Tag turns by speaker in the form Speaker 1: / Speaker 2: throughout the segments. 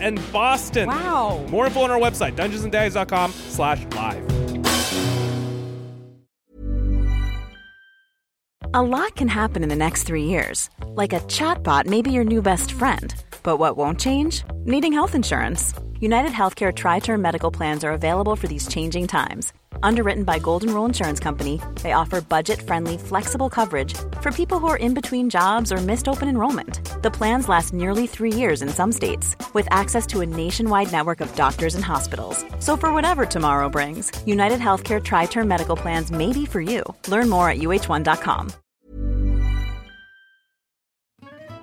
Speaker 1: and Boston.
Speaker 2: Wow.
Speaker 1: More info on our website, dungeonsanddice.com slash live.
Speaker 3: A lot can happen in the next three years. Like a chatbot may be your new best friend. But what won't change? Needing health insurance. United Healthcare Tri Term Medical Plans are available for these changing times. Underwritten by Golden Rule Insurance Company, they offer budget friendly, flexible coverage for people who are in between jobs or missed open enrollment. The plans last nearly three years in some states, with access to a nationwide network of doctors and hospitals. So, for whatever tomorrow brings, United Healthcare Tri Term Medical Plans may be for you. Learn more at uh1.com.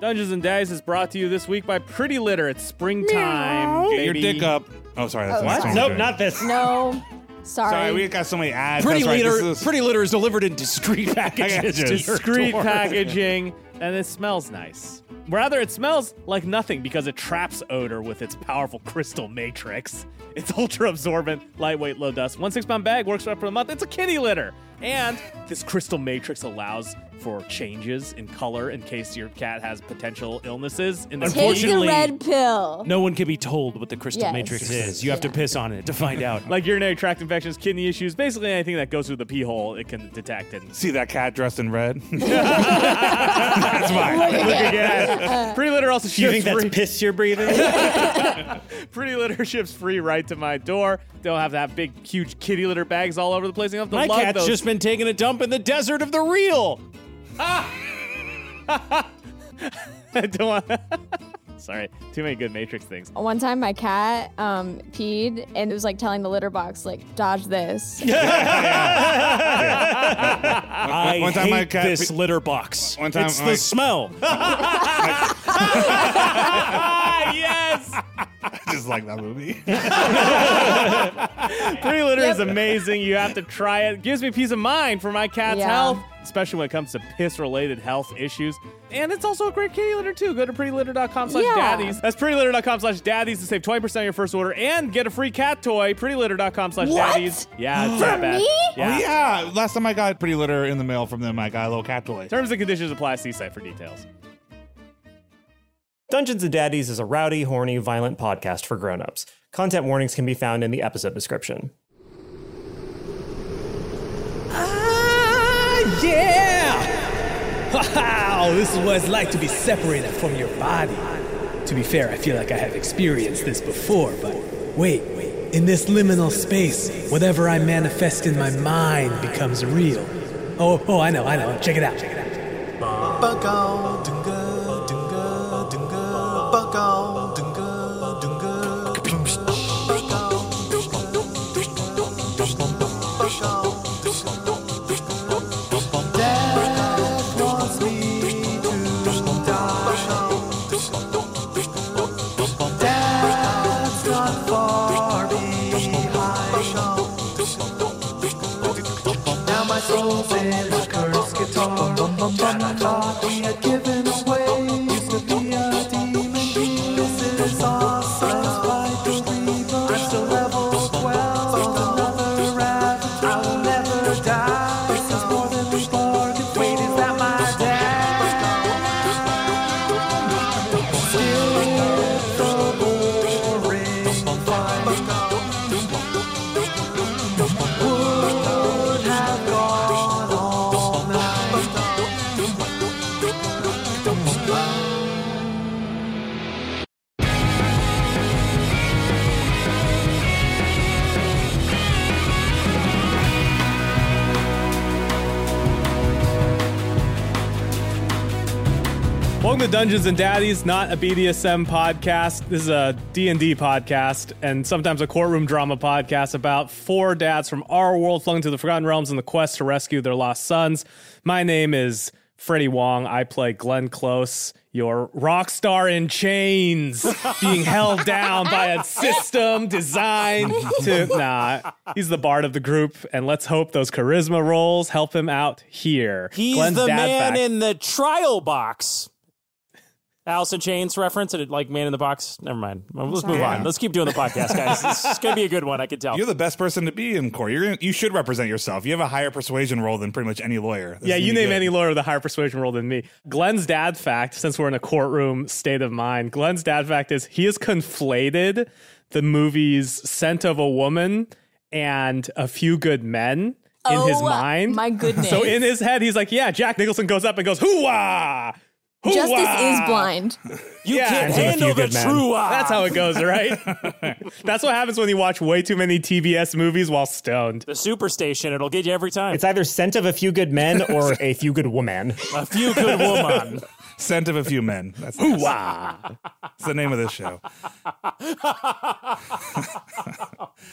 Speaker 1: Dungeons and Dice is brought to you this week by Pretty Litter. It's springtime.
Speaker 4: Get your dick up. Oh, sorry. That's not
Speaker 5: What?
Speaker 4: song.
Speaker 5: Nope, not this.
Speaker 6: No. Sorry.
Speaker 4: Sorry, we got so many ads.
Speaker 5: Pretty
Speaker 4: That's right,
Speaker 5: litter.
Speaker 4: this is-
Speaker 5: Pretty litter is delivered in discreet packages. to
Speaker 4: Packages.
Speaker 5: your
Speaker 1: discreet
Speaker 5: door.
Speaker 1: packaging, and it smells nice. Rather, it smells like nothing because it traps odor with its powerful crystal matrix. It's ultra absorbent, lightweight, low dust. One six pound bag works right for the month. It's a kitty litter. And this crystal matrix allows for changes in color in case your cat has potential illnesses. In their
Speaker 6: Take the
Speaker 5: Unfortunately-
Speaker 6: red pill.
Speaker 5: No one can be told what the crystal
Speaker 6: Yes.
Speaker 5: matrix is. You have to piss on it to find out.
Speaker 1: like urinary tract infections, kidney issues, basically anything that goes through the pee hole, it can detect and
Speaker 4: See that cat dressed in red? That's mine.
Speaker 1: look again. Pretty litter also ships
Speaker 5: Do you think that's
Speaker 1: free-
Speaker 5: piss you're breathing?
Speaker 1: Pretty litter ships free right to my door. Don't have to have big, huge kitty litter bags all over the place. You don't have
Speaker 5: My
Speaker 1: to lug
Speaker 5: cat's
Speaker 1: those.
Speaker 5: just been taking a dump in the desert of the real.
Speaker 1: I don't want- Sorry, too many good Matrix things.
Speaker 6: One time my cat um, peed and it was like telling the litter box, like, dodge this.
Speaker 5: I
Speaker 4: One time
Speaker 5: hate
Speaker 4: my cat
Speaker 5: this
Speaker 4: pe-
Speaker 5: litter box.
Speaker 4: One time
Speaker 5: it's
Speaker 4: my-
Speaker 5: the smell.
Speaker 1: Ah, yes!
Speaker 4: I just like that movie.
Speaker 1: Pretty litter is amazing. You have to try it. Gives me peace of mind for my cat's
Speaker 6: Yeah.
Speaker 1: health, especially when it comes to piss-related health issues. And it's also a great kitty litter, too. Go to prettylitter.com slash
Speaker 6: Yeah.
Speaker 1: daddies. That's prettylitter.com slash daddies to save 20% of your first order and get a free cat toy. Prettylitter.com slash
Speaker 6: What?
Speaker 1: daddies. Yeah, it's that bad.
Speaker 6: me?
Speaker 1: Yeah.
Speaker 4: Oh, yeah. Last time I got pretty litter in the mail from them, I got a little cat toy.
Speaker 1: Terms and conditions apply. See site for details.
Speaker 7: Dungeons and Daddies is a rowdy, horny, violent podcast for grown-ups. Content warnings can be found in the episode description.
Speaker 8: Ah, yeah! Wow, this is what it's like to be separated from your body. To be fair, I feel like I have experienced this before, but wait, in this liminal space, whatever I manifest in my mind becomes real. Oh, oh, I know, I know. Check it out. Check it out.
Speaker 9: Now my soul's in a cursed guitar. Bum, bum, bum, bum, thought we had given away. Used to be a demon. This is awesome. Let's fight the reaper. It's a level 12 on another raft. I will never die. This is more than we bargained. Wait, is that my dad? Still the boring fight. Would have gone all night.
Speaker 1: Welcome to Dungeons and Daddies, not a BDSM podcast. This is a D&D podcast and sometimes a courtroom drama podcast about four dads from our world flung to the Forgotten Realms in the quest to rescue their lost sons. My name is Freddie Wong. I play Glenn Close, your rock star in chains, being held down by a system designed to. Nah, he's the bard of the group, and let's hope those charisma rolls help him out here.
Speaker 2: He's
Speaker 1: Glenn's
Speaker 2: the
Speaker 1: dad
Speaker 2: man
Speaker 1: back.
Speaker 2: in the trial box. Alice in Chains reference and it like man in the box. Never mind. Well, Let's move
Speaker 4: sorry.
Speaker 2: on. Let's keep doing the podcast, guys. this is gonna be a good one. I can tell.
Speaker 4: You're the best person to be in court. You're gonna, you should represent yourself. You have a higher persuasion role than pretty much any lawyer. This
Speaker 1: Yeah,
Speaker 4: is
Speaker 1: you
Speaker 4: gonna be
Speaker 1: name
Speaker 4: good.
Speaker 1: any lawyer with a higher persuasion role than me. Glenn's dad fact, since we're in a courtroom state of mind, Glenn's dad fact is he has conflated the movies Scent of a Woman and A Few Good Men in his
Speaker 6: Oh,
Speaker 1: mind.
Speaker 6: my goodness.
Speaker 1: So in his head, he's like, yeah, Jack Nicholson goes up and goes, hoo-wah! hoo
Speaker 6: Justice is blind.
Speaker 2: you
Speaker 1: yeah,
Speaker 2: can't
Speaker 1: I think a
Speaker 2: handle
Speaker 7: few
Speaker 2: the
Speaker 7: good men.
Speaker 2: true. ah.
Speaker 1: That's how it goes, right? That's what happens when you watch way too many TBS movies while stoned.
Speaker 2: the superstation. It'll get you every time.
Speaker 7: It's either scent of a few good men or a few good women.
Speaker 2: a few good woman.
Speaker 4: Scent of a few men. That's nice. That's the name of this show.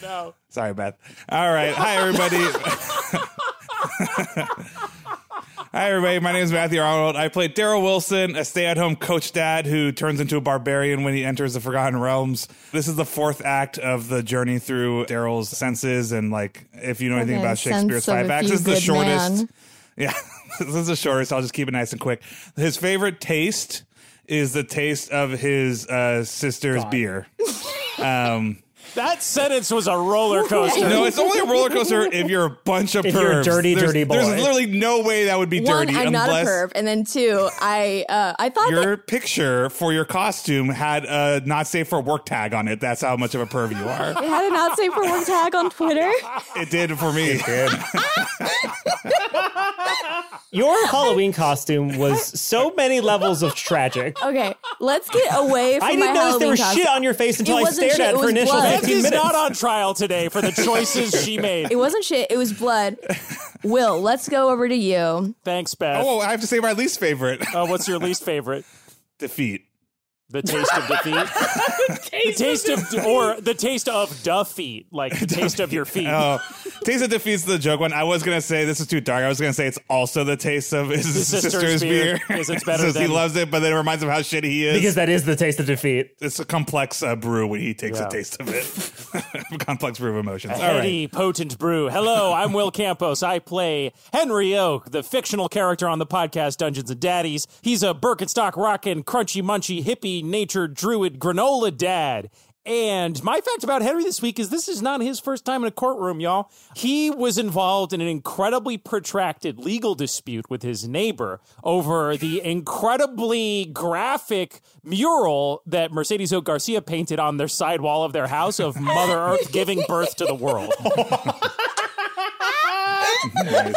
Speaker 2: No.
Speaker 4: Sorry, Beth. All right. Hi, everybody. Hi, everybody. My name is Matthew Arnold. I play Daryl Wilson, a stay at home coach dad who turns into a barbarian when he enters the Forgotten Realms. This is the fourth act of the journey through Daryl's senses. And, like, if you know anything
Speaker 6: Okay,
Speaker 4: about Shakespeare's
Speaker 6: sense of a
Speaker 4: five acts,
Speaker 6: few
Speaker 4: this is the
Speaker 6: good
Speaker 4: shortest.
Speaker 6: man.
Speaker 4: Yeah, this is the shortest. I'll just keep it nice and quick. His favorite taste is the taste of his uh, sister's beer. Um,
Speaker 2: That sentence was a roller coaster.
Speaker 4: no, it's only a roller coaster if you're a bunch of
Speaker 7: If
Speaker 4: pervs.
Speaker 7: you're a dirty,
Speaker 4: there's,
Speaker 7: dirty boy.
Speaker 4: There's literally no way that would be
Speaker 6: One,
Speaker 4: dirty
Speaker 6: I'm not a
Speaker 4: unless
Speaker 6: perv, and then two, I uh, I thought that
Speaker 4: your picture for your costume had a not safe for work tag on it. That's how much of a perv you are.
Speaker 6: it had a not safe for work tag on Twitter.
Speaker 4: it did for me.
Speaker 7: Your Halloween costume was so many levels of tragic.
Speaker 6: Okay, let's get away from my
Speaker 7: I didn't notice
Speaker 6: Halloween
Speaker 7: there was
Speaker 6: costume.
Speaker 7: shit on your face until
Speaker 6: It
Speaker 7: I
Speaker 6: wasn't
Speaker 7: stared
Speaker 6: shit,
Speaker 7: at it
Speaker 6: it
Speaker 7: for
Speaker 6: was
Speaker 7: initial
Speaker 6: blood.
Speaker 7: 15
Speaker 2: Beth is
Speaker 7: minutes.
Speaker 2: not on trial today for the choices she made.
Speaker 6: It wasn't shit. It was blood. Will, let's go over to you.
Speaker 2: Thanks, Beth.
Speaker 4: Oh, I have to say my least favorite
Speaker 2: Uh, what's your least favorite?
Speaker 4: defeat.
Speaker 2: The taste of defeat. the taste of, or the taste of defeat, like the taste of your feet.
Speaker 4: Oh, taste of defeat's the joke one. I was gonna say this is too dark. I was gonna say it's also the taste of his,
Speaker 2: sister's
Speaker 4: sister's,
Speaker 2: beer,
Speaker 4: beer
Speaker 2: 'cause it's better
Speaker 4: Since he
Speaker 2: than-
Speaker 4: loves it, but then it reminds him how shitty he is.
Speaker 7: Because that is the taste of defeat.
Speaker 4: it's a complex uh, brew when he takes
Speaker 2: Yeah.
Speaker 4: a taste of it. complex brew of emotions. All right.
Speaker 2: Heady, potent brew. Hello, I'm Will Campos. I play Henry Oak, the fictional character on the podcast Dungeons and Daddies. He's a Birkenstock rockin', crunchy munchy, hippie, nature druid, granola dad. And my fact about Henry this week is this is not his first time in a courtroom, y'all. He was involved in an incredibly protracted legal dispute with his neighbor over the incredibly graphic mural that Mercedes O. Garcia painted on their side wall of their house of Mother Earth giving birth to the world.
Speaker 4: Nice.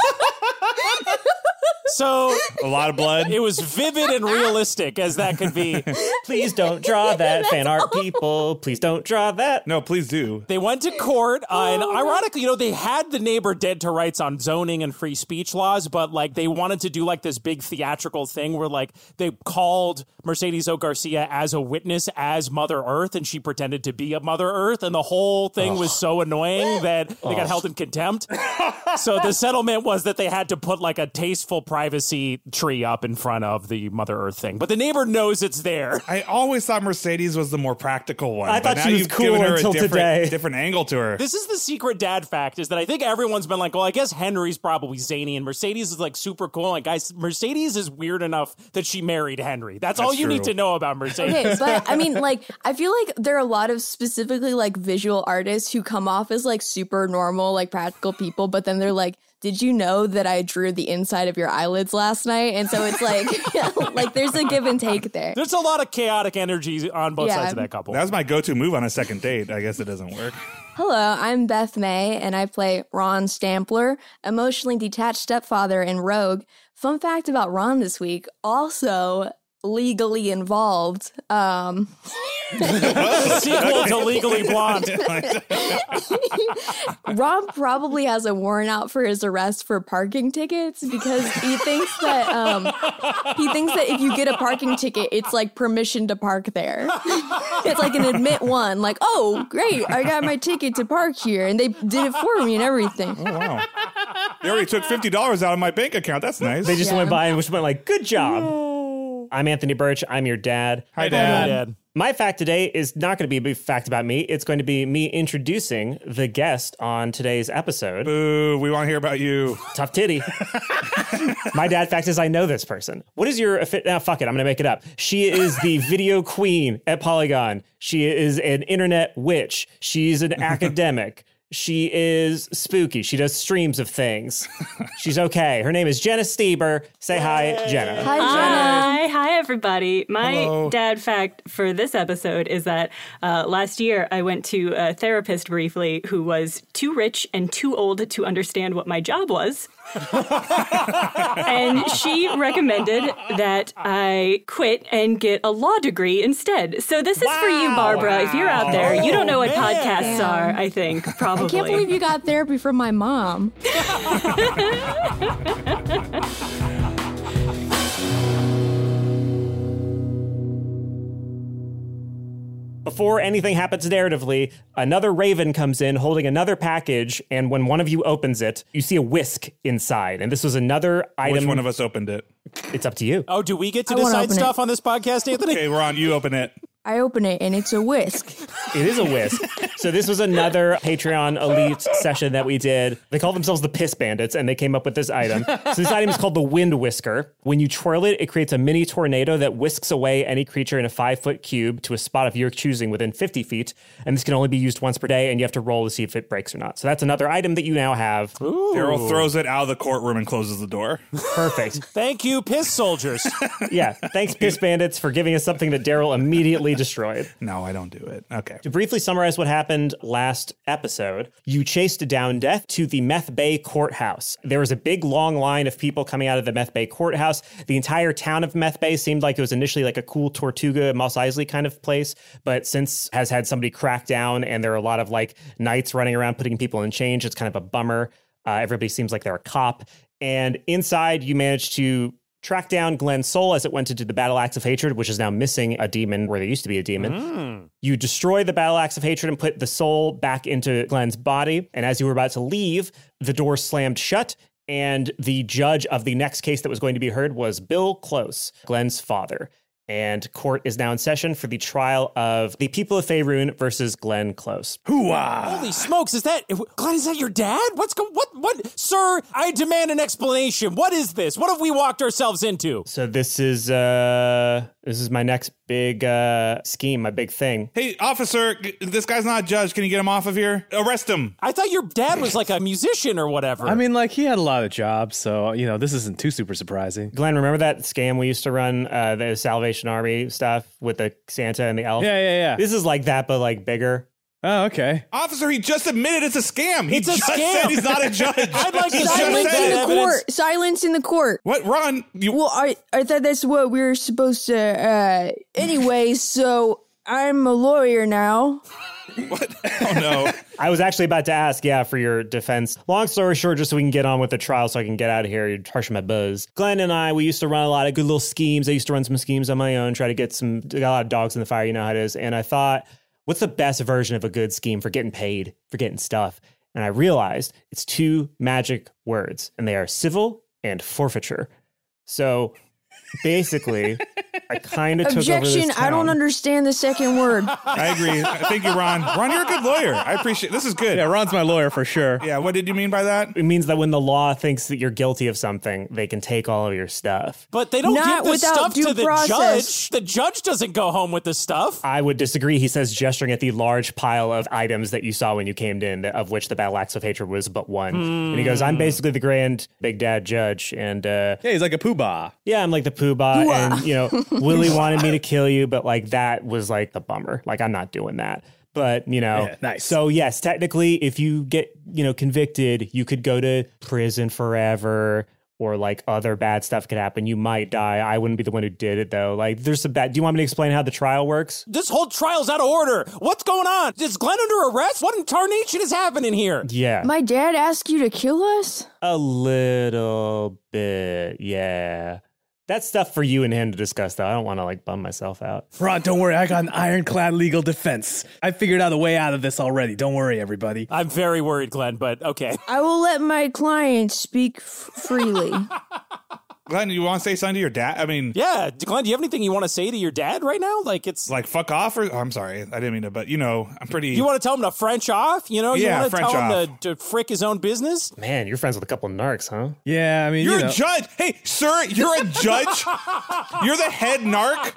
Speaker 2: So
Speaker 4: A lot of blood.
Speaker 2: it was vivid and realistic as that could be.
Speaker 7: Please don't draw that, fan art people. Please don't draw that.
Speaker 4: No, please do.
Speaker 2: They went to court, uh, and ironically, you know, they had the neighbor dead to rights on zoning and free speech laws, but like they wanted to do like this big theatrical thing where like they called Mercedes O. Garcia as a witness as Mother Earth, and she pretended to be a Mother Earth, and the whole thing was so annoying that they got held in contempt. so the settlement was that they had to put like a tasteful privacy tree up in front of the Mother Earth thing, but the neighbor knows it's there.
Speaker 4: I always thought Mercedes was the more practical one.
Speaker 7: I
Speaker 4: but
Speaker 7: thought
Speaker 4: now
Speaker 7: she was
Speaker 4: you've
Speaker 7: cool
Speaker 4: given her
Speaker 7: until
Speaker 4: a different,
Speaker 7: today.
Speaker 4: Different angle to her.
Speaker 2: This is the secret dad fact is that I think everyone's been like, well, I guess Henry's probably zany and Mercedes is like super cool. Like, guys, Mercedes is weird enough that she married Henry. That's, all you
Speaker 4: true.
Speaker 2: need to know about Mercedes.
Speaker 6: Okay, but I mean, like, I feel like there are a lot of specifically like visual artists who come off as like super normal, like practical people, but then they're like, "Did you know that I drew the inside of your eyelids last night?" And so it's like, like there's a give and take there.
Speaker 2: There's a lot of chaotic energy on both
Speaker 6: Yeah.
Speaker 2: sides of that couple.
Speaker 4: that was my go-to move on a second date. I guess it doesn't work.
Speaker 6: Hello, I'm Beth May, and I play Ron Stampler, emotionally detached stepfather in Rogue. Fun fact about Ron this week: also legally involved. Um,
Speaker 2: the sequel to Legally Blonde.
Speaker 6: Ron probably has a warrant out for his arrest for parking tickets because he thinks that um, he thinks that if you get a parking ticket, it's like permission to park there. it's like an admit one, like oh great, I got my ticket to park here, and they did it for me and everything.
Speaker 4: Wow. They already took fifty dollars out of my bank account. That's nice.
Speaker 7: They just
Speaker 6: Yeah.
Speaker 7: went by and just went like, "Good job." I'm Anthony Birch. I'm your dad.
Speaker 4: Hi, Dad.
Speaker 2: Dad.
Speaker 7: My fact today is not going to be a big fact about me. It's going to be me introducing the guest on today's episode.
Speaker 4: Boo, we want to hear about you.
Speaker 7: Tough titty. My dad fact is I know this person. What is your affi- now? Fuck it, I'm gonna make it up. She is the video queen at Polygon. She is an internet witch. She's an academic. She is spooky. She does streams of things. She's okay. Her name is Jenna Stieber. Say hi, Jenna.
Speaker 6: Hi, Jenna.
Speaker 10: Hi, hi everybody. My
Speaker 4: Hello.
Speaker 10: dad fact for this episode is that uh, last year I went to a therapist briefly who was too rich and too old to understand what my job was. and she recommended that I quit and get a law degree instead. So this is for you, Barbara. If you're out there, you don't know what podcasts are, I think, probably.
Speaker 6: Can't believe you got therapy from my mom.
Speaker 7: Before anything happens narratively, another raven comes in holding another package, and when one of you opens it, you see a whisk inside. And this was another item.
Speaker 4: Which one of us opened it?
Speaker 7: It's up to you.
Speaker 2: Oh, do we get to
Speaker 6: I wanna
Speaker 2: decide
Speaker 6: open
Speaker 2: stuff
Speaker 6: it.
Speaker 2: on this podcast, Anthony?
Speaker 4: Okay, Ron, you open it.
Speaker 6: I open it and it's a whisk.
Speaker 7: It is a whisk. so this was another Patreon elite session that we did. They call themselves the Piss Bandits, and they came up with this item. So this item is called the Wind Whisker. When you twirl it, it creates a mini tornado that whisks away any creature in a five foot cube to a spot of your choosing within 50 feet. And this can only be used once per day, and you have to roll to see if it breaks or not. So that's another item that you now have.
Speaker 4: Daryl throws it out of the courtroom and closes the door.
Speaker 7: Perfect.
Speaker 2: Thank you, piss soldiers.
Speaker 7: Yeah. Thanks, Piss Bandits, for giving us something that Daryl immediately destroyed.
Speaker 4: no, I don't do it. Okay.
Speaker 7: To briefly summarize what happened last episode, you chased down death to the Meth Bay courthouse. There was a big long line of people coming out of the Meth Bay courthouse. The entire town of Meth Bay seemed like it was initially like a cool Tortuga, Moss Isley kind of place, but since has had somebody crack down and there are a lot of like knights running around putting people in change, it's kind of a bummer. Uh, everybody seems like they're a cop. And inside, you managed to track down Glenn Soul as it went into the Battle Axe of Hatred, which is now missing a demon where there used to be a demon.
Speaker 9: Mm.
Speaker 7: You destroy the Battle Axe of Hatred and put the soul back into Glenn's body. And as you were about to leave, the door slammed shut. And the judge of the next case that was going to be heard was Bill Close, Glenn's father. And court is now in session for the trial of the people of Faerun versus Glenn Close.
Speaker 2: Holy smokes, is that Glenn? Is that your dad? What's go, what what? Sir, I demand an explanation. What is this? What have we walked ourselves into?
Speaker 7: So this is uh this is my next big uh scheme, my big thing.
Speaker 4: Hey, officer, g- this guy's not a judge. Can you get him off of here? Arrest him.
Speaker 2: I thought your dad was like a musician or whatever.
Speaker 5: I mean, like he had a lot of jobs, so you know this isn't too super surprising.
Speaker 7: Glenn, remember that scam we used to run, uh the Salvation Army stuff with the Santa and the elf?
Speaker 5: Yeah, yeah, yeah.
Speaker 7: This is like that, but like bigger.
Speaker 5: Oh, okay.
Speaker 4: Officer, he just admitted it's a scam. He
Speaker 2: It's a
Speaker 4: just
Speaker 2: scam.
Speaker 4: said he's not a judge.
Speaker 2: I'd like to
Speaker 4: He just
Speaker 6: Silence
Speaker 4: said
Speaker 6: in
Speaker 4: it.
Speaker 6: the court. Silence in the court.
Speaker 4: What, Ron? You
Speaker 6: Well, I I thought that's what we were supposed to. Uh, anyway, so I'm a lawyer now.
Speaker 4: what? Oh no.
Speaker 7: I was actually about to ask, yeah, for your defense. Long story short, just so we can get on with the trial, so I can get out of here. You're harshing my buzz. Glenn and I, we used to run a lot of good little schemes. I used to run some schemes on my own, try to get some, got a lot of dogs in the fire. You know how it is. And I thought, what's the best version of a good scheme for getting paid, for getting stuff? And I realized it's two magic words, and they are civil and forfeiture. So basically, I kind of took over this
Speaker 6: Objection. I don't
Speaker 7: town.
Speaker 6: understand the second word.
Speaker 4: I agree. Thank you, Ron. Ron, you're a good lawyer. I appreciate this is good.
Speaker 5: Yeah,
Speaker 4: Yeah,
Speaker 5: Ron's my lawyer for sure.
Speaker 4: what did you mean by that?
Speaker 7: It means that when the law thinks that you're guilty of something, they can take all of your stuff.
Speaker 2: but they don't
Speaker 6: Not
Speaker 2: give the
Speaker 6: without
Speaker 2: stuff
Speaker 6: due
Speaker 2: to the
Speaker 6: process.
Speaker 2: judge. The judge doesn't go home with the stuff.
Speaker 7: I would disagree. He says, gesturing at the large pile of items that you saw when you came in, that- of which the battle axe of hatred was but one. And he goes,
Speaker 2: Hmm.
Speaker 7: "I'm basically the grand big dad judge, and uh,
Speaker 5: Yeah, he's like a poobah.
Speaker 7: yeah, I'm like the poobah, and you know, Willie wanted me to kill you, but like that was like the bummer. Like I'm not doing that." But you know,
Speaker 5: Yeah, nice.
Speaker 7: So yes, technically, if you get you know convicted, you could go to prison forever, or like other bad stuff could happen. You might die. I wouldn't be the one who did it though. Like there's some bad. Do you want me to explain how the trial works?
Speaker 2: This whole trial's out of order. What's going on? Is Glenn under arrest? What incarnation is happening here?
Speaker 7: Yeah.
Speaker 6: My dad asked you to kill us.
Speaker 7: A little bit, yeah. That's stuff for you and him to discuss, though. I don't want to like bum myself out.
Speaker 11: Ron, don't worry. I got an ironclad legal defense. I figured out a way out of this already. Don't worry, everybody.
Speaker 2: I'm very worried, Glenn, but okay.
Speaker 12: I will let my client speak f- freely.
Speaker 4: Glenn, you want to say something to your dad? I mean,
Speaker 2: Yeah, Glenn, do you have anything you want to say to your dad right now? Like it's
Speaker 4: like fuck off, or I'm sorry, I didn't mean to, but you know, I'm pretty.
Speaker 2: you want to tell him to French off? You know, you
Speaker 4: Yeah,
Speaker 2: want to
Speaker 4: French
Speaker 2: tell him
Speaker 4: off.
Speaker 2: to, to frick his own business?
Speaker 7: Man, you're friends with a couple of narcs, huh?
Speaker 1: Yeah, I mean,
Speaker 4: You're
Speaker 1: you know,
Speaker 4: a judge. Hey, sir, you're a judge. you're the head narc.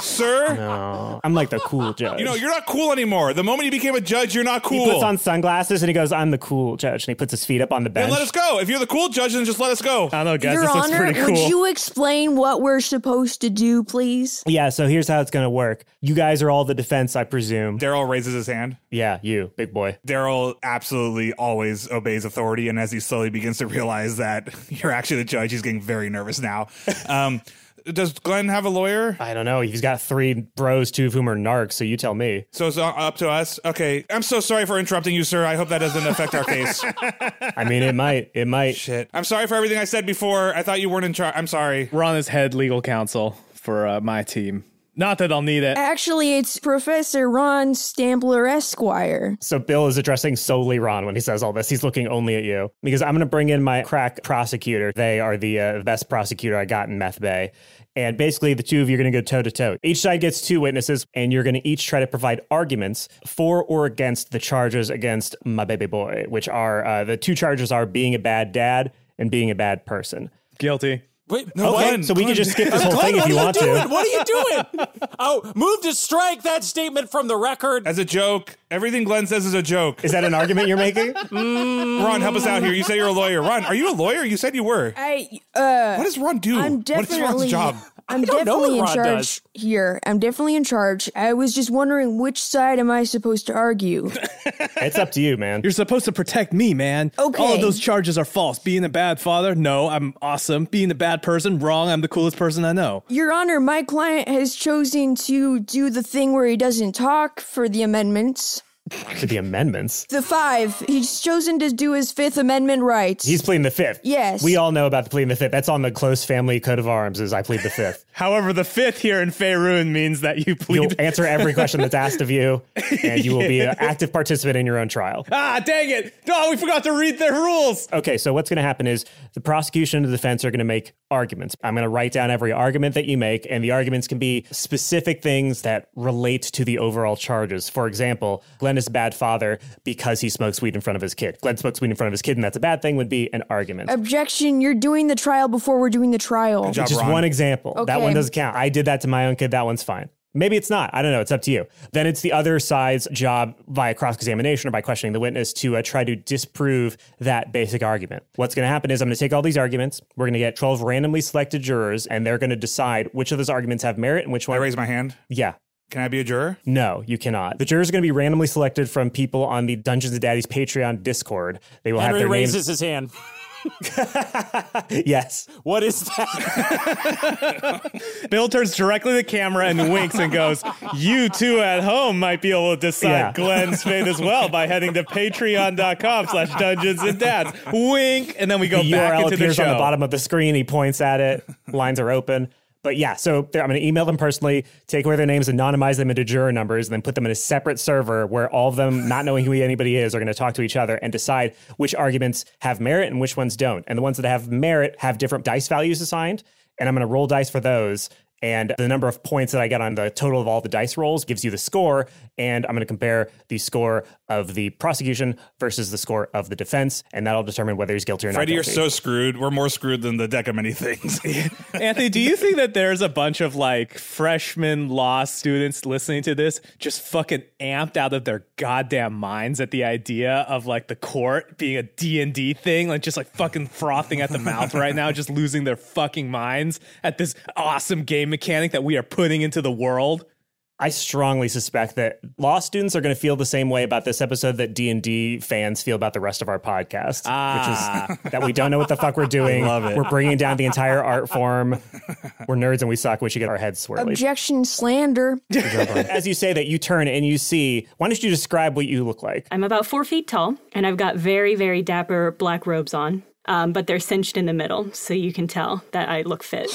Speaker 4: Sir,
Speaker 7: No, I'm like the cool judge.
Speaker 4: you know, you're not cool anymore. The moment you became a judge, you're not cool.
Speaker 7: He puts on sunglasses and he goes, "I'm the cool judge," and he puts his feet up on the
Speaker 4: and
Speaker 7: bench.
Speaker 4: let us go. If you're the cool judge, then just let us go.
Speaker 1: I don't know, guys.
Speaker 12: Your
Speaker 1: this looks
Speaker 12: Honor,
Speaker 1: pretty cool.
Speaker 12: would you explain what we're supposed to do, please?
Speaker 7: yeah. So here's how it's gonna work. You guys are all the defense, I presume.
Speaker 4: Daryl raises his hand.
Speaker 7: yeah, you, big boy.
Speaker 4: Daryl absolutely always obeys authority, and as he slowly begins to realize that you're actually the judge, he's getting very nervous now. Um, does Glenn have a lawyer?
Speaker 7: I don't know. He's got three bros, two of whom are narcs. So you tell me.
Speaker 4: So it's up to us. Okay, I'm so sorry for interrupting you, sir. I hope that doesn't affect our case.
Speaker 7: I mean, it might. It might.
Speaker 4: Shit. I'm sorry for everything I said before. I thought you weren't in charge. I'm sorry.
Speaker 1: Ron is head legal counsel for uh, my team. Not that I'll need it.
Speaker 12: Eh. Actually, it's Professor Ron Stampler Esquire.
Speaker 7: So Bill is addressing solely Ron when he says all this. He's looking only at you because I'm going to bring in my crack prosecutor. They are the uh, best prosecutor I got in Meth Bay. And basically, the two of you are going to go toe to toe. Each side gets two witnesses, and you're going to each try to provide arguments for or against the charges against my baby boy, which are uh, the two charges are being a bad dad and being a bad person.
Speaker 1: Guilty.
Speaker 2: Wait,
Speaker 4: No,
Speaker 2: what?
Speaker 4: Glenn,
Speaker 7: so we can
Speaker 4: Glenn.
Speaker 7: just skip this whole
Speaker 2: Glenn,
Speaker 7: thing if
Speaker 2: what
Speaker 7: you
Speaker 2: are
Speaker 7: want
Speaker 2: you doing?
Speaker 7: to.
Speaker 2: What are you doing? Oh, move to strike that statement from the record.
Speaker 4: As a joke, everything Glenn says is a joke.
Speaker 7: Is that an argument you're making?
Speaker 2: Mm.
Speaker 4: Ron, help us out here. You say you're a lawyer. Ron, are you a lawyer? You said you were.
Speaker 12: I uh
Speaker 4: What does Ron do?
Speaker 12: I'm
Speaker 4: what is Ron's
Speaker 12: definitely
Speaker 4: job?
Speaker 12: I'm
Speaker 2: don't know
Speaker 12: definitely in
Speaker 2: what Ron
Speaker 12: charge
Speaker 2: does.
Speaker 12: here. I'm definitely in charge. I was just wondering which side am I supposed to argue?
Speaker 7: it's up to you, man.
Speaker 1: You're supposed to protect me, man.
Speaker 12: Okay.
Speaker 1: All of those charges are false. Being a bad father, no, I'm awesome. Being a bad person, wrong. I'm the coolest person I know.
Speaker 12: Your Honor, my client has chosen to do the thing where he doesn't talk for the amendments.
Speaker 7: to the amendments.
Speaker 12: The five. He's chosen to do his Fifth Amendment rights.
Speaker 7: He's pleading the fifth.
Speaker 12: Yes.
Speaker 7: We all know about the pleading the fifth. That's on the close family coat of arms is I plead the fifth.
Speaker 1: However, the fifth here in Faerun means that you plead.
Speaker 7: You'll answer every question that's asked of you, and you will be an active participant in your own trial.
Speaker 1: ah, dang it. No, we forgot to read their rules.
Speaker 7: Okay, so what's going to happen is the prosecution and the defense are going to make arguments. I'm going to write down every argument that you make, and the arguments can be specific things that relate to the overall charges. For example, Glenn is a bad father because he smokes weed in front of his kid. Glenn smokes weed in front of his kid, and that's a bad thing, would be an argument.
Speaker 12: Objection, you're doing the trial before we're doing the trial.
Speaker 4: job,
Speaker 7: Just
Speaker 4: Ron.
Speaker 7: one example. That
Speaker 12: Okay.
Speaker 7: one doesn't count. I did that to my own kid. That one's fine. Maybe it's not. I don't know. It's up to you. Then it's the other side's job via cross examination or by questioning the witness to uh, try to disprove that basic argument. What's going to happen is I'm going to take all these arguments. We're going to get 12 randomly selected jurors, and they're going to decide which of those arguments have merit and which
Speaker 4: I
Speaker 7: one.
Speaker 4: raise my hand.
Speaker 7: yeah.
Speaker 4: Can I be a juror?
Speaker 7: No, you cannot. The jurors are going to be randomly selected from people on the Dungeons and Daddies Patreon Discord. They will
Speaker 2: Henry
Speaker 7: have their
Speaker 2: raises his hand.
Speaker 7: names. yes.
Speaker 2: What is that?
Speaker 1: Bill turns directly to the camera and winks and goes, You two at home might be able to decide
Speaker 7: Yeah.
Speaker 1: Glenn's fate as well by heading to patreon.com slash dungeons and dads. Wink. And then we go
Speaker 7: the
Speaker 1: back
Speaker 7: URL
Speaker 1: into the
Speaker 7: appears
Speaker 1: show.
Speaker 7: on the bottom of the screen. He points at it. Lines are open. But yeah, so there- I'm going to email them personally, take away their names, anonymize them into juror numbers, and then put them in a separate server where all of them, not knowing who anybody is, are going to talk to each other and decide which arguments have merit and which ones don't. And the ones that have merit have different dice values assigned, and I'm going to roll dice for those. And the number of points that I got on the total of all the dice rolls gives you the score. And I'm going to compare the score of the prosecution versus the score of the defense, and that'll determine whether he's guilty or not.
Speaker 4: Freddie, you're
Speaker 7: guilty.
Speaker 4: so screwed. We're more screwed than the deck of many things.
Speaker 1: Anthony, do you think that there's a bunch of like freshman law students listening to this just fucking amped out of their goddamn minds at the idea of like the court being a D&D thing, like just like fucking frothing at the mouth right now, just losing their fucking minds at this awesome game mechanic that we are putting into the world?
Speaker 7: I strongly suspect that law students are going to feel the same way about this episode that D and D fans feel about the rest of our podcast,
Speaker 1: Ah.
Speaker 7: which is that we don't know what the fuck we're doing.
Speaker 4: love it.
Speaker 7: We're bringing down the entire art form. We're nerds and we suck. We should get our heads swirly.
Speaker 12: Objection, slander.
Speaker 7: As you say that, you turn and you see. Why don't you describe what you look like?
Speaker 10: I'm about four feet tall, and I've got very, very dapper black robes on. um, but they're cinched in the middle, so you can tell that I look fit.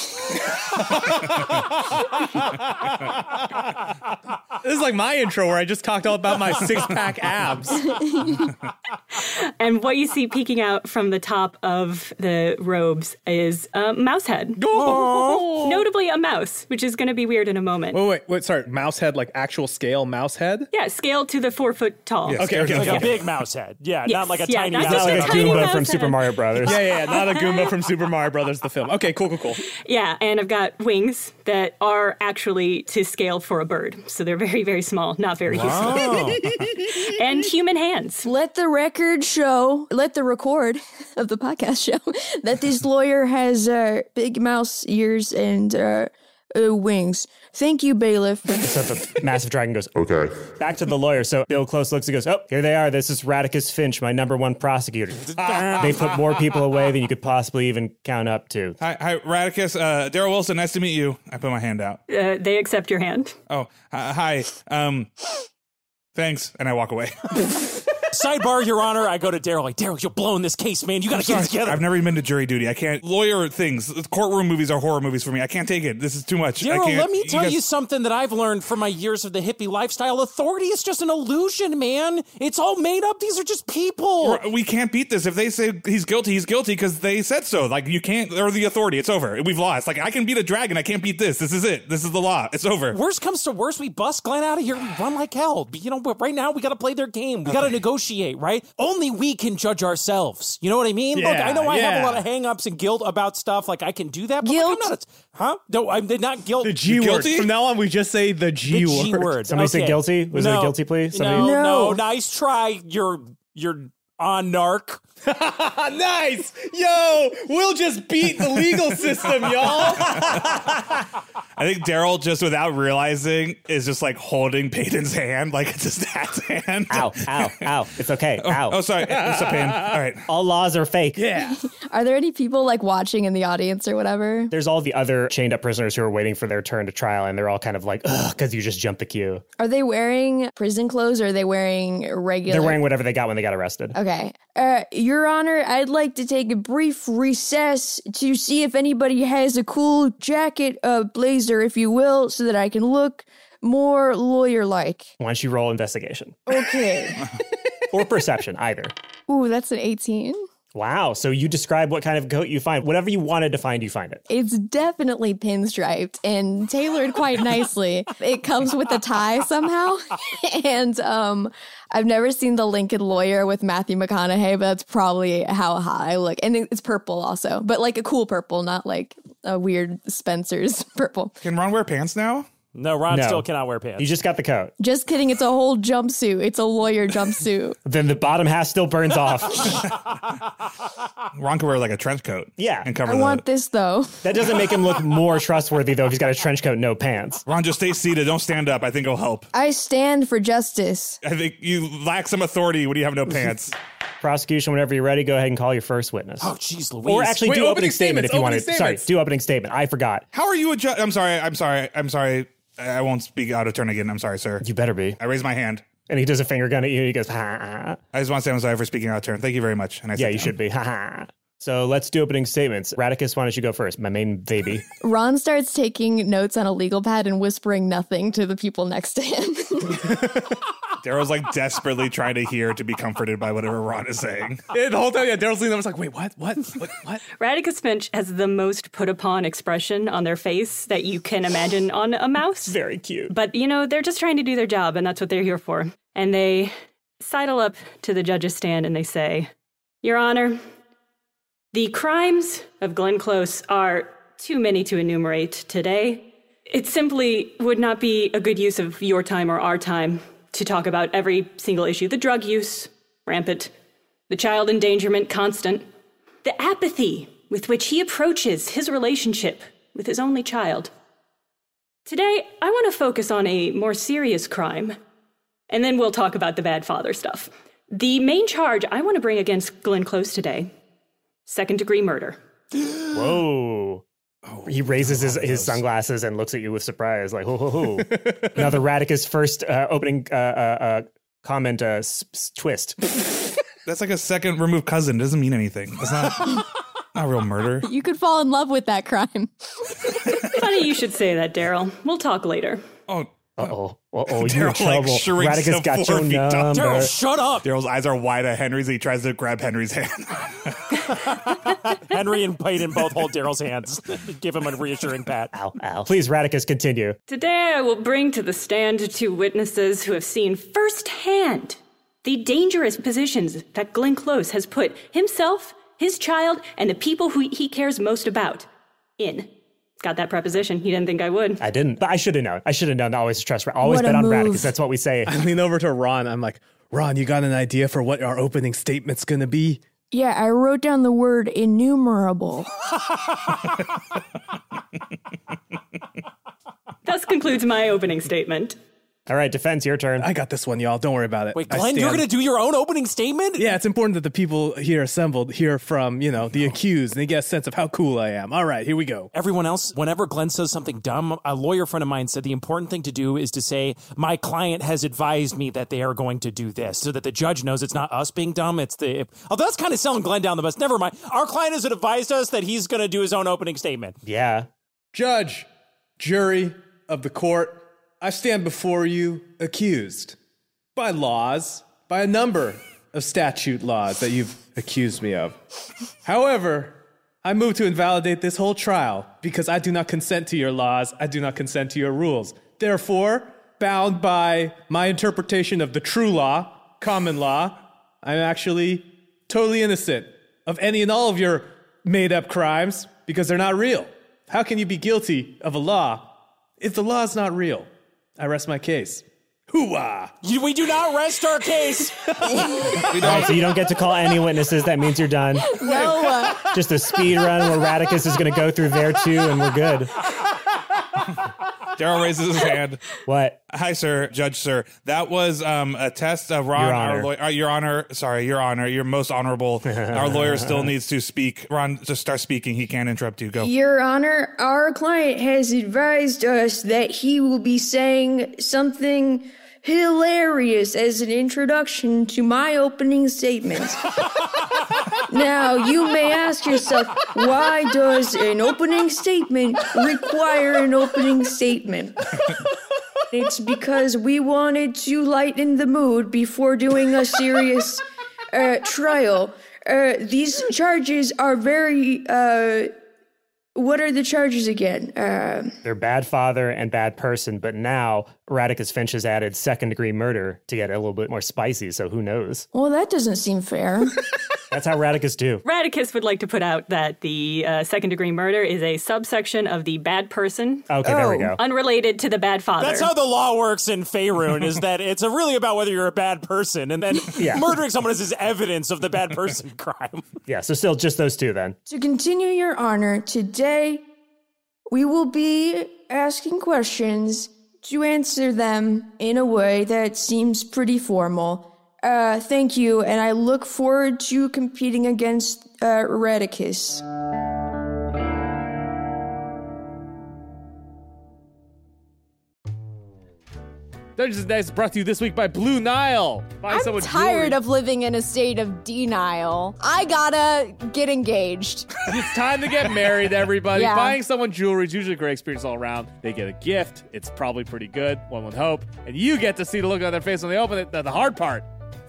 Speaker 5: This is like my intro where I just talked all about my six pack abs.
Speaker 10: and what you see peeking out from the top of the robes is a mouse head. Notably, a mouse, which is going to be weird in a moment.
Speaker 5: Oh, wait, wait, sorry. Mouse head, like actual scale mouse head?
Speaker 10: Yeah, scaled to the four foot tall.
Speaker 4: Yes.
Speaker 5: Okay, okay,
Speaker 4: Like
Speaker 5: okay.
Speaker 4: a
Speaker 2: A big mouse head. Yeah,
Speaker 10: Yes,
Speaker 2: not like a
Speaker 10: yeah,
Speaker 2: tiny
Speaker 10: not
Speaker 2: mouse
Speaker 10: just
Speaker 2: head.
Speaker 10: a tiny
Speaker 7: Goomba
Speaker 10: mouse
Speaker 7: from
Speaker 10: head.
Speaker 7: Super Mario Brothers.
Speaker 5: Yeah, yeah, yeah, not a Goomba from Super Mario Brothers, the film. Okay, cool, cool, cool.
Speaker 10: Yeah, and I've got wings that are actually to scale for a bird. So they're very, very small, not very useful. and human hands.
Speaker 6: Let the record show, let the record of the podcast show that this lawyer has uh, big mouse ears and uh, uh, wings. Thank you, bailiff.
Speaker 7: So the massive dragon goes "Oh."
Speaker 12: Okay.
Speaker 7: back to the lawyer. So Bill Close looks and goes, "Oh, here they are. This is Radicus Finch, my number one prosecutor. they put more people away than you could possibly even count up to."
Speaker 4: Hi, hi Radicus. Uh, Daryl Wilson, nice to meet you. I put my hand out.
Speaker 10: Uh, they accept your hand.
Speaker 4: Oh, hi. hi. Um, thanks. And I walk away.
Speaker 2: Sidebar, Your Honor. I go to Daryl, like, Daryl, you're blowing this case, man. You got to get it together.
Speaker 4: I've never even been to jury duty. I can't. Lawyer things. Courtroom movies are horror movies for me. I can't take it. This is too much. I
Speaker 2: Daryl,
Speaker 4: can't.
Speaker 2: let me tell you,
Speaker 4: guys-
Speaker 2: something that I've learned from my years of the hippie lifestyle. Authority is just an illusion, man. It's all made up. These are just people.
Speaker 4: We're- We can't beat this. If they say he's guilty, he's guilty because they said so. Like you can't. They're the authority. It's over. We've lost. Like I can beat a dragon. I can't beat this. This is it. This is the law. It's over.
Speaker 2: Worst comes to worst, we bust Glenn out of here. We run like hell. But you know, but right now we got to play their game. We got to negotiate, right? Only we can judge ourselves. You know what I mean? Look,
Speaker 5: Yeah,
Speaker 2: I know I have
Speaker 5: yeah.
Speaker 2: a lot of hang-ups and guilt about stuff. Like I can do that. But like,
Speaker 6: Guilt?
Speaker 2: I'm not. A, huh? No, I'm they're not guilt.
Speaker 5: The G word.
Speaker 4: guilty?
Speaker 5: From now on, we just say the G,
Speaker 2: The G word.
Speaker 7: Somebody said
Speaker 2: Okay.
Speaker 7: guilty? Was it a
Speaker 2: No.
Speaker 7: guilty plea? Somebody-
Speaker 2: No, no,
Speaker 6: No.
Speaker 2: Nice try. You're you're on narc.
Speaker 5: Ah, nice! Yo, we'll just beat the legal system, y'all.
Speaker 4: I think Daryl just without realizing is just like holding Peyton's hand. Like it's just dad's hand.
Speaker 7: Ow, ow, ow. It's okay. Ow.
Speaker 4: Oh, sorry. It's a pain. All right.
Speaker 7: All laws are fake.
Speaker 5: Yeah.
Speaker 6: Are there any people like watching in the audience or whatever?
Speaker 7: There's all the other chained up prisoners who are waiting for their turn to trial, and they're all kind of like, ugh, because you just jumped the queue.
Speaker 6: Are they wearing prison clothes or are they wearing regular?
Speaker 7: They're wearing whatever they got when they got arrested.
Speaker 6: Okay. Uh, Your Honor, I'd like to take a brief recess to see if anybody has a cool jacket, uh, blazer, if you will, so that I can look more lawyer like.
Speaker 7: Why don't you roll investigation
Speaker 6: Okay.
Speaker 7: or perception, either?
Speaker 6: Ooh, that's an 18.
Speaker 7: Wow. So you describe what kind of coat you find. Whatever you wanted to find, you find it.
Speaker 6: It's definitely pinstriped and tailored quite nicely. it comes with a tie somehow. and um, I've never seen the Lincoln lawyer with Matthew McConaughey, but that's probably how hot I look. And it- it's purple also, but like a cool purple, not like a weird Spencer's purple.
Speaker 4: Can Ron wear pants now?
Speaker 2: No, Ron
Speaker 7: No.
Speaker 2: still cannot wear pants.
Speaker 7: You just got the coat.
Speaker 6: Just kidding. It's a whole jumpsuit. It's a lawyer jumpsuit.
Speaker 7: Then the bottom half still burns off.
Speaker 4: Ron could wear like a trench coat.
Speaker 7: Yeah.
Speaker 4: And cover
Speaker 6: I
Speaker 4: the-
Speaker 6: want this though.
Speaker 7: that doesn't make him look more trustworthy, though, if he's got a trench coat, and no pants.
Speaker 4: Ron, just stay seated. Don't stand up. I think it'll help.
Speaker 6: I stand for justice.
Speaker 4: I think you lack some authority when you have no pants.
Speaker 7: Prosecution, whenever you're ready, go ahead and call your first witness.
Speaker 2: oh, jeez, Louise.
Speaker 7: or actually,
Speaker 5: Wait,
Speaker 7: do
Speaker 5: opening
Speaker 7: opening, statement
Speaker 5: statements,
Speaker 7: if you
Speaker 5: opening
Speaker 7: want to. Sorry,
Speaker 5: statements.
Speaker 7: do opening statement. I forgot.
Speaker 4: How are you a judge? I'm sorry. I'm sorry. I'm sorry. I I won't speak out of turn again. I'm sorry, sir.
Speaker 7: You better be.
Speaker 4: I raise my hand.
Speaker 7: And he does a finger gun at you. And he goes, ha, ha, ha.
Speaker 4: I just want to say I'm sorry for speaking out of turn. Thank you very much. And I
Speaker 7: Yeah,
Speaker 4: sit
Speaker 7: you
Speaker 4: down.
Speaker 7: should be. Ha, ha. So let's do opening statements. Radicus, why don't you go first? My main baby.
Speaker 6: Ron starts taking notes on a legal pad and whispering nothing to the people next to him.
Speaker 4: Daryl's like desperately trying to hear to be comforted by whatever Ron is saying.
Speaker 5: And the whole time, yeah, Daryl's leaning over, it's like, wait, what? What? What? What?
Speaker 10: Radicus Finch has the most put upon expression on their face that you can imagine on a mouse.
Speaker 7: Very cute.
Speaker 10: But, you know, they're just trying to do their job, and that's what they're here for. And they sidle up to the judge's stand and they say, Your Honor, the crimes of Glenn Close are too many to enumerate today. It simply would not be a good use of your time or our time to talk about every single issue the drug use, rampant, the child endangerment, constant, the apathy with which he approaches his relationship with his only child. Today, I want to focus on a more serious crime, and then we'll talk about the bad father stuff. The main charge I want to bring against Glenn Close today second degree murder.
Speaker 7: Whoa. he raises his, his sunglasses and looks at you with surprise, like, ho, ho, ho. Another Radicus first uh, opening uh, uh, uh, comment uh, s- s- twist.
Speaker 4: That's like a second removed cousin. Doesn't mean anything. That's not not real murder.
Speaker 6: You could fall in love with that crime.
Speaker 10: Funny you should say that, Daryl. We'll talk later.
Speaker 4: Oh,
Speaker 7: Uh oh. Uh oh. You're in
Speaker 4: Daryl like
Speaker 7: trouble.
Speaker 4: shrinks
Speaker 7: Radica's
Speaker 4: to
Speaker 7: got
Speaker 4: four
Speaker 7: your
Speaker 4: feet tall.
Speaker 7: number.
Speaker 2: Daryl, shut up.
Speaker 4: Daryl's eyes are wide at Henry's. He tries to grab Henry's hand.
Speaker 2: Henry and Peyton both hold Daryl's hands. Give him a reassuring pat.
Speaker 7: Ow, ow. Please, Radicus, continue.
Speaker 10: Today I will bring to the stand two witnesses who have seen firsthand the dangerous positions that Glenn Close has put himself, his child, and the people who he cares most about in. Got that preposition. You didn't think I would.
Speaker 7: I didn't, but I should have known. I should have known. to Always trust. Ra- Always
Speaker 6: What a
Speaker 7: bet on Radicus.
Speaker 6: move.
Speaker 7: That's what we say.
Speaker 5: I lean over to Ron. I'm like, Ron, you got an idea for what our opening statement's gonna be?
Speaker 6: Yeah, I wrote down the word innumerable.
Speaker 10: Thus concludes my opening statement.
Speaker 7: All right, defense, your turn.
Speaker 5: I got this one, y'all. Don't worry about it.
Speaker 2: Wait,
Speaker 5: I
Speaker 2: Glenn, you're
Speaker 5: stand-
Speaker 2: going to do your own opening statement?
Speaker 5: Yeah, it's important that the people here assembled hear from, you know, the accused and they get a sense of how cool I am. All right, here we go.
Speaker 2: Everyone else, whenever Glenn says something dumb, a lawyer friend of mine said the important thing to do is to say, My client has advised me that they are going to do this, so that the judge knows it's not us being dumb. It's the. although that's kind of selling Glenn down the bus. Never mind. Our client has advised us that he's going to do his own opening statement.
Speaker 7: yeah.
Speaker 5: Judge, jury of the court, I stand before you accused by laws, by a number of statute laws that you've accused me of. However, I move to invalidate this whole trial because I do not consent to your laws, I do not consent to your rules. Therefore, bound by my interpretation of the true law, common law, I'm actually totally innocent of any and all of your made up crimes because they're not real. How can you be guilty of a law if the law's not real? I rest my case. Hooah!
Speaker 2: You- we do not rest our case.
Speaker 7: All right, Oh, so you don't get to call any witnesses. That means you're done.
Speaker 6: no, uh,
Speaker 7: Just a speed run where Radicus is going to go through there too, and we're good.
Speaker 4: Daryl raises his hand.
Speaker 7: What?
Speaker 4: Hi, sir, Judge, sir. That was um, a test of Ron,
Speaker 7: Your
Speaker 4: our
Speaker 7: Honor.
Speaker 4: lawyer. Uh, your Honor, sorry, Your Honor, your most honorable. our lawyer still needs to speak. Ron, just start speaking. He can't interrupt you. Go.
Speaker 12: Your Honor, our client has advised us that he will be saying something hilarious as an introduction to my opening statement. now, you may ask yourself, why does an opening statement require an opening statement? It's because we wanted to lighten the mood before doing a serious uh, trial. Uh, these charges are very. Uh, what are the charges again? Uh,
Speaker 7: They're bad father and bad person, but now Radicus Finch has added second degree murder to get a little bit more spicy. So who knows?
Speaker 6: well, that doesn't seem fair.
Speaker 7: That's how Radicus do.
Speaker 10: Radicus would like to put out that the uh, second degree murder is a subsection of the bad person,
Speaker 7: Okay, there we go.
Speaker 10: unrelated to the bad father.
Speaker 2: That's how the law works in Faerun, is that it's a really about whether you're a bad person, and then
Speaker 7: Yeah.
Speaker 2: murdering someone is, is evidence of the bad person crime.
Speaker 7: Yeah, so still just those two then.
Speaker 12: to continue, Your Honor, today we will be asking questions to answer them in a way that seems pretty formal. Uh, thank you, and I look forward to competing against uh, Radicus.
Speaker 1: Dungeons and Dice is brought to you this week by Blue Nile. Find
Speaker 6: I'm
Speaker 1: someone
Speaker 6: tired
Speaker 1: jewelry-
Speaker 6: of living in a state of denial. I gotta get engaged.
Speaker 1: It's time to get married, everybody.
Speaker 6: Yeah.
Speaker 1: Buying someone jewelry is usually a great experience all around. They get a gift. It's probably pretty good, one would hope. And you get to see the look on their face when they open it. The, the hard part,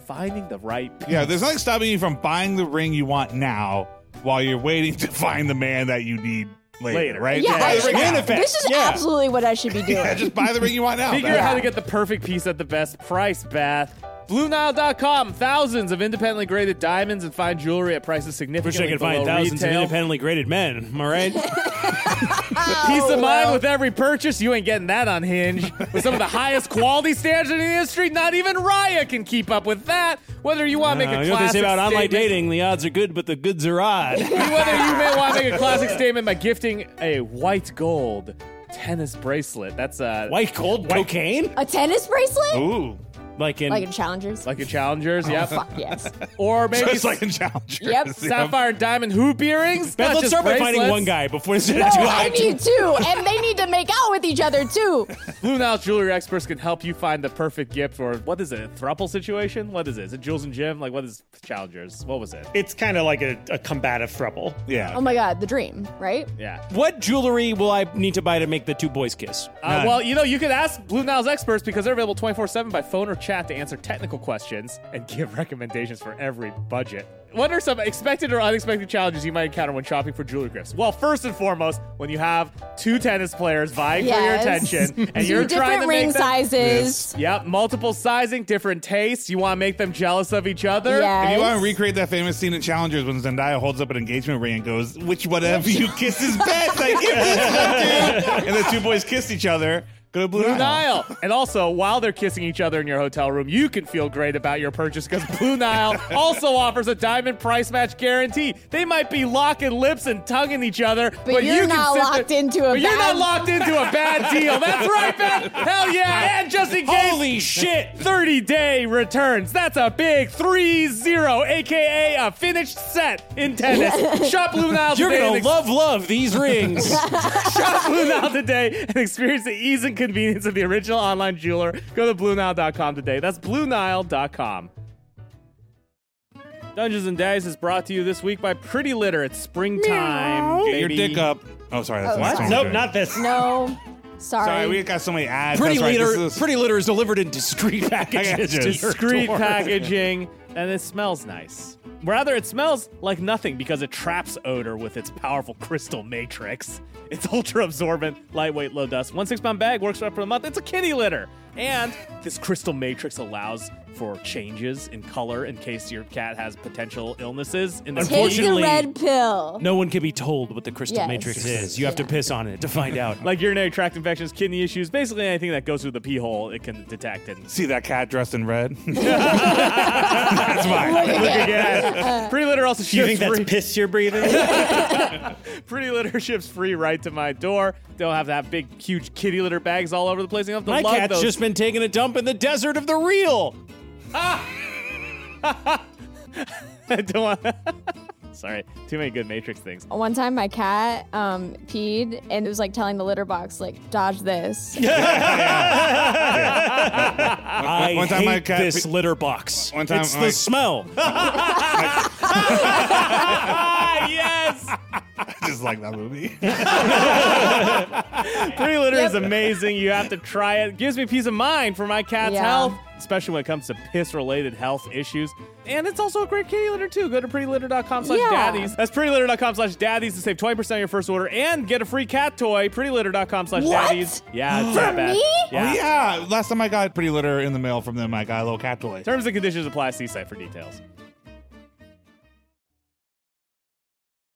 Speaker 1: finding the right piece.
Speaker 4: Yeah, there's nothing stopping you from buying the ring you want now while you're waiting to find the man that you need later,
Speaker 1: Later.
Speaker 4: right?
Speaker 6: Yeah,
Speaker 4: Just buy
Speaker 6: I
Speaker 4: the
Speaker 6: should-
Speaker 4: ring manifest.
Speaker 6: this is
Speaker 4: yeah.
Speaker 6: absolutely what I should be doing.
Speaker 4: Yeah, just buy the ring you want now.
Speaker 1: Figure out how to get the perfect piece at the best price, Bath. BlueNile.com. Thousands of independently graded diamonds and fine jewelry at prices significantly below retail.
Speaker 2: graded men. Am I right?
Speaker 1: Peace of mind
Speaker 6: well.
Speaker 1: with every purchase. You ain't getting that on Hinge. With some of the highest quality standards in the industry, not even Raya can keep up with that. Whether you want to
Speaker 4: Uh,
Speaker 1: make a classic statement-
Speaker 2: the odds are good, but the goods are odd.
Speaker 1: whether you may want to make a classic statement by gifting a white gold tennis bracelet. That's uh, a
Speaker 2: White gold cocaine?
Speaker 6: a tennis bracelet?
Speaker 4: Ooh.
Speaker 1: Like in
Speaker 6: Like in Challengers?
Speaker 1: like in Challengers,
Speaker 6: Oh,
Speaker 1: yep.
Speaker 6: fuck yes.
Speaker 1: Or maybe
Speaker 4: Just like in Challengers.
Speaker 6: Yep.
Speaker 1: sapphire and diamond hoop earrings.
Speaker 2: Beth,
Speaker 1: not
Speaker 2: let's
Speaker 1: just
Speaker 2: start by finding
Speaker 1: bracelets.
Speaker 2: one guy before we
Speaker 6: No,
Speaker 2: set two
Speaker 6: I
Speaker 2: high.
Speaker 6: need two, and they need to make out with each other too.
Speaker 1: Blue Nile jewelry experts can help you find the perfect gift or what is it? A thruple situation? What is it? Is it Jules and Jim? Like what is Challengers? What was it?
Speaker 13: It's kind of like a, a combative throuple.
Speaker 4: Yeah.
Speaker 2: Um,
Speaker 6: Oh my god, the dream, right?
Speaker 1: Yeah.
Speaker 2: What jewelry will I need to buy to make the two boys kiss?
Speaker 1: Uh, well, you know, you can ask Blue Nile's experts because they're available 24 7 by phone or chat to answer technical questions and give recommendations for every budget. What are some expected or unexpected challenges you might encounter when shopping for jewelry gifts? Well, first and foremost, when you have two tennis players vying
Speaker 6: Yes.
Speaker 1: for your attention and
Speaker 6: Two
Speaker 1: you're trying
Speaker 6: different
Speaker 1: to
Speaker 6: ring
Speaker 1: make them-
Speaker 6: sizes.
Speaker 1: Yep, multiple sizing, different tastes. You want to make them jealous of each other.
Speaker 6: Yes.
Speaker 4: If you want to recreate that famous scene in Challengers when Zendaya holds up an engagement ring and goes, "Which one of you kisses best?" I give this one to," and the two boys kiss each other. Go to Blue,
Speaker 1: Blue
Speaker 4: Nile.
Speaker 1: Nile. And also, while they're kissing each other in your hotel room, you can feel great about your purchase because Blue Nile also offers a diamond price match guarantee. They might be locking lips and tonguing each other, but,
Speaker 6: you're
Speaker 1: you can
Speaker 6: not
Speaker 1: sit
Speaker 6: locked
Speaker 1: there-
Speaker 6: into a
Speaker 1: But you're not
Speaker 6: bad-
Speaker 1: locked into a bad deal. That's right, Beth. Hell yeah! And just in case,
Speaker 2: Holy shit!
Speaker 1: 30 day returns. That's a big 3 0, aka a finished set in tennis. Shop Blue Nile
Speaker 2: You're
Speaker 1: today and
Speaker 2: gonna love
Speaker 1: ex-
Speaker 2: love these rings.
Speaker 1: Shop Blue Nile today and experience the ease and convenience of the original online jeweler. Go to BlueNile.com today. That's BlueNile.com. Dungeons and Dice is brought to you this week by Pretty Litter. It's springtime.
Speaker 4: Get your
Speaker 1: baby.
Speaker 4: dick up. Oh, sorry. That's
Speaker 6: Oh, sorry.
Speaker 4: not what we're
Speaker 13: Nope,
Speaker 4: doing.
Speaker 13: not this.
Speaker 6: No, sorry.
Speaker 4: Sorry, we got so many ads.
Speaker 2: pretty
Speaker 4: That's right,
Speaker 2: litter,
Speaker 4: this is-
Speaker 2: pretty litter is delivered in discreet packages. to
Speaker 4: Packages.
Speaker 2: your
Speaker 1: Discreet
Speaker 2: door.
Speaker 1: packaging, and it smells nice. Rather, it smells like nothing because it traps odor with its powerful crystal matrix. It's ultra absorbent, lightweight, low dust. One six pound bag works right for a month. It's a kitty litter. And this crystal matrix allows for changes in color in case your cat has potential illnesses. In the
Speaker 6: Take the
Speaker 2: Unfortunately-
Speaker 6: red pill.
Speaker 2: No one can be told what the crystal
Speaker 6: Yes.
Speaker 2: matrix is. You have to piss on it to find out.
Speaker 1: like urinary tract infections, kidney issues, basically anything that goes through the pee hole, it can detect and
Speaker 4: See that cat dressed in red?
Speaker 1: yeah. Pretty litter also
Speaker 13: Do you
Speaker 1: ships
Speaker 13: think
Speaker 1: free-
Speaker 13: that's piss you're breathing?
Speaker 1: Pretty litter ships free right to my door. Don't have to have big, huge kitty litter bags all over the place. You don't have to
Speaker 2: My
Speaker 1: lug
Speaker 2: cat's
Speaker 1: those.
Speaker 2: just been taking a dump in the desert of the real.
Speaker 1: I don't want. Sorry, too many good Matrix things.
Speaker 6: One time, my cat um, peed, and it was like telling the litter box, like, dodge this.
Speaker 2: I
Speaker 4: one time
Speaker 2: hate
Speaker 4: my cat
Speaker 2: this
Speaker 4: pe-
Speaker 2: litter box.
Speaker 4: One time
Speaker 2: it's
Speaker 4: my-
Speaker 2: the smell.
Speaker 1: Ah, yes!
Speaker 4: I just like that movie.
Speaker 1: Pretty litter is amazing. You have to try it. Gives me peace of mind for my cat's
Speaker 6: Yeah.
Speaker 1: health, especially when it comes to piss related health issues. And it's also a great kitty litter, too. Go to prettylitter.com slash
Speaker 6: Yeah.
Speaker 1: daddies. That's prettylitter.com slash daddies to save 20% on your first order and get a free cat toy. Prettylitter.com slash daddies.
Speaker 6: What?
Speaker 1: Yeah, it's
Speaker 6: For
Speaker 1: that bad.
Speaker 6: me?
Speaker 1: Yeah.
Speaker 4: Oh, yeah, last time I got pretty litter in the mail from them, I got a little cat toy.
Speaker 1: Terms and conditions apply. See site for details.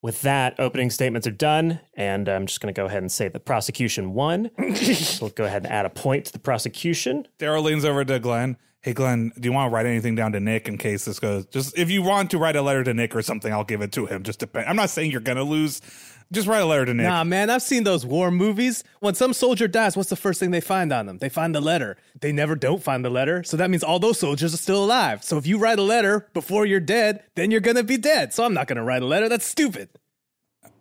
Speaker 7: With that, opening statements are done, and I'm just going to go ahead and say the prosecution won. we'll go ahead and add a point to the prosecution.
Speaker 4: Daryl leans over to Glenn. Hey, Glenn, do you want to write anything down to Nick in case this goes? Just if you want to write a letter to Nick or something, I'll give it to him. Just depend. I'm not saying you're gonna lose. Just write a letter to Nick.
Speaker 5: Nah, man, I've seen those war movies. When some soldier dies, what's the first thing they find on them? They find the letter. They never don't find the letter, so that means all those soldiers are still alive. So if you write a letter before you're dead, then you're gonna be dead. So I'm not gonna write a letter. That's stupid.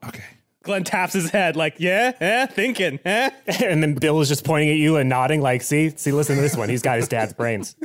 Speaker 4: Okay.
Speaker 5: Glenn taps his head like, yeah, eh, thinking, eh?
Speaker 7: and then Bill is just pointing at you and nodding, like, see, see, listen to this one. He's got his dad's brains.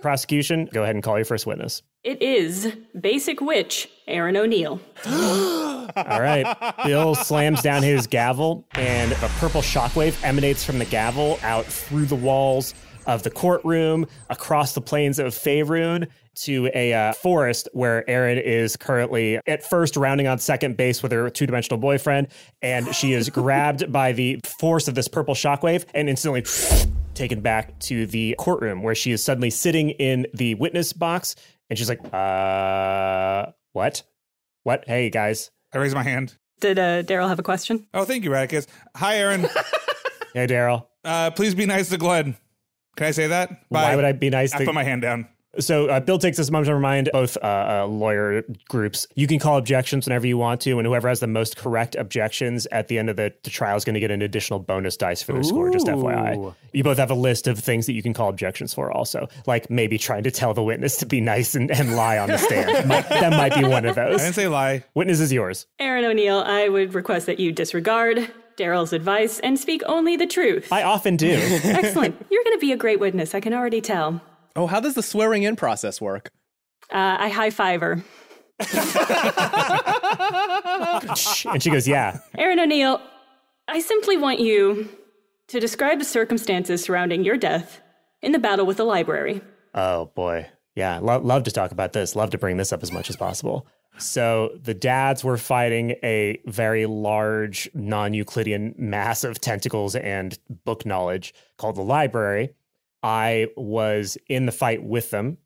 Speaker 7: prosecution, go ahead and call your first witness.
Speaker 10: It is Basic Witch Aaron O'Neill.
Speaker 7: All right. Bill slams down his gavel, and a purple shockwave emanates from the gavel out through the walls of the courtroom, across the plains of Faerun, to a uh, forest where Erin is currently at first rounding on second base with her two dimensional boyfriend. And she is grabbed by the force of this purple shockwave and instantly. Taken back to the courtroom where she is suddenly sitting in the witness box and she's like, uh, what? What? Hey guys,
Speaker 4: I raise my hand.
Speaker 10: Did uh, Daryl have a question?
Speaker 4: Oh, thank you, Radicus. Hi, Aaron.
Speaker 7: Hey, Daryl.
Speaker 4: uh, please be nice to Glenn. Can I say that?
Speaker 7: Why would I be nice
Speaker 4: I
Speaker 7: to-
Speaker 4: put my hand down.
Speaker 7: So uh, Bill takes this moment to remind both uh, uh, lawyer groups you can call objections whenever you want to, and whoever has the most correct objections at the end of the, the trial is going to get an additional bonus dice for their score. Just FYI,
Speaker 2: Ooh.
Speaker 7: you both have a list of things that you can call objections for. Also, like maybe trying to tell the witness to be nice and, and lie on the stand. Might- that might be one of those.
Speaker 4: I didn't say lie.
Speaker 7: Witness is yours.
Speaker 10: Aaron O'Neill, I would request that you disregard Daryl's advice and speak only the truth.
Speaker 7: I often do.
Speaker 10: Excellent. You're going to be a great witness. I can already tell.
Speaker 5: Oh, how does the swearing in process work?
Speaker 10: Uh, I high fiver.
Speaker 7: And she goes, "Yeah."
Speaker 10: Aaron O'Neill, I simply want you to describe the circumstances surrounding your death in the battle with the library.
Speaker 7: Oh boy. Yeah. Lo- love to talk about this. Love to bring this up as much as possible. So the dads were fighting a very large non-Euclidean mass of tentacles and book knowledge called the library. I was in the fight with them.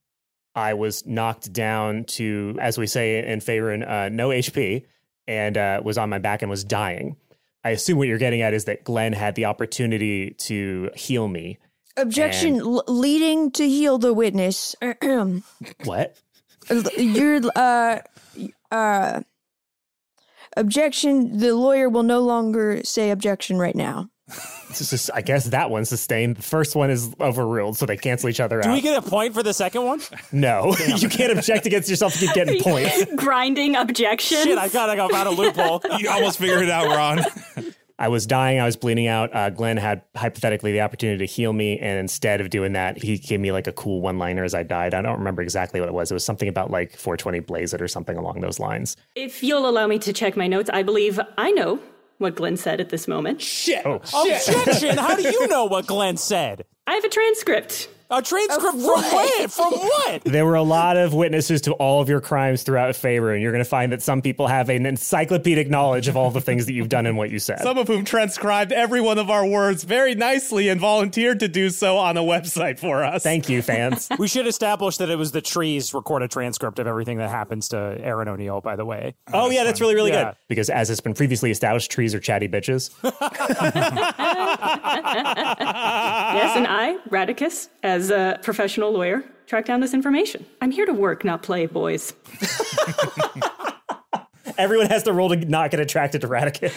Speaker 7: I was knocked down to, as we say in Faerun, uh, no HP, and uh, was on my back and was dying. I assume what you're getting at is that Glenn had the opportunity to heal me.
Speaker 12: Objection l- leading to heal the witness.
Speaker 7: What?
Speaker 12: You're uh uh objection the lawyer will no longer say objection right now.
Speaker 7: This is, I guess that one's sustained. The first one is overruled, so they cancel each other
Speaker 2: Do
Speaker 7: out.
Speaker 2: we get a point for the second one?
Speaker 7: no, you can't object against yourself to keep getting points.
Speaker 10: Grinding objections.
Speaker 2: Shit, I got I got out a loophole.
Speaker 4: You almost figured it out, Ron.
Speaker 7: I was dying. I was bleeding out. Uh, Glenn had hypothetically the opportunity to heal me, and instead of doing that, he gave me like a cool one-liner as I died. I don't remember exactly what it was. It was something about like 420 blaze it or something along those lines.
Speaker 10: If you'll allow me to check my notes, I believe I know what Glenn said at this moment.
Speaker 5: Shit.
Speaker 7: Oh.
Speaker 2: Objection! How do you know what Glenn said?
Speaker 10: I have a transcript.
Speaker 2: A transcript from what? From what?
Speaker 7: There were a lot of witnesses to all of your crimes throughout favor, and you're going to find that some people have an encyclopedic knowledge of all the things that you've done and what you said.
Speaker 5: Some of whom transcribed every one of our words very nicely and volunteered to do so on a website for us.
Speaker 7: Thank you, fans.
Speaker 2: We should establish that it was the trees record a transcript of everything that happens to Aaron O'Neill, by the way.
Speaker 4: Uh.
Speaker 13: Oh, yeah, that's really, really
Speaker 2: Yeah.
Speaker 13: good.
Speaker 7: because as has been previously established, trees are chatty bitches.
Speaker 10: yes, and I, Radicus, as a professional lawyer, track down this information. I'm here to work, not play, boys.
Speaker 7: Everyone has to roll to not get attracted to Radicus.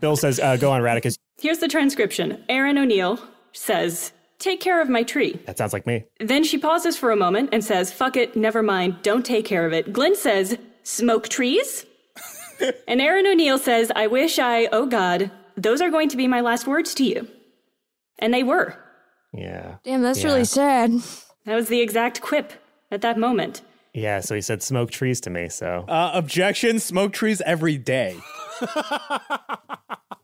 Speaker 7: Bill says, uh, "Go on, Radicus."
Speaker 10: Here's the transcription. Aaron O'Neill says, Take care of my tree.
Speaker 7: That sounds like me.
Speaker 10: Then she pauses for a moment and says, Fuck it, never mind, don't take care of it. Glenn says, Smoke trees? and Aaron O'Neill says, I wish I, oh God, those are going to be my last words to you. And they were.
Speaker 7: Yeah,
Speaker 6: Damn, that's really sad.
Speaker 10: That was the exact quip at that moment.
Speaker 7: yeah. So he said, "Smoke trees" to me. So
Speaker 5: Uh, objection, smoke trees every day.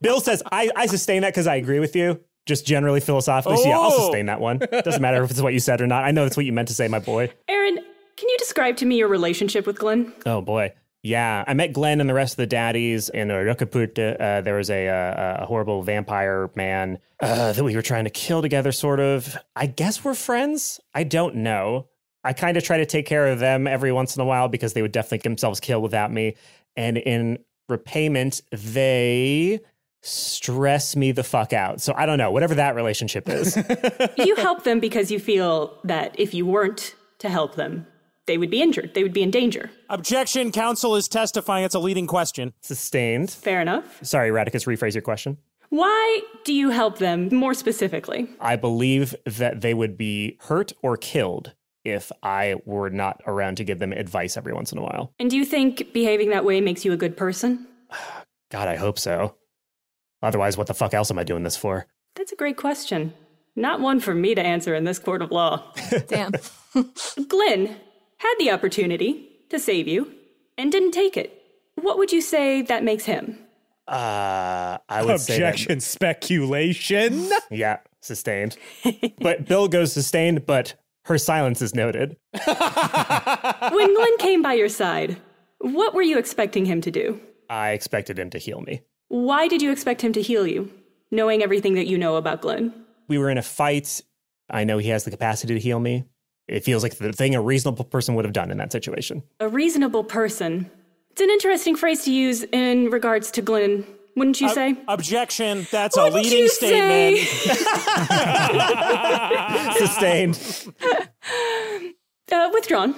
Speaker 7: Bill says, "I, I sustain that because I agree with you." Just generally philosophically, so yeah, I'll
Speaker 2: Oh.
Speaker 7: sustain that one. Doesn't matter if it's what you said or not. I know that's what you meant to say, my boy.
Speaker 10: Aaron, can you describe to me your relationship with Glenn?
Speaker 7: Oh boy. Yeah, I met Glenn and the rest of the daddies in Rocaputa. Uh, there was a, uh, a horrible vampire man uh, that we were trying to kill together, sort of. I guess we're friends. I don't know. I kind of try to take care of them every once in a while because they would definitely themselves kill without me. And in repayment, they stress me the fuck out. So I don't know, whatever that relationship is.
Speaker 10: you help them because you feel that if you weren't to help them, they would be injured, they would be in danger.
Speaker 2: Objection, counsel is testifying. It's a leading question.
Speaker 7: Sustained.
Speaker 10: Fair enough.
Speaker 7: Sorry, Radicus, rephrase your question.
Speaker 10: Why do you help them more specifically?
Speaker 7: I believe that they would be hurt or killed if I were not around to give them advice every once in a while.
Speaker 10: And do you think behaving that way makes you a good person?
Speaker 7: God, I hope so. Otherwise, what the fuck else am I doing this for?
Speaker 10: That's a great question. Not one for me to answer in this court of law.
Speaker 6: Damn.
Speaker 10: Glenn had the opportunity to save you and didn't take it. What would you say that makes him?
Speaker 7: Uh, I would say
Speaker 5: Objection, speculation.
Speaker 7: that, yeah, sustained. but Bill goes sustained, but her silence is noted.
Speaker 10: When Glenn came by your side, what were you expecting him to do?
Speaker 7: I expected him to heal me.
Speaker 10: Why did you expect him to heal you, knowing everything that you know about Glenn?
Speaker 7: we were in a fight. I know he has the capacity to heal me. It feels like the thing a reasonable person would have done in that situation.
Speaker 10: A reasonable person. It's an interesting phrase to use in regards to Glenn wouldn't
Speaker 2: Uh,
Speaker 10: you say?
Speaker 2: Objection. That's a
Speaker 10: Wouldn't
Speaker 2: leading
Speaker 10: you
Speaker 2: statement.
Speaker 7: Sustained.
Speaker 10: Uh, withdrawn.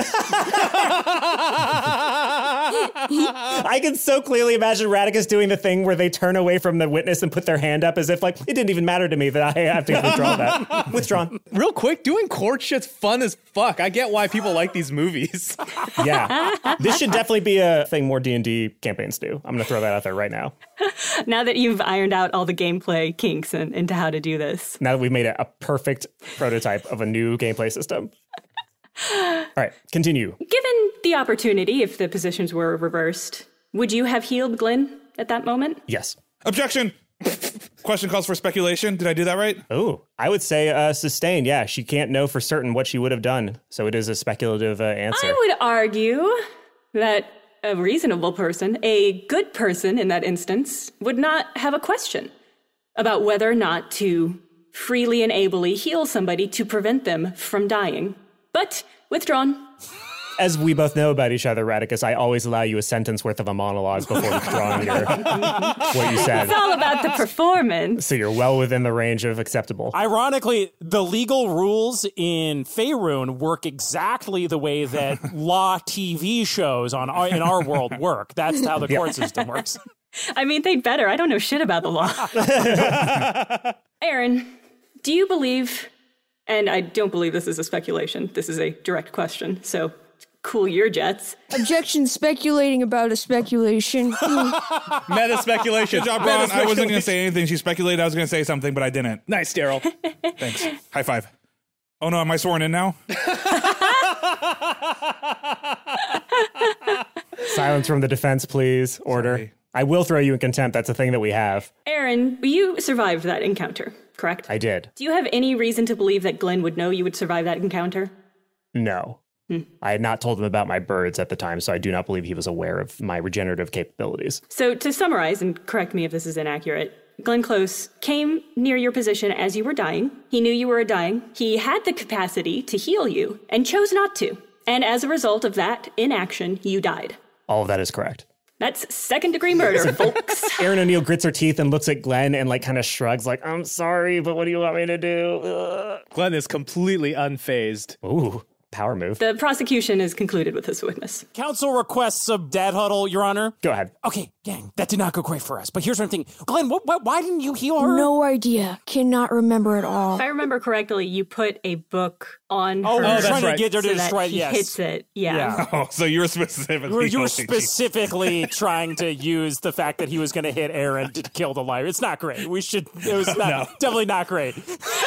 Speaker 7: I can so clearly imagine Radicus doing the thing where they turn away from the witness and put their hand up as if, like, it didn't even matter to me that I have to withdraw that. Withdrawn.
Speaker 1: Real quick, doing court shit's fun as fuck. I get why people like these movies.
Speaker 7: Yeah. This should definitely be a thing more D&D campaigns do. I'm going to throw that out there right now.
Speaker 10: Now that you've ironed out all the gameplay kinks and into how to do this,
Speaker 7: Now that we've made a, a perfect prototype of a new gameplay system. All right, continue.
Speaker 10: given the opportunity, if the positions were reversed, would you have healed Glenn at that moment?
Speaker 7: Yes.
Speaker 4: Objection. Question calls for speculation. Did I do that right?
Speaker 7: Oh, I would say uh, sustained. Yeah, she can't know for certain what she would have done. So it is a speculative uh, answer.
Speaker 10: I would argue that a reasonable person, a good person in that instance, would not have a question about whether or not to freely and ably heal somebody to prevent them from dying. But withdrawn.
Speaker 7: As we both know about each other, Radicus, I always allow you a sentence worth of a monologue before withdrawing your, what you said.
Speaker 10: It's all about the performance.
Speaker 7: So you're well within the range of acceptable.
Speaker 2: Ironically, the legal rules in Faerun work exactly the way that law TV shows on our, in our world work. That's how the court system works.
Speaker 10: I mean, they'd better. I don't know shit about the law. Aaron, do you believe, and I don't believe this is a speculation, this is a direct question, so cool your jets.
Speaker 14: Objection speculating about a speculation.
Speaker 12: Hmm.
Speaker 1: Meta speculation.
Speaker 4: Good job, Ron. I wasn't going to say anything. She speculated I was going to say something, but I didn't.
Speaker 1: Nice, Daryl.
Speaker 4: Thanks. High five. Oh no, am I sworn in now?
Speaker 7: Silence from the defense, please. Order. I will throw you in contempt. That's a thing that we have.
Speaker 10: Aaron, you survived that encounter, correct?
Speaker 7: I did.
Speaker 10: do you have any reason to believe that Glenn would know you would survive that encounter?
Speaker 7: No. I had not told him about my birds at the time, so I do not believe he was aware of my regenerative capabilities.
Speaker 10: So, to summarize, and correct me if this is inaccurate, Glenn Close came near your position as you were dying. He knew you were dying. He had the capacity to heal you and chose not to. And as a result of that inaction, you died.
Speaker 7: All of that is correct.
Speaker 10: That's second degree murder, folks.
Speaker 7: Erin O'Neill grits her teeth and looks at Glenn and like kind of shrugs, like, I'm sorry, but what do you want me to do? Ugh.
Speaker 1: Glenn is completely unfazed.
Speaker 7: Ooh, power move.
Speaker 10: The prosecution is concluded with this witness.
Speaker 2: Council requests a dad huddle, Your Honor.
Speaker 7: Go ahead.
Speaker 2: Okay, gang, that did not go great for us. But here's what I'm thinking, Glenn. What, what, why didn't you heal her?
Speaker 12: No idea. Cannot remember at all.
Speaker 10: If I remember correctly, you put a book on
Speaker 2: Oh,
Speaker 10: her
Speaker 2: we're
Speaker 1: that's
Speaker 2: trying
Speaker 1: right.
Speaker 2: to get her
Speaker 10: so
Speaker 2: to
Speaker 10: that
Speaker 2: destroy.
Speaker 10: she
Speaker 2: Yes,
Speaker 10: hits it. Yeah.
Speaker 2: Yeah.
Speaker 4: Oh, so you were specifically.
Speaker 2: Were you were
Speaker 4: cheating.
Speaker 2: specifically trying to use the fact that he was going to hit Aaron to kill the liar? It's not great. We should. It was not, definitely not great.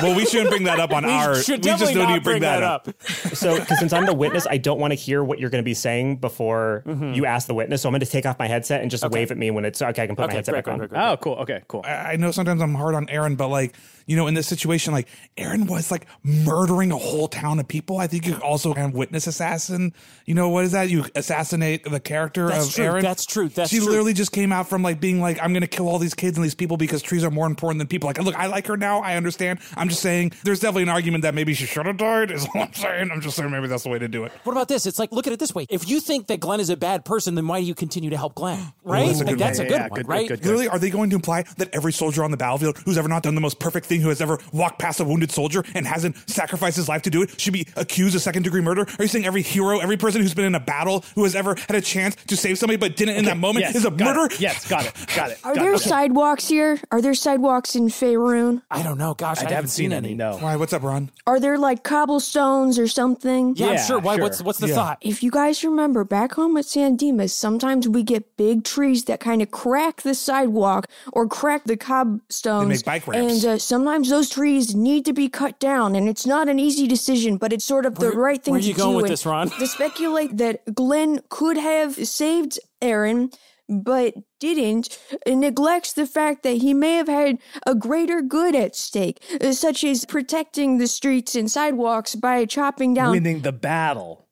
Speaker 4: Well, we shouldn't bring that up on
Speaker 2: We
Speaker 4: our.
Speaker 2: should
Speaker 4: we just
Speaker 2: definitely
Speaker 4: know
Speaker 2: not
Speaker 4: you bring, that, up.
Speaker 7: So, because since I'm the witness, I don't want to hear what you're going to be saying before
Speaker 2: Mm-hmm.
Speaker 7: you ask the witness. So I'm going to take off my headset and just wave at me when it's okay. I can put my
Speaker 2: Okay,
Speaker 7: headset
Speaker 2: great,
Speaker 7: back
Speaker 2: great,
Speaker 7: on.
Speaker 2: great, great.
Speaker 1: Oh, cool. Okay, cool.
Speaker 4: I I know sometimes I'm hard on Aaron, but like you know, in this situation, like Aaron was like murdering a whole town of people. I think you could also kind of witness assassin. You know what is that? You assassinate the character
Speaker 2: That's
Speaker 4: of
Speaker 2: true,
Speaker 4: Aaron.
Speaker 2: that's true, that's
Speaker 4: she
Speaker 2: true.
Speaker 4: literally just came out from like being like, "I'm gonna kill all these kids and these people because trees are more important than people." Like, look, I like her now. I understand. I'm just saying, there's definitely an argument that maybe she should have died. Is all I'm saying. I'm just saying maybe that's the way to do it.
Speaker 2: What about this? It's like look at it this way. If you think that Glenn is a bad person, then why do you continue to help Glenn?
Speaker 1: Mm.
Speaker 2: Right?
Speaker 4: that's a
Speaker 2: Like,
Speaker 4: good
Speaker 2: that's
Speaker 4: one.
Speaker 2: a
Speaker 1: Yeah,
Speaker 2: good
Speaker 1: yeah,
Speaker 2: one,
Speaker 1: good, good,
Speaker 2: right?
Speaker 1: good,
Speaker 4: Literally, are they going to imply that every soldier on the battlefield who's ever not done the most perfect thing, who has ever walked past a wounded soldier and hasn't sacrificed his life to do it, should be accused of second degree murder? Are you saying every hero, every person who's been in a battle, who has ever had a chance to save somebody but didn't in that moment,
Speaker 1: Yes,
Speaker 4: is a
Speaker 1: got
Speaker 4: murderer?
Speaker 1: It. Yes, got it. Got it.
Speaker 12: Are
Speaker 1: got
Speaker 12: there
Speaker 1: it.
Speaker 12: sidewalks here? Are there sidewalks in Faerun?
Speaker 2: I don't know. Gosh, I,
Speaker 1: I haven't seen any. No.
Speaker 4: Why? What's up, Ron?
Speaker 12: Are there like cobblestones or something?
Speaker 2: Yeah,
Speaker 1: Yeah,
Speaker 2: I'm sure. Why?
Speaker 1: sure.
Speaker 2: What's what's the thought?
Speaker 12: If you guys remember back home at San Dimas, sometimes we get big trees that kind of crack the sidewalk or crack the cobblestones.
Speaker 4: They make bike ramps.
Speaker 12: And uh, sometimes those trees need to be cut down, and it's not an easy decision, but it's sort of the right thing
Speaker 2: where
Speaker 12: to
Speaker 2: you going
Speaker 12: do.
Speaker 2: with
Speaker 12: And
Speaker 2: this, Ron?
Speaker 12: to speculate that Glenn could have saved Aaron. But didn't it neglects the fact that he may have had a greater good at stake, uh, such as protecting the streets and sidewalks by chopping down
Speaker 1: Winning the battle.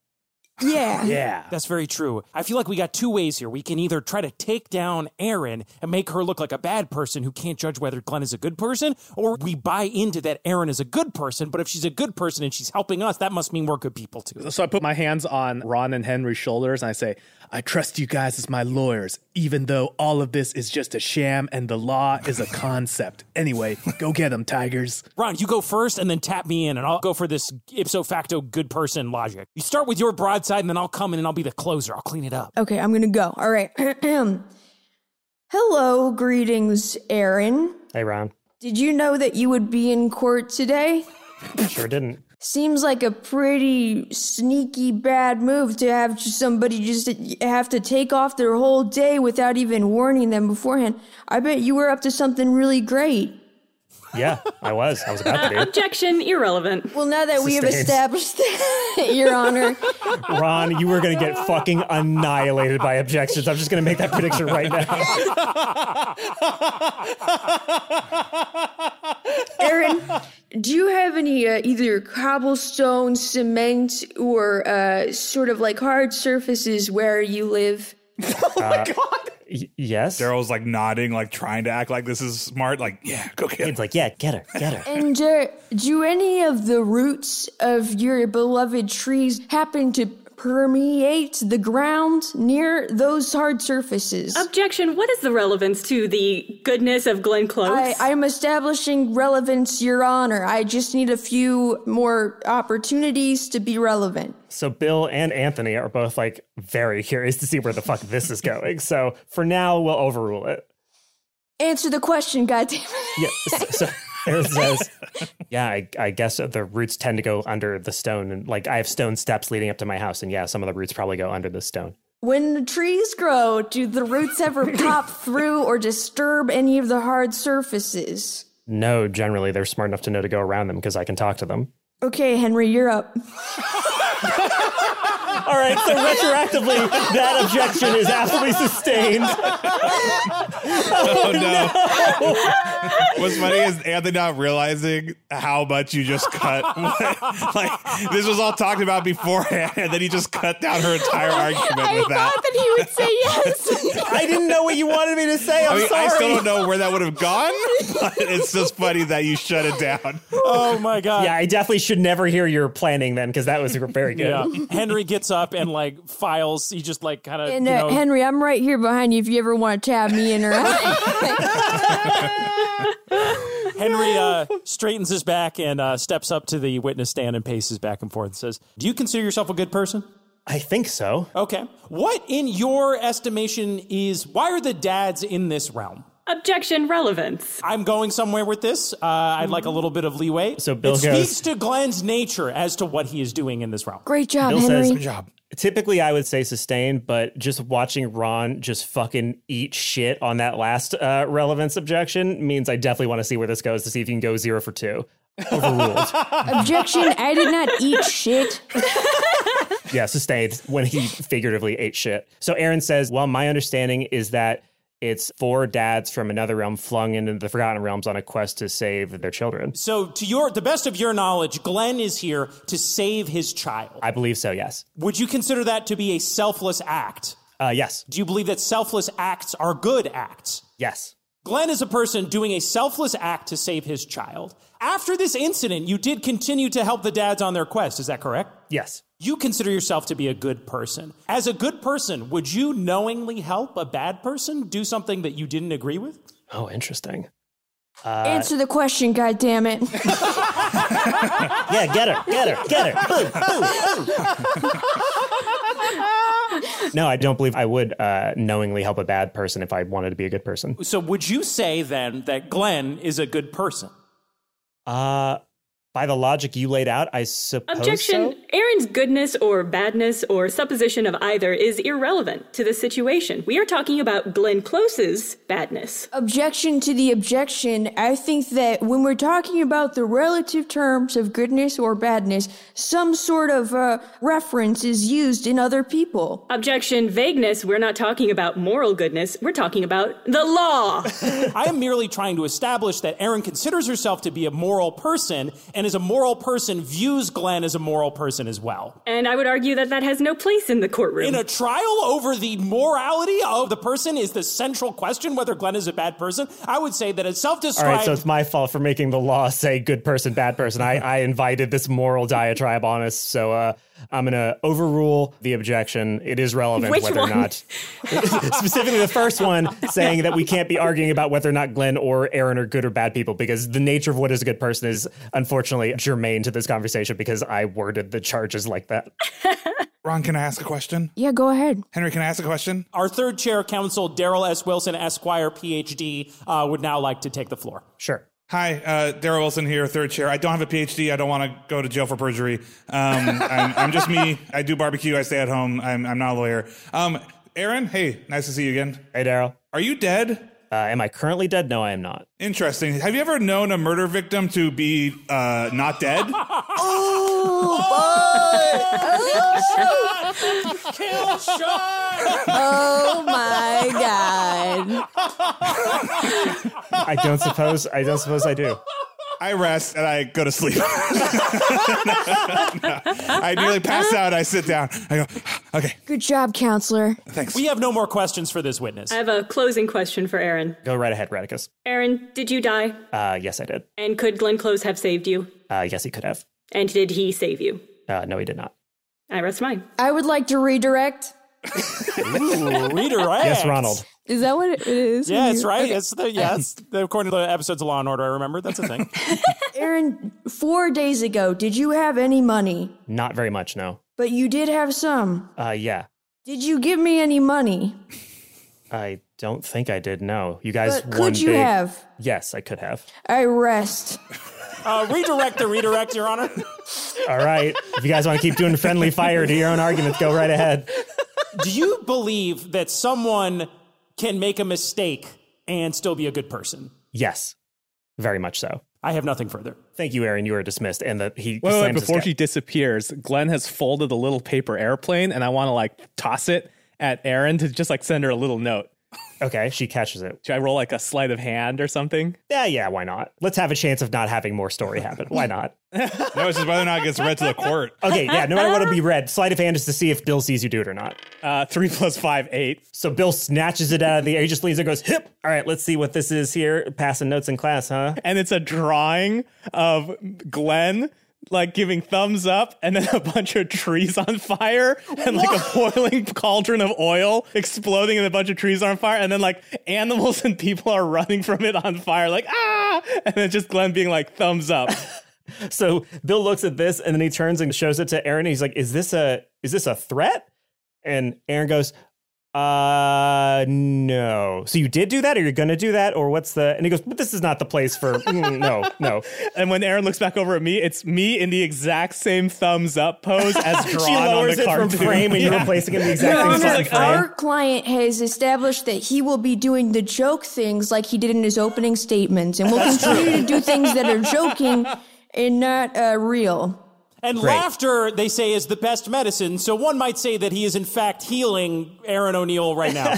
Speaker 12: Yeah.
Speaker 2: Yeah. That's very true. I feel like we got two ways here. We can either try to take down Aaron and make her look like a bad person who can't judge whether Glenn is a good person, or we buy into that Aaron is a good person, but if she's a good person and she's helping us, that must mean we're good people too.
Speaker 1: So I put my hands on Ron and Henry's shoulders and I say, I trust you guys as my lawyers, even though all of this is just a sham and the law is a concept. Anyway, go get them, Tigers.
Speaker 2: Ron, you go first and then tap me in, and I'll go for this ipso facto good person logic. You start with your broadside, and then I'll come in and I'll be the closer. I'll clean it up.
Speaker 12: Okay, I'm gonna go. All right. Hello, greetings, Aaron.
Speaker 7: Hey, Ron.
Speaker 12: Did you know that you would be in court today?
Speaker 7: Sure didn't.
Speaker 12: Seems like a pretty sneaky bad move to have somebody just have to take off their whole day without even warning them beforehand. I bet you were up to something really great.
Speaker 7: Yeah, I was. I was about to do.
Speaker 10: Uh, Objection, irrelevant.
Speaker 12: Well, now that we have
Speaker 7: Sustained.
Speaker 12: established that, Your Honor,
Speaker 7: Ron, you were going to get fucking annihilated by objections. I'm just going to make that prediction right now.
Speaker 15: Aaron, do you have any uh, either cobblestone, cement, or uh, sort of like hard surfaces where you live?
Speaker 1: Uh,
Speaker 7: Y- yes.
Speaker 4: Daryl's like nodding, like trying to act like this is smart. Like, yeah, go get
Speaker 7: It's like, yeah, get her, get her.
Speaker 12: and uh, do any of the roots of your beloved trees happen to permeate the ground near those hard surfaces?
Speaker 10: Objection, what is the relevance to the goodness of Glenn Close?
Speaker 12: I, I'm establishing relevance, Your Honor. I just need a few more opportunities to be relevant.
Speaker 7: So Bill and Anthony are both like very curious to see where the fuck this is going. So for now, we'll overrule it.
Speaker 12: Answer the question, goddamn.
Speaker 7: Yeah. s- So Aaron says, yeah, I, I guess the roots tend to go under the stone. And like I have stone steps leading up to my house. And yeah, some of the roots probably go under the stone.
Speaker 12: When the trees grow, do the roots ever pop through or disturb any of the hard surfaces?
Speaker 7: No, generally, they're smart enough to know to go around them because I can talk to them.
Speaker 12: Okay, Henry, you're up.
Speaker 7: All right, so retroactively, that objection is absolutely sustained.
Speaker 4: Oh, no. What's funny is Anthony not realizing how much you just cut. like, this was all talked about beforehand, and then he just cut down her entire argument
Speaker 12: I
Speaker 4: with that.
Speaker 12: thought that he would say yes.
Speaker 7: I didn't know what you wanted me to say. I'm
Speaker 4: I mean,
Speaker 7: sorry.
Speaker 4: I still don't know where that would have gone, but it's just funny that you shut it down.
Speaker 2: Oh my god.
Speaker 7: yeah, I definitely should never hear your planning then because that was very good.
Speaker 2: Yeah. Henry gets up and like files. He just like kind of you
Speaker 12: and uh,
Speaker 2: know.
Speaker 12: Henry, I'm right here behind you if you ever want to tab me in or
Speaker 2: Henry uh, straightens his back and uh, steps up to the witness stand and paces back and forth and says, "Do you consider yourself a good person?"
Speaker 7: I think so.
Speaker 2: Okay. What, in your estimation, is why are the dads in this realm?
Speaker 10: Objection, relevance.
Speaker 2: I'm going somewhere with this. Uh, I'd like a little bit of leeway.
Speaker 7: So Bill
Speaker 2: it
Speaker 7: goes-
Speaker 2: speaks to Glenn's nature as to what he is doing in this realm.
Speaker 12: Great job,
Speaker 7: Bill
Speaker 12: Henry.
Speaker 7: says, Typically, I would say sustained, but just watching Ron just fucking eat shit on that last uh, relevance objection means I definitely want to see where this goes to see if you can go zero for two. Overruled.
Speaker 12: Objection, I did not eat shit.
Speaker 7: yeah, sustained when he figuratively ate shit. So Aaron says, Well, my understanding is that it's four dads from another realm flung into the Forgotten Realms on a quest to save their children.
Speaker 2: So, to your the best of your knowledge, Glenn is here to save his child.
Speaker 7: I believe so, yes.
Speaker 2: Would you consider that to be a selfless act?
Speaker 7: Uh, yes,
Speaker 2: Do you believe that selfless acts are good acts?
Speaker 7: yes.
Speaker 2: Glenn is a person doing a selfless act to save his child. After this incident, you did continue to help the dads on their quest. Is that correct?
Speaker 7: Yes.
Speaker 2: You consider yourself to be a good person. As a good person, would you knowingly help a bad person do something that you didn't agree with?
Speaker 7: Oh, interesting.
Speaker 2: Uh,
Speaker 7: Uh,
Speaker 12: Answer the question, goddammit.
Speaker 7: Yeah, get her, get her, get her. Boom, boom, boom. no, I don't believe I would uh, knowingly help a bad person if I wanted to be a good person.
Speaker 2: So, would you say then that Glenn is a good person?
Speaker 7: Uh, by the logic you laid out, I suppose.
Speaker 10: Objection,
Speaker 7: so?
Speaker 10: Aaron's goodness or badness or supposition of either is irrelevant to the situation. We are talking about Glenn Close's badness.
Speaker 12: Objection to the objection. I think that when we're talking about the relative terms of goodness or badness, some sort of uh, reference is used in other people.
Speaker 10: Objection, vagueness, we're not talking about moral goodness, we're talking about the law.
Speaker 2: I am merely trying to establish that Erin considers herself to be a moral person, and as a moral person, views Glenn as a moral person as well.
Speaker 10: And I would argue that that has no place in the courtroom.
Speaker 2: In a trial over the morality of the person is the central question whether Glenn is a bad person. I would say that a
Speaker 7: All
Speaker 2: self-described
Speaker 7: right, so it's my fault for making the law say good person, bad person. I, I invited this moral diatribe on us, so uh, I'm going to overrule the objection. It is
Speaker 9: Oh,
Speaker 7: relevant
Speaker 10: Which
Speaker 7: whether
Speaker 10: one?
Speaker 7: or not, specifically the first one, saying that we can't be arguing about whether or not Glenn or Aaron are good or bad people, because the nature of what is a good person is unfortunately germane to this conversation because I worded the charges like that.
Speaker 4: Ron, can I ask a question?
Speaker 6: Yeah, go ahead.
Speaker 4: Henry, can I ask a question?
Speaker 2: our third chair counsel, Daryl S. Wilson, Esquire, PhD, uh, would now like to take the floor.
Speaker 7: Sure.
Speaker 4: Hi, uh, Daryl Wilson here, third chair. I don't have a PhD. I don't want to go to jail for perjury. Um, I'm, I'm just me. I do barbecue. I stay at home. I'm, I'm not a lawyer. Um, Aaron, hey, nice to see you again.
Speaker 7: Hey, Daryl.
Speaker 4: Are you dead?
Speaker 7: Uh, am I currently dead? No, I am not.
Speaker 4: Interesting. Have you ever known a murder victim to be uh, not dead?
Speaker 6: Oh my god.
Speaker 7: I don't suppose. I don't suppose I do.
Speaker 4: I rest and I go to sleep. I nearly pass out. I sit down. I go, okay,
Speaker 6: Good job, counselor.
Speaker 4: thanks.
Speaker 2: We have no more questions for this witness.
Speaker 10: I have a closing question for Aaron.
Speaker 7: Go right ahead, Radicus.
Speaker 10: Aaron, did you die?
Speaker 7: Uh, yes, I did.
Speaker 10: And could Glenn Close have saved you?
Speaker 7: Uh, yes, he could have.
Speaker 10: And did he save you?
Speaker 7: Uh, no, he did not.
Speaker 10: I rest mine.
Speaker 6: I would like to redirect.
Speaker 2: Ooh, redirect.
Speaker 7: Yes, Ronald.
Speaker 6: Is that what it is?
Speaker 2: Yeah,
Speaker 6: when
Speaker 2: it's
Speaker 6: you-
Speaker 2: right. It's the, yeah, it's the, according to the episodes of Law and Order, I remember. That's a thing.
Speaker 12: Aaron, four days ago, did you have any money?
Speaker 7: Not very much, no.
Speaker 12: But you did have some.
Speaker 7: Uh, yeah.
Speaker 12: Did you give me any money?
Speaker 7: I don't think I did, no. You guys
Speaker 12: But
Speaker 7: won
Speaker 12: could you
Speaker 7: big-
Speaker 12: have?
Speaker 7: Yes, I could have.
Speaker 12: I rest.
Speaker 2: Uh, redirect the redirect, Your Honor.
Speaker 7: All right. if you guys want to keep doing friendly fire to your own arguments, go right ahead.
Speaker 2: Do you believe that someone can make a mistake and still be a good person?
Speaker 7: Yes, very much so.
Speaker 2: I have nothing further.
Speaker 7: Thank you, Aaron. You are dismissed. And the, he
Speaker 5: Wait, wait,
Speaker 7: slams his
Speaker 5: before
Speaker 7: desk.
Speaker 5: she disappears, Glenn has folded a little paper airplane, and I want to like toss it at Erin to just like send her a little note.
Speaker 7: Okay, she catches it.
Speaker 5: Should I roll like a sleight of hand or something?
Speaker 7: Yeah, yeah, why not? Let's have a chance of not having more story happen. Why not?
Speaker 4: No, it's just whether or not it gets read to the court.
Speaker 7: Okay, yeah, no matter what it'll be read, sleight of hand is to see if Bill sees you do it or not.
Speaker 5: Uh, three plus five, eight.
Speaker 7: So Bill snatches it out of the air. He just leans and goes, hip. All right, let's see what this is here. Passing notes in class, huh?
Speaker 5: And it's a drawing of Glenn like giving thumbs up and then a bunch of trees on fire and like a boiling cauldron of oil exploding and a bunch of trees are on fire and then like animals and people are running from it on fire like ah and then just Glenn being like thumbs up.
Speaker 7: So Bill looks at this and then he turns and shows it to Aaron. he's like, "Is this a is this a threat?" And Aaron goes, "Uh, no. So you did do that, or you're gonna do that, or what's the?" And he goes, "But this is not the place for mm, no, no."
Speaker 5: And when Aaron looks back over at me, it's me in the exact same thumbs up pose as drawn
Speaker 7: she lowers
Speaker 5: on the
Speaker 7: it
Speaker 5: cartoon.
Speaker 7: from frame and you're
Speaker 5: Yeah.
Speaker 7: replacing it in the exact same
Speaker 12: Your Honor,
Speaker 7: spot in frame.
Speaker 12: our client has established that he will be doing the joke things like he did in his opening statements, and will continue to do things that are joking and not uh, real.
Speaker 2: And laughter, they say, is the best medicine. So one might say that he is, in fact, healing Aaron O'Neill right now.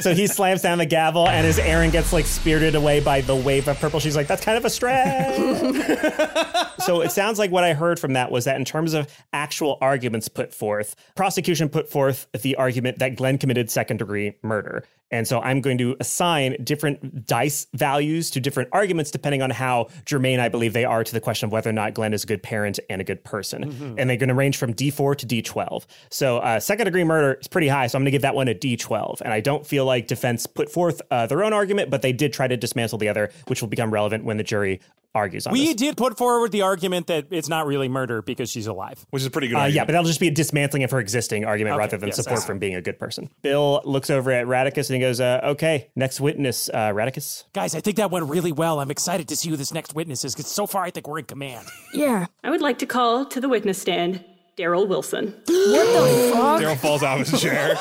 Speaker 7: So he slams down the gavel, and as Aaron gets like spirited away by the wave of purple, she's like, "That's kind of a stretch." so it sounds like what I heard from that was that in terms of actual arguments put forth, prosecution put forth the argument that Glenn committed second degree murder, and so I'm going to assign different dice values to different arguments depending on how germane I believe they are to the question of whether or not Glenn is a good parent and a good person, and they're going to range from D4 to D12. So uh, second degree murder is pretty high, so I'm going to give that one a D12. And I don't feel like defense put forth uh, their own argument, but they did try to dismantle the other, which will become relevant when the jury argues on
Speaker 2: we
Speaker 7: this.
Speaker 2: did put forward the argument that it's not really murder because she's alive.
Speaker 4: Which is a pretty good.
Speaker 7: Uh, yeah,
Speaker 4: argument.
Speaker 7: but that'll just be a dismantling of her existing argument
Speaker 2: Okay,
Speaker 7: rather than
Speaker 2: yes, I
Speaker 7: support
Speaker 2: see.
Speaker 7: from being a good person. Bill looks over at Radicus and he goes, uh, "Okay, next witness, uh, Radicus."
Speaker 2: Guys, I think that went really well. I'm excited to see who this next witness is because so far I think we're in command.
Speaker 6: Yeah.
Speaker 10: I would like to call to the witness stand Daryl Wilson.
Speaker 4: Daryl falls out of his chair.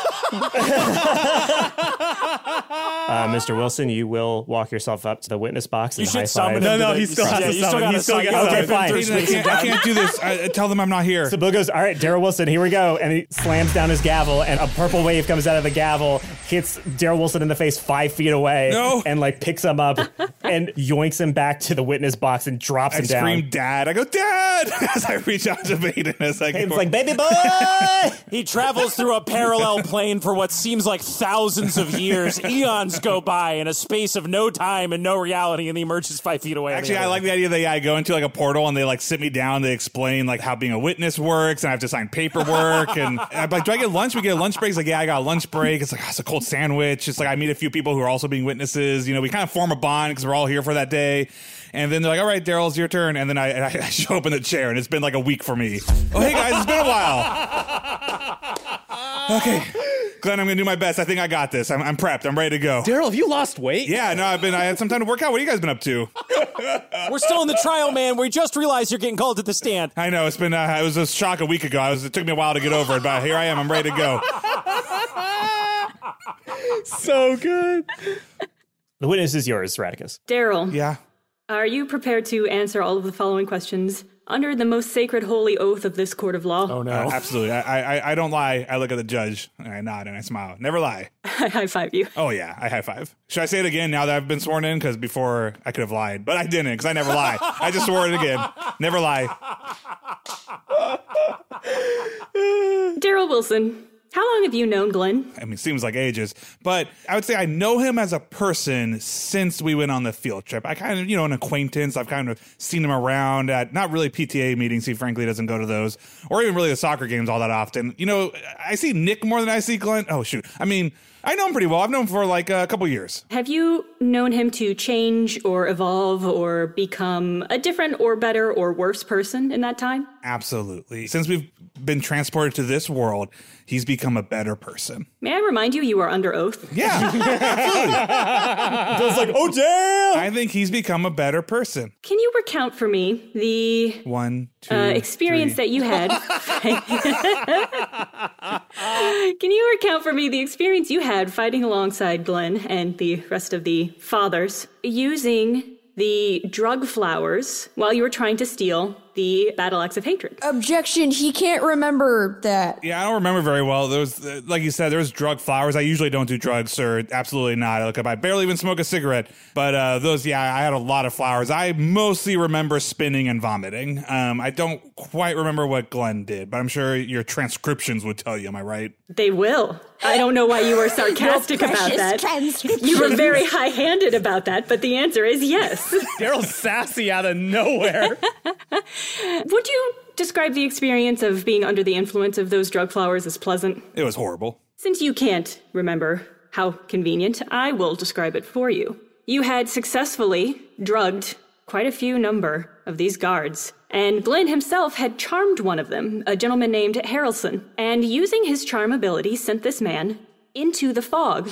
Speaker 7: Uh, Mr. Wilson, you will walk yourself up to the witness box.
Speaker 2: You
Speaker 7: and high
Speaker 2: should summon
Speaker 7: five.
Speaker 2: him.
Speaker 5: No, no,
Speaker 2: to the-
Speaker 5: he still has
Speaker 2: yeah,
Speaker 5: to
Speaker 2: you
Speaker 5: summon.
Speaker 2: gotta
Speaker 5: He still
Speaker 2: summon
Speaker 5: gets
Speaker 2: him.
Speaker 5: to
Speaker 7: Okay, fine.
Speaker 4: Jason, I can't, I can't do this. I, I tell them I'm not here.
Speaker 7: So Bill goes, all right, Daryl Wilson, here we go. And he slams down his gavel, and a purple wave comes out of the gavel, hits Daryl Wilson in the face five feet away
Speaker 4: No.
Speaker 7: and like picks him up and yoinks him back to the witness box and drops
Speaker 4: I
Speaker 7: him down.
Speaker 4: scream, "Dad!" I go, "Dad!" as I reach out to Baden as I go.
Speaker 7: It's like, baby boy!
Speaker 2: He travels through a parallel plane for what seems like thousands of years. Eons go by in a space of no time and no reality, and he emerges five feet away. on the
Speaker 4: Actually, I
Speaker 2: other
Speaker 4: like the idea that yeah, I go into like a portal and they like sit me down. They explain like how being a witness works, and I have to sign paperwork. and I'm like, do I get lunch? We get a lunch break. It's like, yeah, I got a lunch break. It's like "Ah, it's a cold sandwich. It's like I meet a few people who are also being witnesses. You know, we kind of form a bond because we're all here for that day. And then they're like, all right, Daryl, it's your turn. And then I, I I show up in the chair, and it's been like a week for me. Oh, hey guys, it's been a while. Okay, Glenn, I'm gonna do my best. I think I got this. I'm, I'm prepped. I'm ready to go.
Speaker 5: Daryl, have you lost weight?
Speaker 4: Yeah, no, I've been. I had some time to work out. What have you guys been up to?
Speaker 2: one. We're still in the trial, man. We just realized you're getting called to the stand.
Speaker 4: I know it's been. Uh, it was a shock a week ago. I was, it took me a while to get over it, but here I am. I'm ready to go.
Speaker 5: So good.
Speaker 7: the witness is yours, Radicus.
Speaker 10: Daryl,
Speaker 4: Yeah.
Speaker 10: are you prepared to answer all of the following questions under the most sacred holy oath of this court of law?
Speaker 2: Oh no!
Speaker 4: Uh, absolutely. I, I I don't lie. I look at the judge and
Speaker 5: "Ah!"
Speaker 4: I nod and I smile. Never lie.
Speaker 10: I high five you.
Speaker 4: Oh yeah, I high five. Should I say it again now that I've been sworn in? Because before I could have lied, but I didn't because I never lie. I just swore it again. Never lie.
Speaker 10: Daryl Wilson, how long have you known Glenn?
Speaker 4: I mean, seems like ages, but I would say I know him as a person since we went on the field trip. I kind of, you know, an acquaintance. I've kind of seen him around at not really PTA meetings. He frankly doesn't go to those or even really the soccer games all that often. You know, I see Nick more than I see Glenn. Oh, shoot. I mean, I know him pretty well. I've known him for like a couple years.
Speaker 10: Have you known him to change or evolve or become a different or better or worse person in that time?
Speaker 4: Absolutely. Since we've been transported to this world, he's become a better person.
Speaker 10: May I remind you, you are under oath.
Speaker 4: Yeah.
Speaker 7: It's like, oh, damn!
Speaker 4: I think he's become a better person.
Speaker 10: Can you recount for me the
Speaker 4: One, two,
Speaker 10: uh, experience
Speaker 4: three.
Speaker 10: that you had? Can you recount for me the experience you had fighting alongside Glenn and the rest of the fathers using the drug flowers while you were trying to steal the battle axe of hatred?
Speaker 6: Objection, he can't remember that.
Speaker 4: Yeah, I don't remember very well. There was, uh, like you said, there was drug flowers. I usually don't do drugs, sir. Absolutely not. Like, I barely even smoke a cigarette. But uh, those, yeah, I had a lot of flowers. I mostly remember spinning and vomiting. Um, I don't quite remember what Glenn did, but I'm sure your transcriptions would tell you. Am I right?
Speaker 10: They will. I don't know why you were sarcastic about
Speaker 6: precious
Speaker 10: that.
Speaker 6: transcriptions.
Speaker 10: You were very high handed about that, but the answer is yes.
Speaker 5: Daryl's sassy out of nowhere.
Speaker 10: Would you describe the experience of being under the influence of those drug flowers as pleasant?
Speaker 4: It was horrible.
Speaker 10: Since you can't remember how convenient, I will describe it for you. You had successfully drugged quite a few number of these guards, and Glenn himself had charmed one of them, a gentleman named Harrelson, and using his charm ability, sent this man into the fog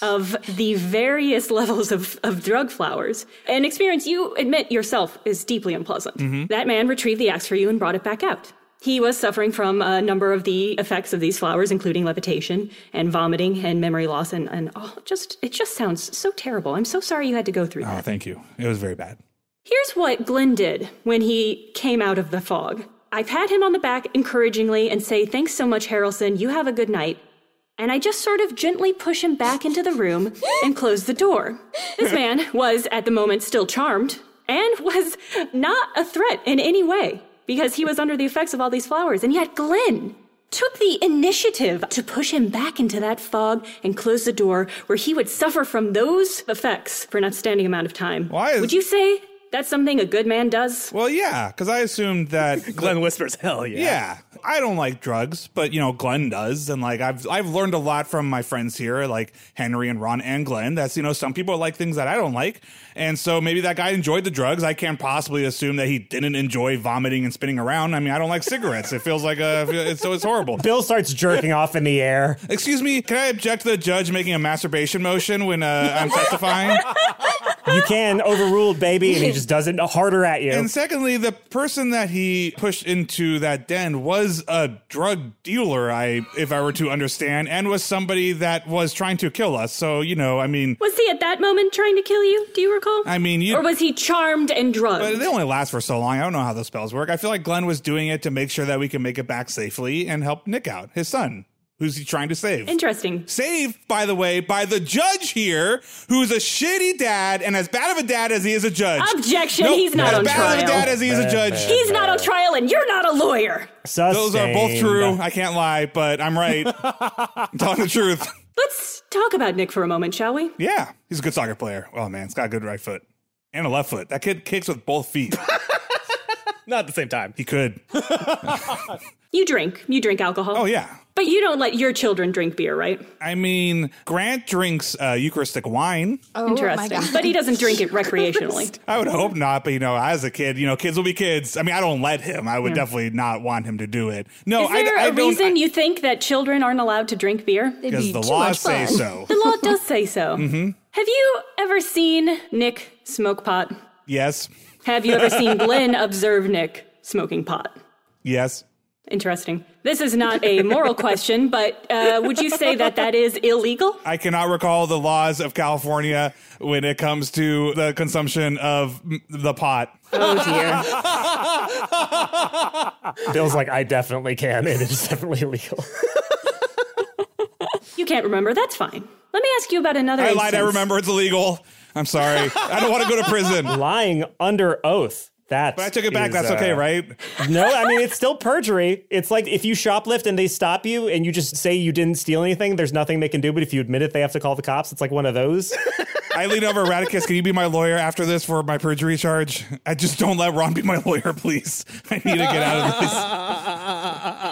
Speaker 10: of the various levels of, of drug flowers. An experience you admit yourself is deeply unpleasant. That man retrieved the axe for you and brought it back out. He was suffering from a number of the effects of these flowers, including levitation and vomiting and memory loss, and, and oh, just it just sounds so terrible. I'm so sorry you had to go through
Speaker 4: Oh,
Speaker 10: that.
Speaker 4: thank you. It was very bad.
Speaker 10: Here's what Glenn did when he came out of the fog. I pat him on the back encouragingly and say, Thanks so much, Harrelson. You have a good night. And I just sort of gently push him back into the room and close the door. This man was, at the moment, still charmed and was not a threat in any way because he was under the effects of all these flowers. And yet, Glenn took the initiative to push him back into that fog and close the door where he would suffer from those effects for an outstanding amount of time.
Speaker 4: Why is-
Speaker 10: Would you say that's something a good man does?
Speaker 4: Well, yeah, because I assumed that
Speaker 5: Glenn whispers, hell yeah.
Speaker 4: Yeah. I don't like drugs, but you know Glenn does, and like I've I've learned a lot from my friends here, like Henry and Ron and Glenn. That's you know some people like things that I don't like, and so maybe that guy enjoyed the drugs. I can't possibly assume that he didn't enjoy vomiting and spinning around. I mean, I don't like cigarettes. It feels like a it's, so it's horrible.
Speaker 7: Bill starts jerking off in the air.
Speaker 4: Excuse me, can I object to the judge making a masturbation motion when uh, I'm testifying?
Speaker 7: You can, overruled, baby, and he just does it harder at you.
Speaker 4: And secondly, the person that he pushed into that den was a drug dealer, I if I were to understand, and was somebody that was trying to kill us. So, you know, I mean
Speaker 10: Was he at that moment trying to kill you? Do you recall?
Speaker 4: I mean, you-
Speaker 10: Or was he charmed and drugged?
Speaker 4: but they only last for so long. I don't know how those spells work. I feel like Glenn was doing it to make sure that we can make it back safely and help Nick out, his son. Who's he trying to save?
Speaker 10: Interesting.
Speaker 4: Saved, by the way, by the judge here, who's a shitty dad and as bad of a dad as he is a judge.
Speaker 10: Objection,
Speaker 4: Nope,
Speaker 10: he's not
Speaker 4: as
Speaker 10: on
Speaker 4: bad
Speaker 10: trial.
Speaker 4: of a dad as he is a judge.
Speaker 10: He's not on trial and you're not a lawyer.
Speaker 4: Those are both true. I can't lie, but I'm right. I'm telling the truth.
Speaker 10: Let's talk about Nick for a moment, shall we?
Speaker 4: Yeah, he's a good soccer player. Oh man, he's got a good right foot and a left foot. That kid kicks with both feet.
Speaker 5: Not at the same time.
Speaker 4: He could.
Speaker 10: You drink. You drink alcohol.
Speaker 4: Oh yeah.
Speaker 10: But you don't let your children drink beer, right?
Speaker 4: I mean, Grant drinks uh, Eucharistic wine.
Speaker 6: Oh
Speaker 10: Interesting. But he doesn't drink it recreationally.
Speaker 4: I would hope not, but you know, as a kid, you know, kids will be kids. I mean, I don't let him. I would
Speaker 10: Yeah.
Speaker 4: definitely not want him to do it. No,
Speaker 10: Is there
Speaker 4: I,
Speaker 10: a
Speaker 4: I don't.
Speaker 10: reason you think that children aren't allowed to drink beer?
Speaker 4: Because the laws say so. Mm.
Speaker 10: The law does say so.
Speaker 4: Mm-hmm.
Speaker 10: Have you ever seen Nick smoke pot?
Speaker 4: Yes,
Speaker 10: Have you ever seen Glenn observe Nick smoking pot?
Speaker 4: yes.
Speaker 10: Interesting. This is not a moral question, but uh, would you say that that is illegal?
Speaker 4: I cannot recall the laws of California when it comes to the consumption of mm, the pot.
Speaker 10: Oh dear.
Speaker 13: Bill's like, I definitely can. It is definitely legal.
Speaker 10: You can't remember. That's fine. Let me ask you about another.
Speaker 4: I lied. I
Speaker 10: instance.
Speaker 4: remember it's illegal. I'm sorry. I don't want to go to prison. But
Speaker 13: Lying under oath. That's
Speaker 4: I took it back.
Speaker 13: is,
Speaker 4: That's okay,
Speaker 13: uh,
Speaker 4: right?
Speaker 13: No, I mean it's still perjury. It's like if you shoplift and they stop you and you just say you didn't steal anything, there's nothing they can do. But if you admit it, they have to call the cops. It's like one of those.
Speaker 4: I lean over Radicus. Can you be my lawyer after this for my perjury charge? I just don't let Ron be my lawyer, please. I need to get out of this.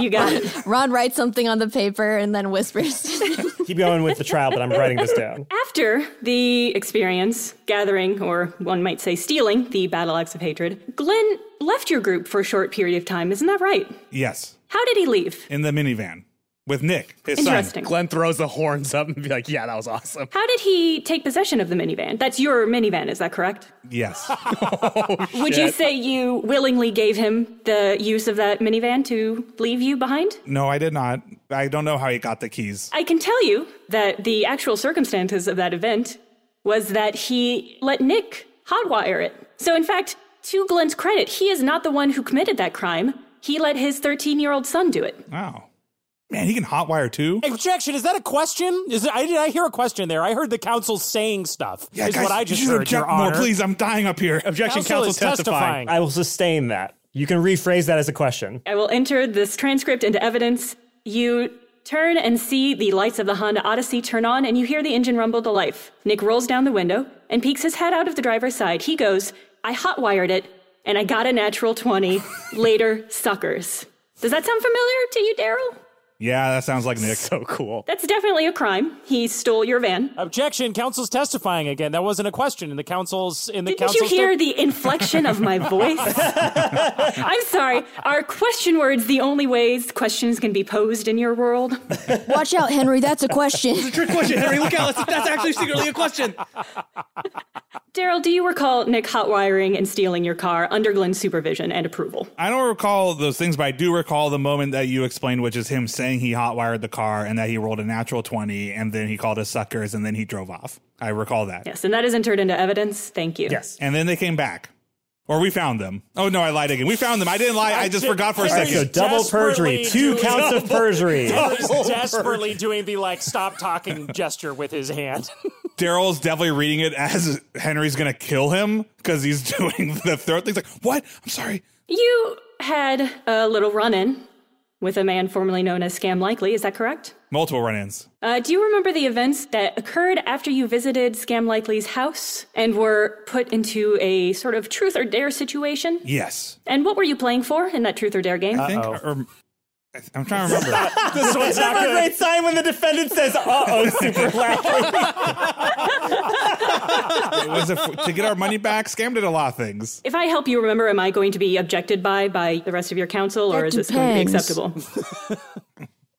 Speaker 10: You got it.
Speaker 6: Ron writes something on the paper and then whispers.
Speaker 13: Keep going with the trial, but I'm writing this down.
Speaker 10: After the experience, gathering, or one might say stealing, the Battle Axe of Hatred, Glenn left your group for a short period of time. Isn't that right?
Speaker 4: Yes,
Speaker 10: How did he leave?
Speaker 4: in the minivan with Nick, his
Speaker 10: Interesting.
Speaker 5: Glenn throws the horns up and be like, yeah, that was awesome.
Speaker 10: How did he take possession of the minivan? That's your minivan, is that correct?
Speaker 4: son. Yes,
Speaker 10: Would you say you willingly gave him the use of that minivan to leave you behind?
Speaker 4: no, I did not. I don't know how he got the keys.
Speaker 10: I can tell you that the actual circumstances of that event was that he let Nick hotwire it. So, in fact, to Glenn's credit, he is not the one who committed that crime. He let his 13 year old son do it.
Speaker 4: Wow, man, he can hotwire too.
Speaker 2: Objection! Is that a question? Is it, I did I hear a question there? I heard the council saying stuff. is
Speaker 4: guys,
Speaker 2: what I just
Speaker 4: you should
Speaker 2: heard.
Speaker 4: object
Speaker 2: Your
Speaker 4: more,
Speaker 2: honor.
Speaker 4: please. I'm dying up here.
Speaker 5: Objection,
Speaker 2: Counsel
Speaker 5: counsel,
Speaker 2: is
Speaker 5: testifying.
Speaker 2: testifying.
Speaker 13: I will sustain that. You can rephrase that as a question.
Speaker 10: I will enter this transcript into evidence. You turn and see the lights of the Honda Odyssey turn on, and you hear the engine rumble to life. Nick rolls down the window and peeks his head out of the driver's side. He goes, I hotwired it, and I got a natural 20. Later, suckers. Does that sound familiar to you, Daryl?
Speaker 4: Yeah, that sounds like Nick.
Speaker 5: So cool.
Speaker 10: That's definitely a crime. He stole your van.
Speaker 2: Objection! Council's testifying again. That wasn't a question. In the council's in the
Speaker 10: Didn't
Speaker 2: council's.
Speaker 10: you hear the inflection of my voice? I'm sorry. Are question words the only ways questions can be posed in your world?
Speaker 6: Watch out, Henry. That's a question.
Speaker 5: Trick question, Henry. Look out. That's, that's actually secretly a question.
Speaker 10: Daryl, do you recall Nick hotwiring and stealing your car under Glenn's supervision and approval?
Speaker 4: I don't recall those things, but I do recall the moment that you explained, which is him saying he hotwired the car and that he rolled a natural 20 and then he called us suckers and then he drove off. I recall that.
Speaker 10: Yes, and that is entered into evidence. Thank you. Yes.
Speaker 4: And then they came back. Or we found them. Oh, no, I lied again. We found them. I didn't lie. I just forgot for a
Speaker 2: Henry
Speaker 13: So
Speaker 4: second.
Speaker 2: is
Speaker 13: double perjury, two
Speaker 2: desperately doing-
Speaker 13: counts of perjury.
Speaker 2: He's desperately doing the like stop talking gesture with his hand.
Speaker 4: Daryl's definitely reading it as Henry's going to kill him because he's doing the throat thing. He's like, what? I'm sorry.
Speaker 10: You had a little run in with a man formerly known as Scam Likely, is that correct?
Speaker 4: Multiple run ins.
Speaker 10: Uh, do you remember the events that occurred after you visited Scam Likely's house and were put into a sort of truth or dare situation?
Speaker 4: Yes.
Speaker 10: And what were you playing for in that truth or dare game?
Speaker 4: I think. Or, I th- I'm trying to remember.
Speaker 2: this one's not
Speaker 13: That's a
Speaker 2: gonna.
Speaker 13: great sign when the defendant says, "Uh oh," super loudly.
Speaker 4: was it for, to get our money back? Scam did a lot of things.
Speaker 10: if I help you remember, am I going to be objected by by the rest of your counsel, or
Speaker 6: That
Speaker 10: is this going to be
Speaker 6: depends.
Speaker 10: acceptable?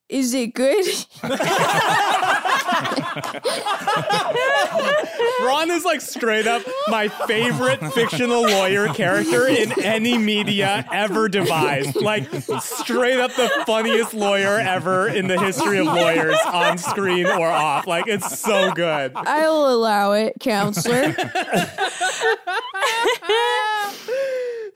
Speaker 6: Is it good?
Speaker 5: Ron is like straight up my favorite fictional lawyer character in any media ever devised. Like straight up the funniest lawyer ever in the history of lawyers on screen or off. Like it's so good.
Speaker 6: I'll allow it, counselor.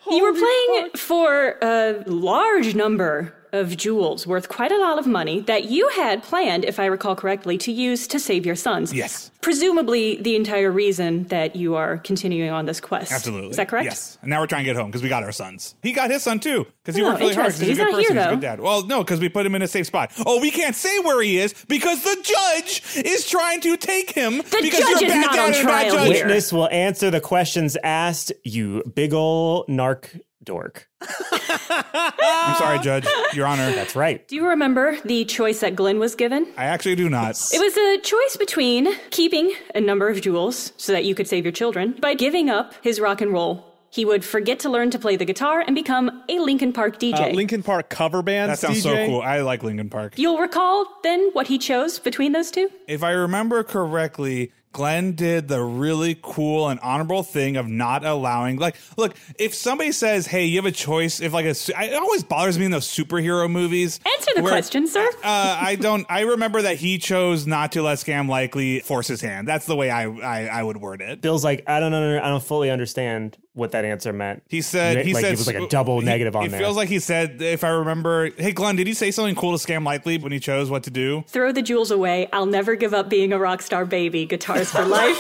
Speaker 10: you were playing for a large number of jewels worth quite a lot of money that you had planned, if I recall correctly, to use to save your sons.
Speaker 4: Yes.
Speaker 10: Presumably the entire reason that you are continuing on this quest.
Speaker 4: Absolutely.
Speaker 10: Is that correct?
Speaker 4: Yes. And now we're trying to get home because we got our sons. He got his son too because he
Speaker 10: Oh,
Speaker 4: worked really hard. 'cause
Speaker 10: interesting.
Speaker 4: He's a good
Speaker 10: He's not here,
Speaker 4: person. He's a good
Speaker 10: though.
Speaker 4: dad. Well, no, because we put him in a safe spot. Oh, we can't say where he is because the judge is trying to take him.
Speaker 10: The
Speaker 4: because
Speaker 10: judge
Speaker 4: you're a
Speaker 10: is
Speaker 4: bad
Speaker 10: not
Speaker 4: dad
Speaker 10: on
Speaker 4: and a bad
Speaker 10: trial
Speaker 4: judge.
Speaker 10: here.
Speaker 7: Witness will answer the questions asked, you big ol' narc dork.
Speaker 4: I'm sorry, Judge. Your Honor. That's
Speaker 7: Right.
Speaker 10: Do you remember the choice that Glenn was given?
Speaker 4: I actually do not.
Speaker 10: It
Speaker 1: Uh,
Speaker 10: was a choice between keeping a number of jewels so that you could save your children by giving up his rock and roll. He would forget to learn to play the guitar and become a Linkin Park DJ.
Speaker 1: Uh, Lincoln Park cover band.
Speaker 4: That sounds so cool. I like Lincoln Park.
Speaker 10: You'll recall then what he chose between those two?
Speaker 4: If I remember correctly, Glenn did the really cool and honorable thing of not allowing. Like, look, if somebody says, "Hey, you have a choice," if like a, su- I- it always bothers me in those superhero movies.
Speaker 10: Answer the
Speaker 4: where-
Speaker 10: question, sir.
Speaker 4: uh, I don't. I remember that he chose not to let Scam likely force his hand. That's the way I I, I would word it.
Speaker 7: Bill's like, I don't know, I don't fully understand what that answer meant.
Speaker 4: He said he
Speaker 7: like,
Speaker 4: said
Speaker 7: it was like a double
Speaker 4: he-
Speaker 7: negative on
Speaker 4: It
Speaker 7: there.
Speaker 4: feels like he said, if I remember, hey Glenn, did he say something cool to Scam likely when he chose what to do?
Speaker 10: Throw the jewels away. I'll never give up being a rock star baby. Guitars for life.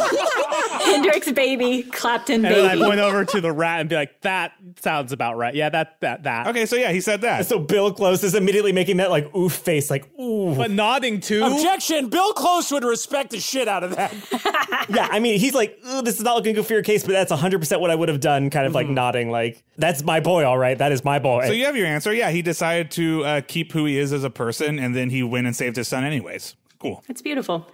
Speaker 10: Hendrix baby.
Speaker 1: And
Speaker 10: Clapton
Speaker 1: then I
Speaker 10: baby.
Speaker 1: went over to the rat and be like, "That sounds about right. Yeah, that that that."
Speaker 4: Okay, so yeah, he said that.
Speaker 7: so Bill Close is immediately making that like oof face, like, ooh.
Speaker 1: But nodding to
Speaker 2: Objection! Bill Close would respect the shit out of that.
Speaker 7: yeah, I mean, he's like, "Ugh, this is not looking good for your case, but that's 100% what I would have done, kind of like nodding, like, that's my boy, all right, that is my boy.
Speaker 4: Mm-hmm. So you have your answer. Yeah, he decided to uh, keep who he is as a person, and then he went and saved his son anyways. Cool.
Speaker 10: It's beautiful.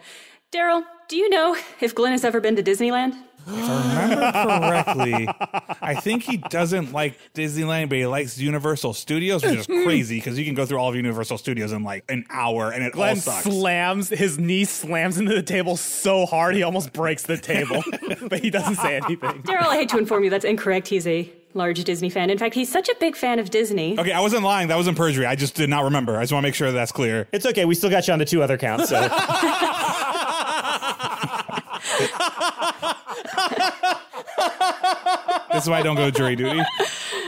Speaker 10: Daryl, do you know if Glenn has ever been to Disneyland?
Speaker 4: Remember correctly, I think he doesn't like Disneyland, but he likes Universal Studios, which is crazy because you can go through all of Universal Studios in like an hour, and it all
Speaker 1: Glenn
Speaker 4: sucks.
Speaker 1: slams his knee slams into the table so hard he almost breaks the table, but he doesn't say anything.
Speaker 10: Daryl, I hate to inform you that's incorrect. He's a large Disney fan. In fact, he's such a big fan of Disney.
Speaker 4: okay, I wasn't lying. That wasn't perjury. I just did not remember. I just want to make sure that's clear.
Speaker 7: it's okay, we still got you on the two other counts, so.
Speaker 4: This is why I don't go to jury duty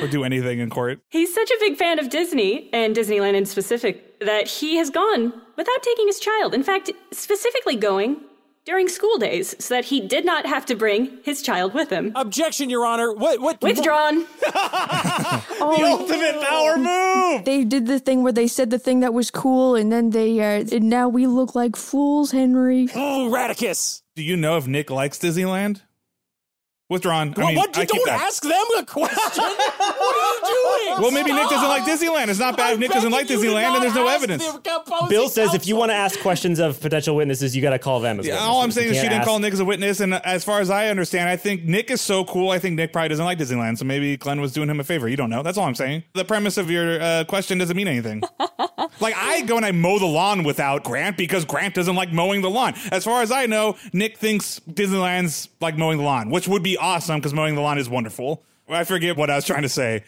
Speaker 4: or do anything in court.
Speaker 10: He's such a big fan of Disney and Disneyland in specific that he has gone without taking his child. In fact, specifically going during school days so that he did not have to bring his child with him.
Speaker 2: Objection, Your Honor. What? What?
Speaker 10: Withdrawn.
Speaker 12: Oh,
Speaker 1: Ultimate power move.
Speaker 6: They did the thing where they said the thing that was cool, and then they uh, and now we look like fools, Henry.
Speaker 1: Oh.
Speaker 2: Ooh, Radicus.
Speaker 4: Do you know if Nick likes Disneyland? Withdrawn. I
Speaker 2: What?
Speaker 4: mean,
Speaker 2: what? You
Speaker 4: I keep
Speaker 2: don't
Speaker 4: that.
Speaker 2: ask them a question. what are you doing?
Speaker 4: Well, maybe Nick doesn't like Disneyland. It's not bad if Nick doesn't like Disneyland, and there's no evidence.
Speaker 7: Bill says if you want to ask questions of potential witnesses, you got to call them as
Speaker 4: Yeah,
Speaker 7: well.
Speaker 4: all I'm saying is she didn't call Nick as a witness, and as far as I understand, I think Nick is so cool. I think Nick probably doesn't like Disneyland, so maybe Glenn was doing him a favor. You don't know. That's all I'm saying. The premise of your uh, question doesn't mean anything. like I go and I mow the lawn without Grant because Grant doesn't like mowing the lawn. As far as I know, Nick thinks Disneyland's like mowing the lawn, which would be awesome because mowing the lawn is wonderful. I forget what I was trying to say.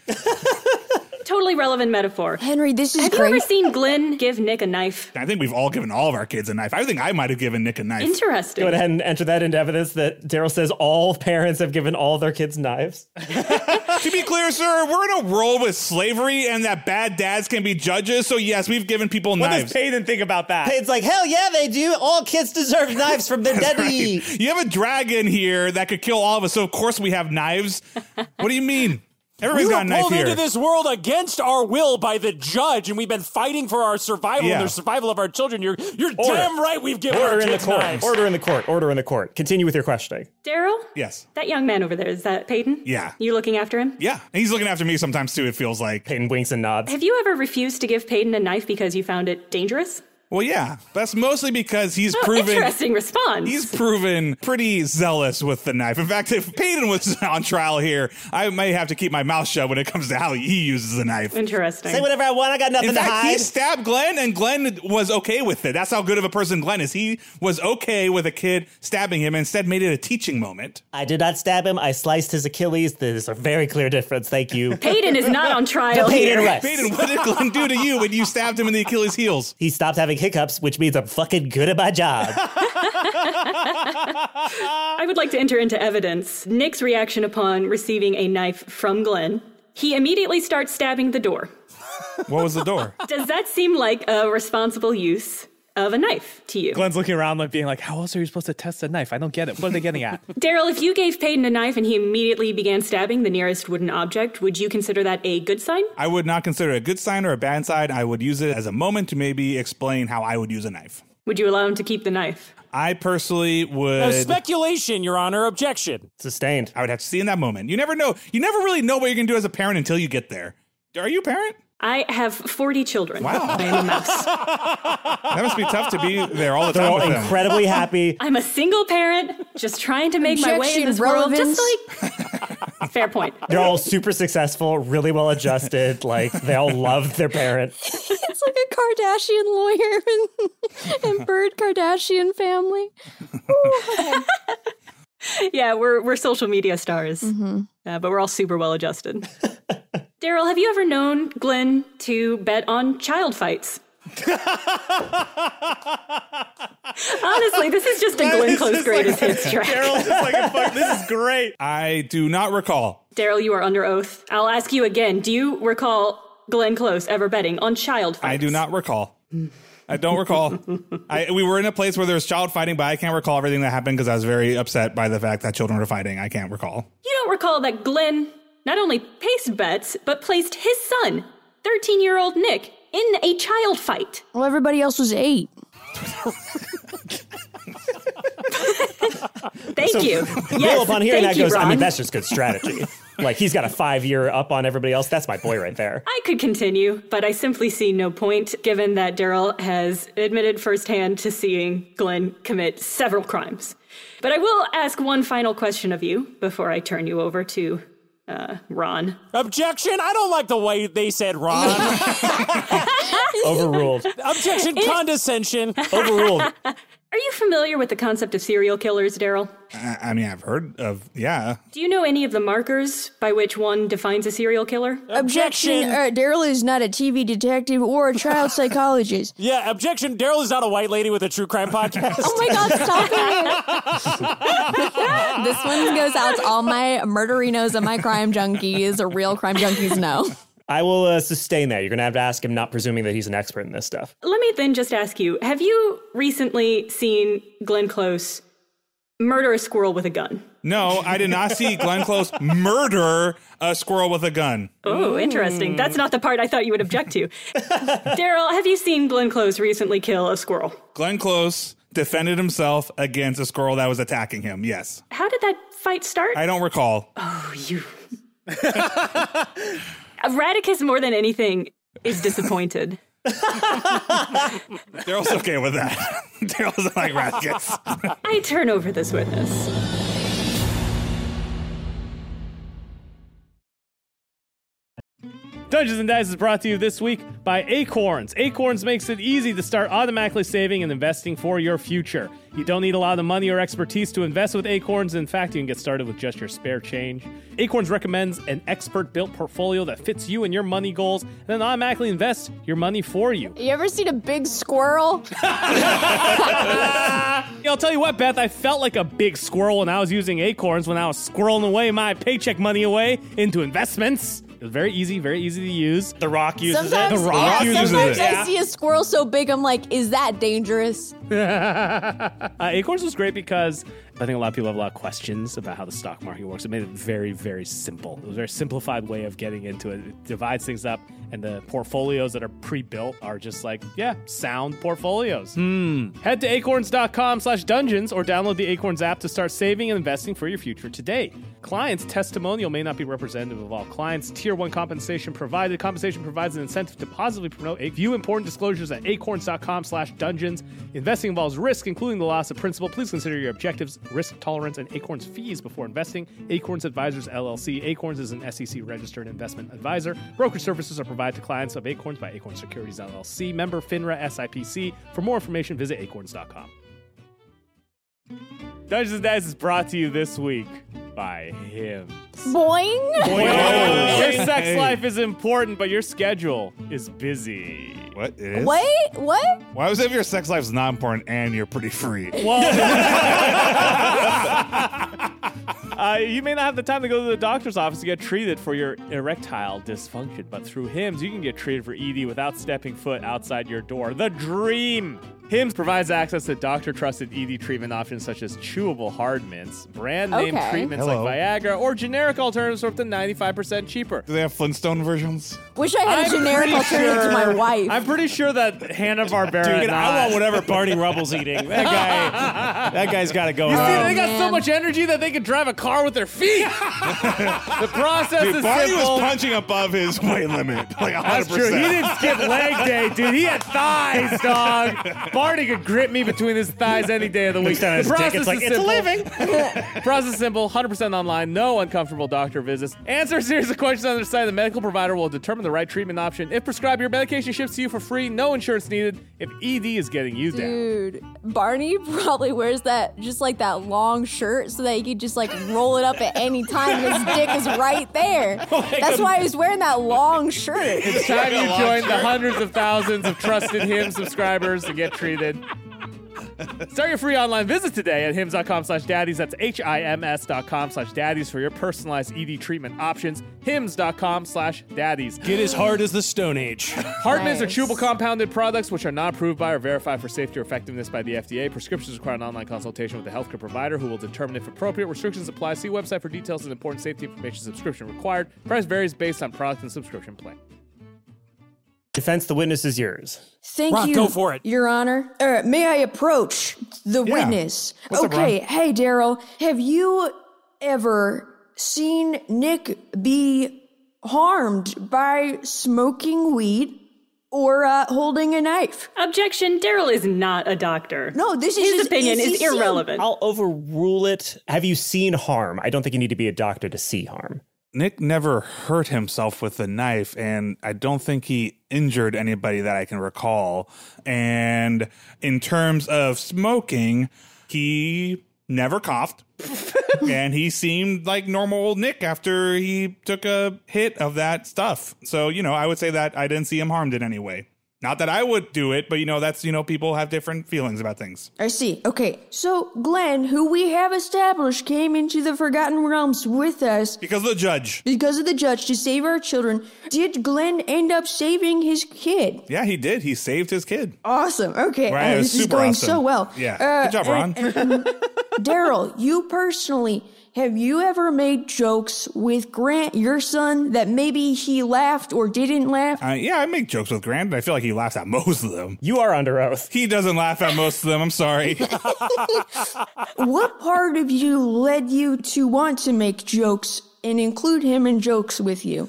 Speaker 10: totally relevant metaphor.
Speaker 6: Henry, this is
Speaker 10: Have you ever
Speaker 6: great.
Speaker 10: seen Glenn give Nick a knife?
Speaker 4: I think we've all given all of our kids a knife. I think I might have given Nick a knife.
Speaker 10: Interesting.
Speaker 7: Go ahead and enter that into evidence that Daryl says all parents have given all their kids knives.
Speaker 4: To be clear, sir, we're in a world with slavery and that bad dads can be judges. So yes, we've given people
Speaker 1: What
Speaker 4: knives.
Speaker 1: does Payton think about that?
Speaker 7: It's like, hell yeah, they do. All kids deserve knives from their daddy.
Speaker 4: you have a dragon here that could kill all of us. So of course we have knives. what do you mean?
Speaker 2: We
Speaker 4: Everybody's
Speaker 2: were
Speaker 4: got a
Speaker 2: pulled
Speaker 4: knife
Speaker 2: into
Speaker 4: here.
Speaker 2: this world against our will by the judge, and we've been fighting for our survival
Speaker 4: Yeah.
Speaker 2: and the survival of our children. You're you're
Speaker 7: Order.
Speaker 2: damn right. We've given
Speaker 7: Order
Speaker 2: our
Speaker 7: in the
Speaker 2: kids
Speaker 7: court.
Speaker 2: knives.
Speaker 7: Order in the court. Order in the court. Continue with your questioning.
Speaker 10: Daryl?
Speaker 4: yes.
Speaker 10: That young man over there, is that Peyton?
Speaker 4: Yeah.
Speaker 10: You looking after him?
Speaker 4: Yeah. And he's looking after me sometimes too. It feels like.
Speaker 7: Peyton winks and nods.
Speaker 10: Have you ever refused to give Peyton a knife because you found it dangerous?
Speaker 4: Well, yeah. That's mostly because he's
Speaker 10: Oh,
Speaker 4: proven.
Speaker 10: interesting response.
Speaker 4: He's proven pretty zealous with the knife. In fact, if Peyton was on trial here, I may have to keep my mouth shut when it comes to how he uses the knife.
Speaker 10: Interesting.
Speaker 7: whatever I want. I got nothing
Speaker 4: In fact, he stabbed Glenn, and Glenn was okay with it. That's how good of a person Glenn is. He was okay with a kid stabbing him, and instead made it a teaching moment.
Speaker 7: I did not stab him. I sliced his Achilles. There's a very clear difference. Thank you.
Speaker 10: Peyton is not on trial. here.
Speaker 4: Peyton, what did Glenn do to you when you stabbed him in the Achilles heels?
Speaker 7: He stopped having hiccups, which means I'm fucking good at my job.
Speaker 10: I would like to enter into evidence Nick's reaction upon receiving a knife from Glenn. He immediately starts stabbing the door.
Speaker 4: What was the door?
Speaker 10: Does that seem like a responsible use of a knife to you?
Speaker 5: Glenn's looking around, like being like, "How else are you supposed to test a knife? I don't get it. What are they getting at?"
Speaker 10: Daryl, if you gave Peyton a knife and he immediately began stabbing the nearest wooden object, would you consider that a good sign?
Speaker 4: I would not consider it a good sign or a bad sign. I would use it as a moment to maybe explain how I would use a knife.
Speaker 10: Would you allow him to keep the knife?
Speaker 4: I personally
Speaker 2: No,
Speaker 4: would.
Speaker 2: speculation, Your Honor. Objection.
Speaker 13: Sustained.
Speaker 4: I would have to see in that moment. You never know. You never really know what you're going to do as a parent until you get there. Are you a parent?
Speaker 10: I have 40 children.
Speaker 4: Wow.
Speaker 10: I am a mouse.
Speaker 4: That must be tough to be there all the
Speaker 13: They're
Speaker 4: time
Speaker 13: all
Speaker 4: with them.
Speaker 13: incredibly happy.
Speaker 10: I'm a single parent, just trying to make my way in
Speaker 6: Objection,
Speaker 10: this world. Just like fair point.
Speaker 13: They're all super successful, really well adjusted. Like they all love their parent.
Speaker 6: It's like a Kardashian lawyer and, and Bird Kardashian family.
Speaker 10: Yeah, we're we're social media stars, uh, but we're all super well adjusted. Daryl, have you ever known Glenn to bet on child fights? Honestly, this is just a Glenn Close greatest hits track.
Speaker 5: Carol's just like, "Fuck, this is great."
Speaker 4: I do not recall.
Speaker 10: Daryl, you are under oath. I'll ask you again. Do you recall Glenn Close ever betting on child fights?
Speaker 4: I do not recall. I don't recall. I, we were in a place where there was child fighting, but I can't recall everything that happened because I was very upset by the fact that children were fighting. I can't recall.
Speaker 10: You don't recall that Glenn not only placed bets, but placed his son, 13 year old Nick, in a child fight.
Speaker 6: Well, everybody else was eight.
Speaker 10: Thank you.
Speaker 13: Bill,
Speaker 10: Yes,
Speaker 13: upon hearing
Speaker 10: thank
Speaker 13: that,
Speaker 10: you,
Speaker 13: goes, I
Speaker 10: Ron.
Speaker 13: mean, that's just good strategy. like he's got a five year up on everybody else. That's my boy right there.
Speaker 10: I could continue, but I simply see no point given that Daryl has admitted firsthand to seeing Glenn commit several crimes. But I will ask one final question of you before I turn you over to uh, Ron.
Speaker 2: Objection. I don't like the way they said Ron.
Speaker 13: Overruled.
Speaker 2: Objection. condescension.
Speaker 13: Overruled.
Speaker 10: Are you familiar with the concept of serial killers, Daryl?
Speaker 4: I, I mean, I've heard of, yeah.
Speaker 10: Do you know any of the markers by which one defines a serial killer?
Speaker 6: Objection. Uh, Daryl is not a TV detective or a child psychologist.
Speaker 2: Yeah. Objection. Daryl is not a white lady with a true crime podcast.
Speaker 6: Oh my god, stop it! this one goes out to all my murderinos and my crime junkies. Real crime junkies know.
Speaker 13: I will uh, sustain that. You're going to have to ask him, not presuming that he's an expert in this stuff.
Speaker 10: Let me then just ask you have you recently seen Glenn Close murder a squirrel with a gun?
Speaker 4: No, I did not see Glenn Close murder a squirrel with a gun.
Speaker 10: Oh, interesting. That's not the part I thought you would object to. Daryl, have you seen Glenn Close recently kill a squirrel?
Speaker 4: Glenn Close defended himself against a squirrel that was attacking him. Yes.
Speaker 10: How did that fight start?
Speaker 4: I don't recall.
Speaker 10: Oh, you. Radicus, more than anything, is disappointed.
Speaker 4: Daryl's okay with that. Daryl's like Radkus.
Speaker 10: I turn over this witness.
Speaker 1: Dungeons and Dice is brought to you this week by Acorns. Acorns makes it easy to start automatically saving and investing for your future. You don't need a lot of money or expertise to invest with Acorns. In fact, you can get started with just your spare change. Acorns recommends an expert built portfolio that fits you and your money goals and then automatically invests your money for you.
Speaker 6: You ever seen a big squirrel?
Speaker 1: Yeah, I'll tell you what, Beth, I felt like a big squirrel when I was using acorns when I was squirreling away my paycheck money away into investments. It was very easy, very easy to use.
Speaker 5: The Rock uses
Speaker 6: Sometimes,
Speaker 5: it.
Speaker 4: Rock
Speaker 6: yeah,
Speaker 4: uses
Speaker 6: sometimes
Speaker 4: it.
Speaker 6: I see a squirrel so big, I'm like, is that dangerous?
Speaker 1: uh, Acorns was great because I think a lot of people have a lot of questions about how the stock market works. It made it very, very simple. It was a very simplified way of getting into it. It divides things up, and the portfolios that are pre-built are just like, yeah, sound portfolios. Hmm. Head to acorns.com slash dungeons or download the Acorns app to start saving and investing for your future today. Clients' testimonial may not be representative of all clients. Tier 1 compensation provided. Compensation provides an incentive to positively promote a view important disclosures at acorns.com slash dungeons. Investing involves risk, including the loss of principal. Please consider your objectives, risk tolerance, and Acorns fees before investing. Acorns Advisors LLC. Acorns is an SEC registered investment advisor. Broker services are provided to clients of Acorns by Acorns Securities LLC. Member FINRA SIPC. For more information, visit acorns.com. Dungeons and Dice is brought to you this week by him.
Speaker 6: Boing.
Speaker 1: Your sex life is important, but your schedule is busy.
Speaker 4: What? It is?
Speaker 6: Wait, what?
Speaker 4: Why was it if your sex life's not important and you're pretty free?
Speaker 1: Uh, you may not have the time to go to the doctor's office to get treated for your erectile dysfunction, but through HIMS, you can get treated for ED without stepping foot outside your door. The dream! HIMS provides access to doctor trusted ED treatment options such as chewable hard mints, brand name
Speaker 6: Okay.
Speaker 1: treatments
Speaker 4: Hello.
Speaker 1: like Viagra, or generic alternatives for up to 95% cheaper.
Speaker 4: Do they have Flintstone versions?
Speaker 6: Wish I had a generic
Speaker 1: pretty
Speaker 6: alternative to my
Speaker 1: sure-
Speaker 6: wife.
Speaker 1: I'm pretty sure that Hanna Barbera.
Speaker 2: Dude, I want whatever Barney Rubble's eating. That guy, that guy's got to go.
Speaker 1: See,
Speaker 2: home.
Speaker 1: they got so
Speaker 6: Oh, man.
Speaker 1: much energy that they could drive a car with their feet. the process
Speaker 4: Dude,
Speaker 1: is
Speaker 4: Barney
Speaker 1: simple.
Speaker 4: was punching above his weight limit. Like 100%.
Speaker 1: That's true. He didn't skip leg day, dude. He had thighs, dog. Barney could grip me between his thighs any day of the
Speaker 13: Looks
Speaker 1: week.
Speaker 13: down at his dick, it's like, "It's a
Speaker 1: living. Process is simple, 100% online, no uncomfortable doctor visits. Answer a series of questions on their site. The medical provider will determine the right treatment option. If prescribed, your medication ships to you for free, no insurance needed. If ED is getting you down.
Speaker 6: Dude, Barney probably wears that just like that long shirt so that he could just like roll it up at any time. and His dick is right there. That's why he's wearing that long shirt.
Speaker 1: Oh It's time you join the hundreds of thousands of trusted Hims subscribers to get treated. Start your free online visit today at hims.com slash daddies. That's H-I-M-S dot com slash daddies for your personalized ED treatment options. Hims.com slash daddies.
Speaker 2: Get as hard as the Stone Age.
Speaker 1: Hardmints are
Speaker 6: Nice.
Speaker 1: chewable compounded products which are not approved by or verified for safety or effectiveness by the FDA. Prescriptions require an online consultation with a healthcare provider who will determine if appropriate. Restrictions apply. See website for details and important safety information. Subscription required. Price varies based on product and subscription plan.
Speaker 13: Defense, the witness is yours.
Speaker 6: Thank
Speaker 2: Ron,
Speaker 6: you,
Speaker 2: go for it.
Speaker 6: Your Honor.
Speaker 12: Uh, may I approach the witness?
Speaker 4: What's up,
Speaker 12: okay.
Speaker 4: Ron?
Speaker 12: hey, Daryl, have you ever seen Nick be harmed by smoking weed or uh, holding a knife?
Speaker 10: Objection Daryl is not a doctor.
Speaker 12: No, this is
Speaker 10: His
Speaker 12: just-
Speaker 10: opinion
Speaker 12: is he
Speaker 10: is
Speaker 12: seeing-
Speaker 10: irrelevant.
Speaker 13: I'll overrule it. Have you seen harm? I don't think you need to be a doctor to see harm.
Speaker 4: Nick never hurt himself with a knife, and I don't think he injured anybody that I can recall. And in terms of smoking, he never coughed. and he seemed like normal old Nick after he took a hit of that stuff. So, you know, I would say that I didn't see him harmed in any way. Not that I would do it, but you know, that's, you know, people have different feelings about things.
Speaker 12: I see. Okay, so Glenn, who we have established, came into the Forgotten Realms with us
Speaker 4: Because of the judge.
Speaker 12: because of the judge to save our children. Did Glenn end up saving his kid?
Speaker 4: Yeah, he did. He saved his kid.
Speaker 12: Awesome. Okay,
Speaker 4: Right,
Speaker 12: uh,
Speaker 4: it was
Speaker 12: this is
Speaker 4: super
Speaker 12: going
Speaker 4: awesome.
Speaker 12: so well.
Speaker 4: Yeah.
Speaker 12: Uh,
Speaker 4: Good job, Ron.
Speaker 12: Daryl, you personally, have you ever made jokes with Grant, your son, that maybe he laughed or didn't laugh?
Speaker 4: Uh, yeah, I make jokes with Grant, but I feel like he laughs at most of them.
Speaker 13: You are under oath.
Speaker 4: He doesn't laugh at most of them. I'm sorry. Oh,
Speaker 12: what part of you led you to want to make jokes and include him in jokes with you?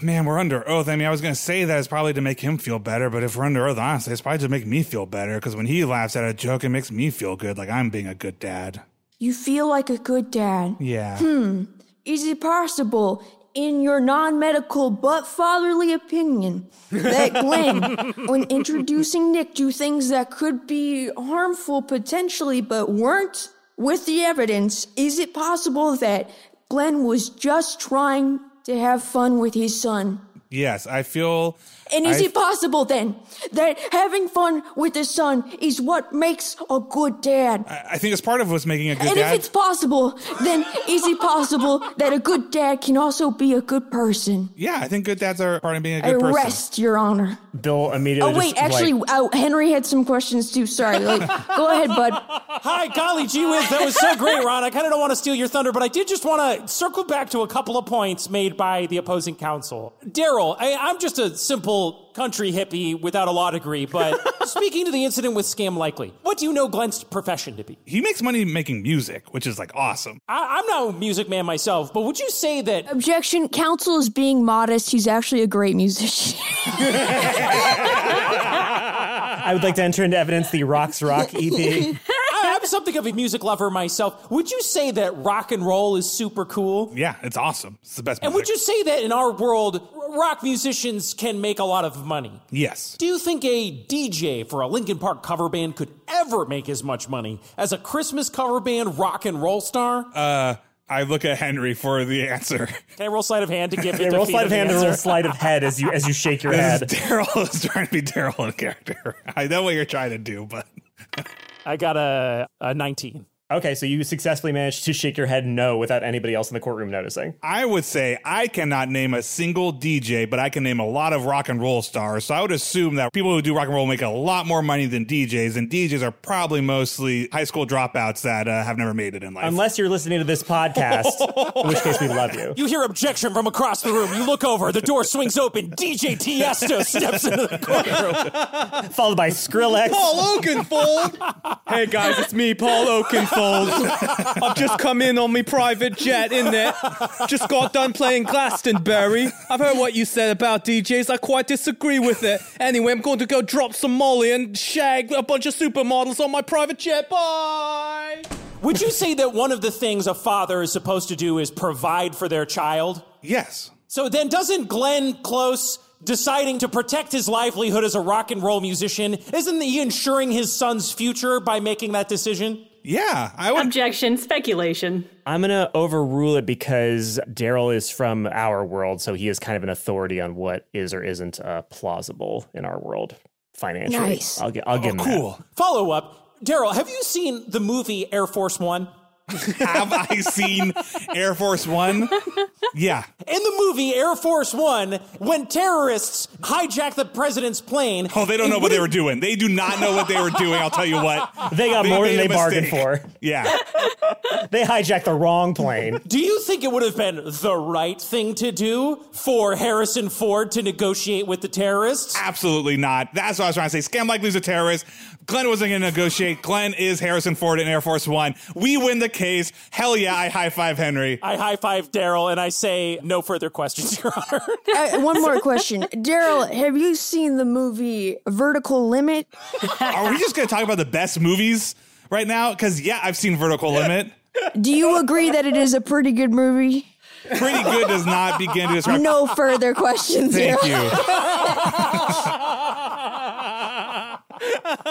Speaker 4: Man, we're under oath. I mean, I was going to say that it's probably to make him feel better, but if we're under oath, honestly, it's probably to make me feel better because when he laughs at a joke, it makes me feel good, like I'm being a good dad.
Speaker 12: You feel like a good dad.
Speaker 4: Yeah.
Speaker 12: Hmm. Is it possible, in your non medical but fatherly opinion, that Glenn, when introducing Nick to things that could be harmful potentially but weren't with the evidence, is it possible that Glenn was just trying to have fun with his son?
Speaker 4: Yes, I feel.
Speaker 12: And is
Speaker 4: I-
Speaker 12: it possible then that having fun with the son is what makes a good dad?
Speaker 4: I I think it's part of what's making a good
Speaker 12: and
Speaker 4: dad.
Speaker 12: if it's possible, then is it possible that a good dad can also be a good person?
Speaker 4: yeah, I think good dads are part of being a good person.
Speaker 12: Arrest, Your Honor.
Speaker 13: Bill immediately.
Speaker 12: oh, wait,
Speaker 13: just,
Speaker 12: actually,
Speaker 13: like-
Speaker 12: oh, Henry had some questions too. Sorry. Like, go ahead, bud.
Speaker 2: Hi, golly gee whiz, that was so great, Ron. I kind of don't want to steal your thunder, but I did just want to circle back to a couple of points made by the opposing counsel. Daryl, I- I'm just a simple country hippie without a law degree, but speaking to the incident with Scam Likely, what do you know Glenn's profession to be?
Speaker 4: He makes money making music, which is like awesome.
Speaker 2: I- I'm not a music man myself, but would you say that
Speaker 12: Objection. Counsel is being modest. He's actually a great musician.
Speaker 13: I would like to enter into evidence the Rocks Rock
Speaker 7: E
Speaker 13: EP.
Speaker 2: I- I'm something of a music lover myself? Would you say that rock and roll is super cool?
Speaker 4: Yeah, it's awesome. It's the best.
Speaker 2: And would
Speaker 4: music.
Speaker 2: you say that in our world, r- rock musicians can make a lot of money?
Speaker 4: Yes.
Speaker 2: Do you think a DJ for a Linkin Park cover band could ever make as much money as a Christmas cover band rock and roll star?
Speaker 4: Uh, I look at Henry for the answer.
Speaker 2: Can I roll sleight of hand to give?
Speaker 7: Okay, roll sleight of hand and roll sleight of head as you as you shake your
Speaker 4: This
Speaker 7: head.
Speaker 4: is Daryl is trying to be Daryl in character. I know what you're trying to do, but
Speaker 2: I got a, a nineteen.
Speaker 7: Okay, so you successfully managed to shake your head no without anybody else in the courtroom noticing.
Speaker 4: I would say I cannot name a single DJ, but I can name a lot of rock and roll stars. So I would assume that people who do rock and roll make a lot more money than DJs, and DJs are probably mostly high school dropouts that uh, have never made it in life.
Speaker 7: Unless you're listening to this podcast, in which case we love you.
Speaker 2: You hear objection from across the room. You look over. The door swings open. DJ Tiesto steps into the courtroom.
Speaker 7: Followed by Skrillex.
Speaker 1: Paul Oakenfold. hey guys, it's me, Paul Oakenfold. I've just come in on me private jet in there. Just got done playing Glastonbury. I've heard what you said about DJs. I quite disagree with it. Anyway, I'm going to go drop some Molly and shag a bunch of supermodels on my private jet. Bye.
Speaker 2: Would you say that one of the things a father is supposed to do is provide for their child?
Speaker 4: yes.
Speaker 2: So then, doesn't Glenn Close deciding to protect his livelihood as a rock and roll musician isn't he ensuring his son's future by making that decision?
Speaker 4: Yeah. I would.
Speaker 10: Objection, speculation.
Speaker 7: I'm going to overrule it because Daryl is from our world, so he is kind of an authority on what is or isn't uh, plausible in our world financially.
Speaker 12: Nice.
Speaker 7: I'll, gi- I'll give him that.
Speaker 4: Oh, cool.
Speaker 2: Follow up, Daryl. Have you seen the movie Air Force One?
Speaker 4: Have I seen Air Force One? Yeah.
Speaker 2: In the movie Air Force One, when terrorists hijack the president's plane,
Speaker 4: Oh, they don't know what they were doing. They do not know what they were doing. I'll tell you what.
Speaker 7: They got
Speaker 4: They
Speaker 7: more than
Speaker 4: made a
Speaker 7: they bargained
Speaker 4: mistake.
Speaker 7: for.
Speaker 4: Yeah.
Speaker 7: They hijacked the wrong plane.
Speaker 2: do you think it would have been the right thing to do for Harrison Ford to negotiate with the terrorists?
Speaker 4: Absolutely not. That's what I was trying to say. Scam Likely's a terrorist. Glenn wasn't going to negotiate. Glenn is Harrison Ford in Air Force One. We win the case. Hell yeah, I high five Henry.
Speaker 2: I high five Daryl and I say, no further questions, Your Honor.
Speaker 16: Uh, one more question. Daryl, have you seen the movie Vertical Limit?
Speaker 4: Are we just going to talk about the best movies right now? Because, yeah, I've seen Vertical Limit.
Speaker 16: Do you agree that it is a pretty good movie?
Speaker 4: Pretty good does not begin to describe.
Speaker 12: No further questions here.
Speaker 4: Thank you.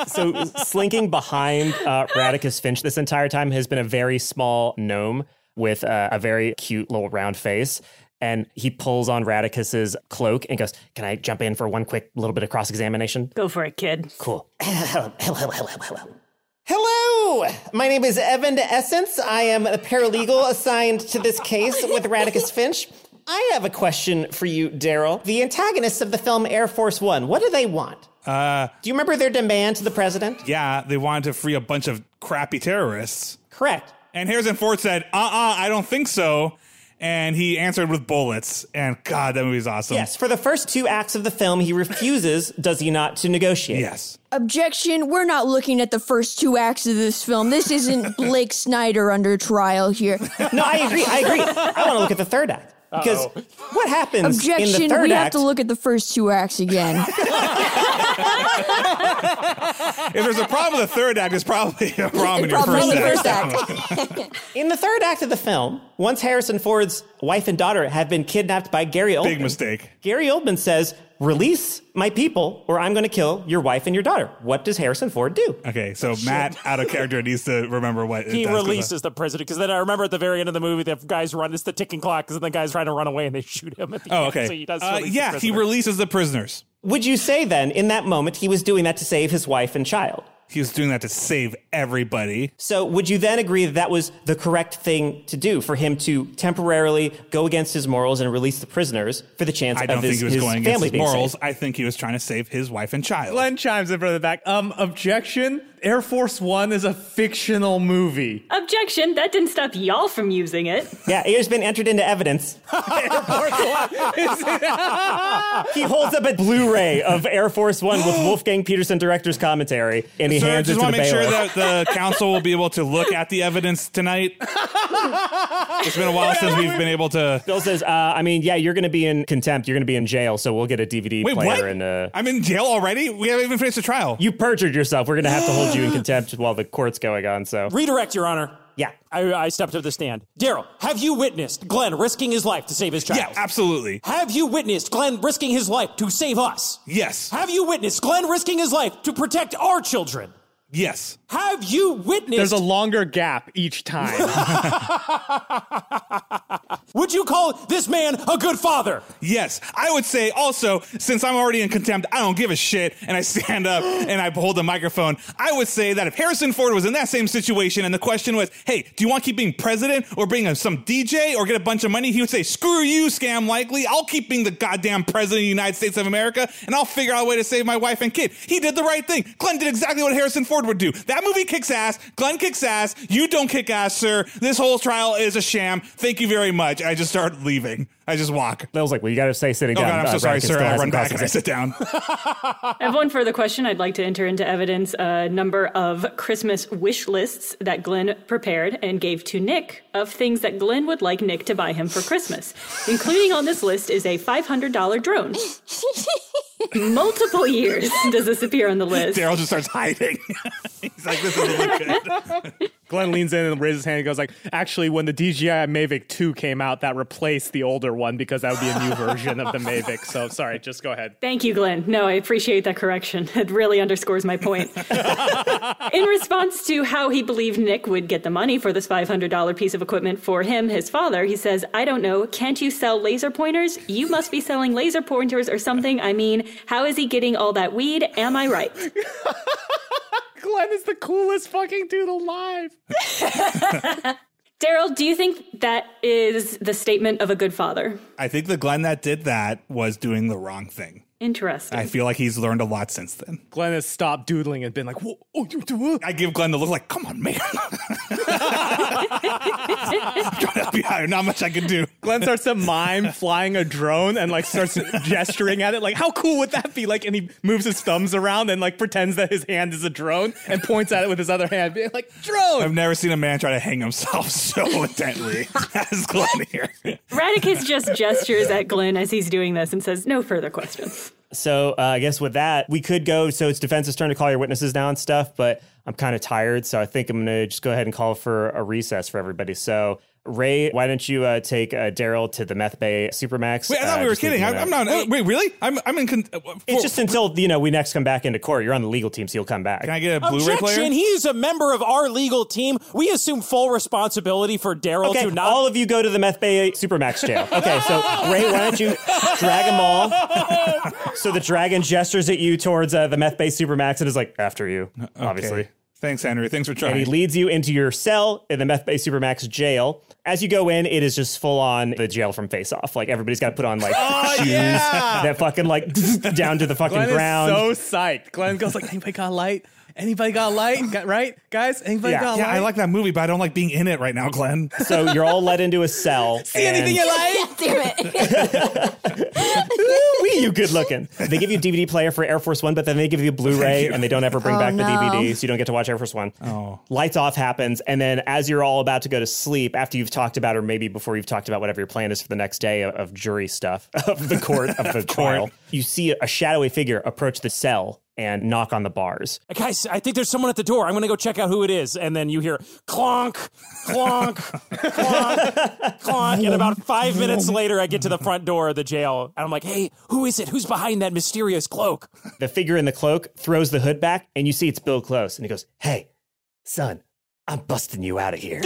Speaker 7: so slinking behind uh, Radicus Finch this entire time has been a very small gnome with uh, a very cute little round face. And he pulls on Radicus's cloak and goes, Can I jump in for one quick little bit of cross examination?
Speaker 10: Go for it, kid.
Speaker 7: Cool. Hello, hello, hello, hello. Hello! My name is Evan Essence. I am a paralegal assigned to this case with Radicus Finch. I have a question for you, Daryl. The antagonists of the film Air Force One, what do they want? Uh, do you remember their demand to the president?
Speaker 4: Yeah, they wanted to free a bunch of crappy terrorists.
Speaker 7: Correct.
Speaker 4: And Harrison Ford said, uh uh I don't think so. And he answered with bullets. And God, that movie's awesome.
Speaker 7: Yes, for the first two acts of the film, he refuses, does he not, to negotiate?
Speaker 4: Yes.
Speaker 12: Objection, we're not looking at the first two acts of this film. This isn't Blake Snyder under trial here.
Speaker 7: No, I agree. I agree. I want to look at the third act. Because what happens in the
Speaker 12: Objection,
Speaker 7: third
Speaker 12: we have
Speaker 7: act?
Speaker 12: to look at the first two acts again.
Speaker 4: If there's a problem with the third act, it's probably a problem in your
Speaker 12: Probably
Speaker 4: first
Speaker 12: the
Speaker 4: act.
Speaker 12: first act.
Speaker 7: In the third act of the film, once Harrison Ford's wife and daughter have been kidnapped by Gary Oldman,
Speaker 4: Big mistake.
Speaker 7: Gary Oldman says, Release my people, or I'm going to kill your wife and your daughter. What does Harrison Ford do?
Speaker 4: Okay, so Matt, out of character, needs to remember what it
Speaker 2: Oh, he
Speaker 4: does 'cause, uh,
Speaker 2: releases the president because then I remember at the very end of the movie the guys run it's the ticking clock because the guys trying to run away and they shoot him at the
Speaker 4: Oh,
Speaker 2: end.
Speaker 4: okay.
Speaker 2: So he does
Speaker 4: Uh,
Speaker 2: release the
Speaker 4: yeah, he
Speaker 2: prisoner.
Speaker 4: releases the prisoners.
Speaker 7: Would you say then, in that moment, he was doing that to save his wife and child?
Speaker 4: He was doing that to save everybody.
Speaker 7: So, would you then agree that that was the correct thing to do for him to temporarily go against his morals and release the prisoners for the chance
Speaker 4: I don't
Speaker 7: of
Speaker 4: think
Speaker 7: his,
Speaker 4: he was
Speaker 7: his
Speaker 4: going against
Speaker 7: family
Speaker 4: his
Speaker 7: being saved?
Speaker 4: morals. I think he was trying to save his wife and child.
Speaker 1: Glenn chimes in from the back. Um, objection. Air Force One is a fictional movie.
Speaker 10: Objection, that didn't stop y'all from using it.
Speaker 7: Yeah, it has been entered into evidence. he holds up a Blu-ray of Air Force One with Wolfgang Peterson director's commentary, and he
Speaker 4: Sir,
Speaker 7: hands it
Speaker 4: just
Speaker 7: to the
Speaker 4: want to make sure
Speaker 7: bailiff.
Speaker 4: that the council will be able to look at the evidence tonight. it's been a while since we've been able to.
Speaker 7: Bill says, uh, "I mean, yeah, you're going to be in contempt. You're going to be in jail. So we'll get a DVD
Speaker 4: Wait,
Speaker 7: player
Speaker 4: what?
Speaker 7: and uh,
Speaker 4: I'm in jail already. We haven't even finished the trial.
Speaker 7: you perjured yourself. We're going to have to hold you in contempt while the court's going on. So
Speaker 2: redirect, Your Honor.
Speaker 7: yeah,
Speaker 2: I, I stepped to the stand. Daryl, have you witnessed Glenn risking his life to save his child?
Speaker 4: yeah, absolutely.
Speaker 2: Have you witnessed Glenn risking his life to save us?
Speaker 4: Yes.
Speaker 2: Have you witnessed Glenn risking his life to protect our children?
Speaker 4: Yes.
Speaker 2: Have you witnessed?
Speaker 1: There's a longer gap each time.
Speaker 2: Would you call this man a good father?
Speaker 4: Yes. I would say also, since I'm already in contempt, I don't give a shit, and I stand up and I hold the microphone. I would say that if Harrison Ford was in that same situation and the question was, hey, do you want to keep being president or being a- some DJ or get a bunch of money? He would say, screw you, scam likely. I'll keep being the goddamn president of the United States of America and I'll figure out a way to save my wife and kid. He did the right thing. Glenn did exactly what Harrison Ford would do. That movie kicks ass. Glenn kicks ass. You don't kick ass, sir. This whole trial is a sham. Thank you very much. I just start leaving. I just walk.
Speaker 7: That was like, well, you got to stay sitting
Speaker 4: Oh
Speaker 7: down.
Speaker 4: God, I'm
Speaker 7: Uh,
Speaker 4: so sorry,
Speaker 7: Rankin
Speaker 4: sir.
Speaker 7: still
Speaker 4: I
Speaker 7: hasn't
Speaker 4: run back and I
Speaker 7: processed it.
Speaker 4: sit down.
Speaker 10: I have one further question. I'd like to enter into evidence a number of Christmas wish lists that Glenn prepared and gave to Nick of things that Glenn would like Nick to buy him for Christmas. Including on this list is a $500 drone. Multiple years does this appear on the list.
Speaker 4: Daryl just starts hiding. He's like, this doesn't look good.
Speaker 1: Glenn leans in and raises his hand and goes like, actually, when the DJI Mavic 2 came out, that replaced the older one because that would be a new version of the Mavic. So sorry, just go ahead.
Speaker 10: Thank you, Glenn. No, I appreciate that correction. It really underscores my point. In response to how he believed Nick would get the money for this $500 piece of equipment for him, his father, he says, I don't know. Can't you sell laser pointers? You must be selling laser pointers or something. I mean, how is he getting all that weed? Am I right?
Speaker 1: Glenn is the coolest fucking dude alive.
Speaker 10: Daryl, do you think that is the statement of a good father?
Speaker 4: I think the Glenn that did that was doing the wrong thing.
Speaker 10: Interesting.
Speaker 4: I feel like he's learned a lot since then.
Speaker 1: Glenn has stopped doodling and been like, whoa, oh, you do
Speaker 4: I give Glenn the look like, come on, man. I'm trying to help you out. here. Not much I can do.
Speaker 1: Glenn starts to mime flying a drone and like starts gesturing at it. Like, how cool would that be? Like, and he moves his thumbs around and like pretends that his hand is a drone and points at it with his other hand, being like, drone.
Speaker 4: I've never seen a man try to hang himself so intently as Glenn here.
Speaker 10: Radicus just gestures at Glenn as he's doing this and says, No further questions.
Speaker 7: So uh, I guess with that, we could go. So it's defense's turn to call your witnesses now and stuff, but I'm kind of tired. So I think I'm going to just go ahead and call for a recess for everybody. So, Ray, why don't you uh, take uh, Daryl to the Meth Bay Supermax?
Speaker 4: Wait, I thought
Speaker 7: Uh,
Speaker 4: we were
Speaker 7: just leave
Speaker 4: kidding.
Speaker 7: you
Speaker 4: I'm,
Speaker 7: there.
Speaker 4: I'm not. Wait, really? I'm, I'm in. Con- uh,
Speaker 7: It's just until, you know, we next come back into court. You're on the legal team, so you'll come back.
Speaker 4: Can I get a Blu-ray player?
Speaker 2: Objection! He is a member of our legal team. We assume full responsibility for Daryl
Speaker 7: Okay,
Speaker 2: to not.
Speaker 7: all of you go to the Meth Bay Supermax jail. Okay, so Ray, why don't you drag them all? so the dragon gestures at you towards uh, the Meth Bay Supermax and is like, after you, obviously.
Speaker 4: Uh, Okay. Thanks, Henry. Thanks for
Speaker 7: And
Speaker 4: trying.
Speaker 7: he leads you into your cell in the Meth Bay Supermax jail. As you go in, it is just full on the jail from Face Off. Like everybody's got to put on like
Speaker 4: Oh,
Speaker 7: shoes that fucking like down to the fucking
Speaker 1: Glenn
Speaker 7: ground.
Speaker 1: is so psyched. Glenn goes like, anybody got a light? Anybody got a light? Got- right, guys? Anybody
Speaker 7: Yeah.
Speaker 1: got a
Speaker 4: yeah,
Speaker 1: light?
Speaker 4: I like that movie, but I don't like being in it right now, Glenn.
Speaker 7: so you're all led into a cell. See
Speaker 1: anything you like?
Speaker 9: God damn it.
Speaker 7: Wee, you good looking. They give you a DVD player for Air Force One, but then they give you a Blu-ray and they don't ever bring
Speaker 9: Oh,
Speaker 7: back the
Speaker 9: no.
Speaker 7: DVD, so you don't get to watch Air Force One. Oh. Lights off happens, and then as you're all about to go to sleep, after you've talked about or maybe before you've talked about whatever your plan is for the next day of, of jury stuff, of the court, of the trial, you see a shadowy figure approach the cell and knock on the bars.
Speaker 2: Guys, I think there's someone at the door. I'm going to go check out who it is. And then you hear clonk, clonk, clonk, clonk. And about five minutes later, I get to the front door of the jail. And I'm like, hey, who is it? Who's behind that mysterious cloak?
Speaker 7: The figure in the cloak throws the hood back, and you see it's Bill Close, and he goes, "Hey, son, I'm busting you out of here."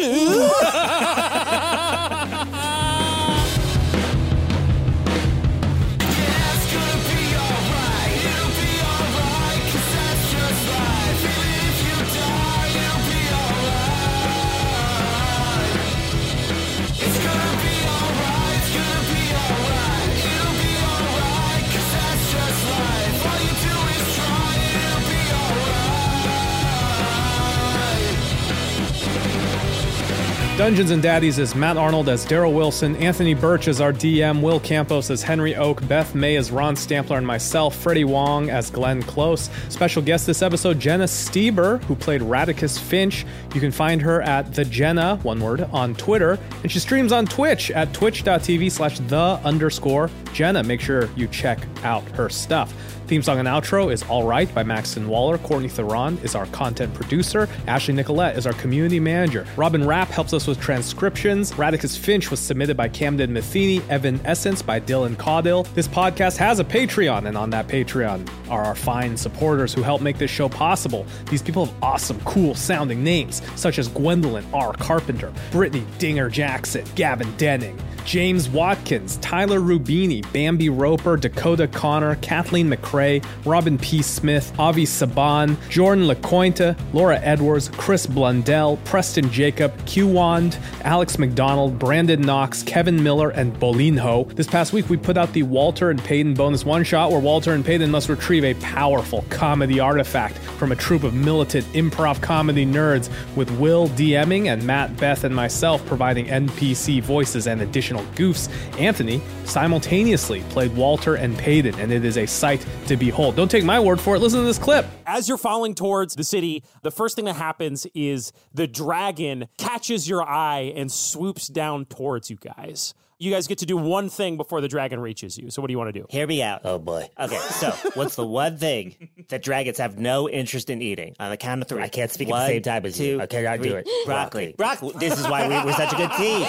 Speaker 1: Dungeons and Daddies is Matt Arnold as Daryl Wilson, Anthony Birch as our DM, Will Campos as Henry Oak, Beth May as Ron Stampler, and myself, Freddie Wong as Glenn Close. Special guest this episode, Jenna Stieber, who played Radicus Finch. You can find her at the Jenna, one word, on Twitter, and she streams on Twitch at twitch.tv slash the underscore Jenna. Make sure you check out her stuff. Theme song and outro is All Right by Maxton Waller. Courtney Theron is our content producer. Ashley Nicolette is our community manager. Robin Rapp helps us with with transcriptions. Radicus Finch was submitted by Camden Matheny, Evan Essence by Dylan Caudill. This podcast has a Patreon, and on that Patreon are our fine supporters who help make this show possible. These people have awesome, cool sounding names, such as Gwendolyn R. Carpenter, Brittany Dinger Jackson, Gavin Denning, James Watkins, Tyler Rubini, Bambi Roper, Dakota Connor, Kathleen McRae, Robin P. Smith, Avi Saban, Jordan LaCointa, Laura Edwards, Chris Blundell, Preston Jacob, Q Wand, Alex McDonald, Brandon Knox, Kevin Miller, and Bolinho. This past week, we put out the Walter and Payton bonus one shot where Walter and Payton must retrieve a powerful comedy artifact from a troop of militant improv comedy nerds with Will DMing and Matt, Beth, and myself providing NPC voices and additional goofs. Anthony simultaneously played Walter and Payton, and it is a sight to behold. Don't take my word for it. Listen to this clip.
Speaker 2: As you're falling towards the city, the first thing that happens is the dragon catches your eye and swoops down towards you guys. You guys get to do one thing before the dragon reaches you. So, what do you want to do?
Speaker 17: Hear me out. Oh boy. Okay, so what's the one thing that dragons have no interest in eating? On the count of three. I
Speaker 7: can't speak at the same time as you. I cannot do it.
Speaker 17: Broccoli. Broccoli. This is why we, we're such a good team.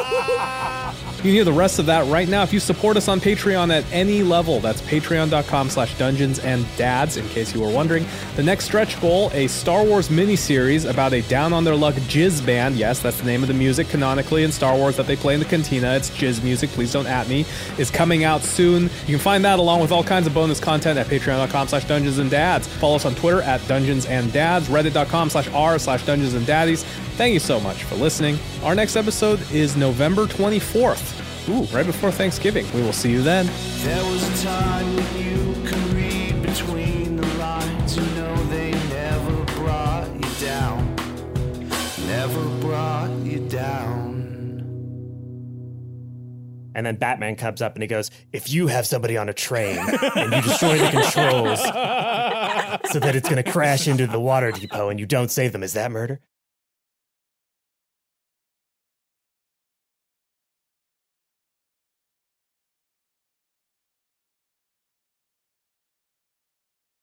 Speaker 1: You can hear the rest of that right now if you support us on Patreon at any level. That's patreon.com slash dungeons and dads, in case you were wondering. The next stretch goal, a Star Wars miniseries about a down on their luck jizz band. Yes, that's the name of the music canonically in Star Wars that they play in the cantina. It's jizz music, please don't at me, is coming out soon. You can find that along with all kinds of bonus content at patreon.com slash dungeons and dads. Follow us on Twitter at dungeons and dads, reddit.com slash r slash dungeons and daddies. Thank you so much for listening. Our next episode is November 24th. Ooh, right before Thanksgiving. We will see you then.
Speaker 9: There was a time when you could read between the lines. You know they never brought you down. Never brought you down.
Speaker 7: And then Batman comes up and he goes, If you have somebody on a train and you destroy the controls so that it's going to crash into the water depot and you don't save them, is that murder?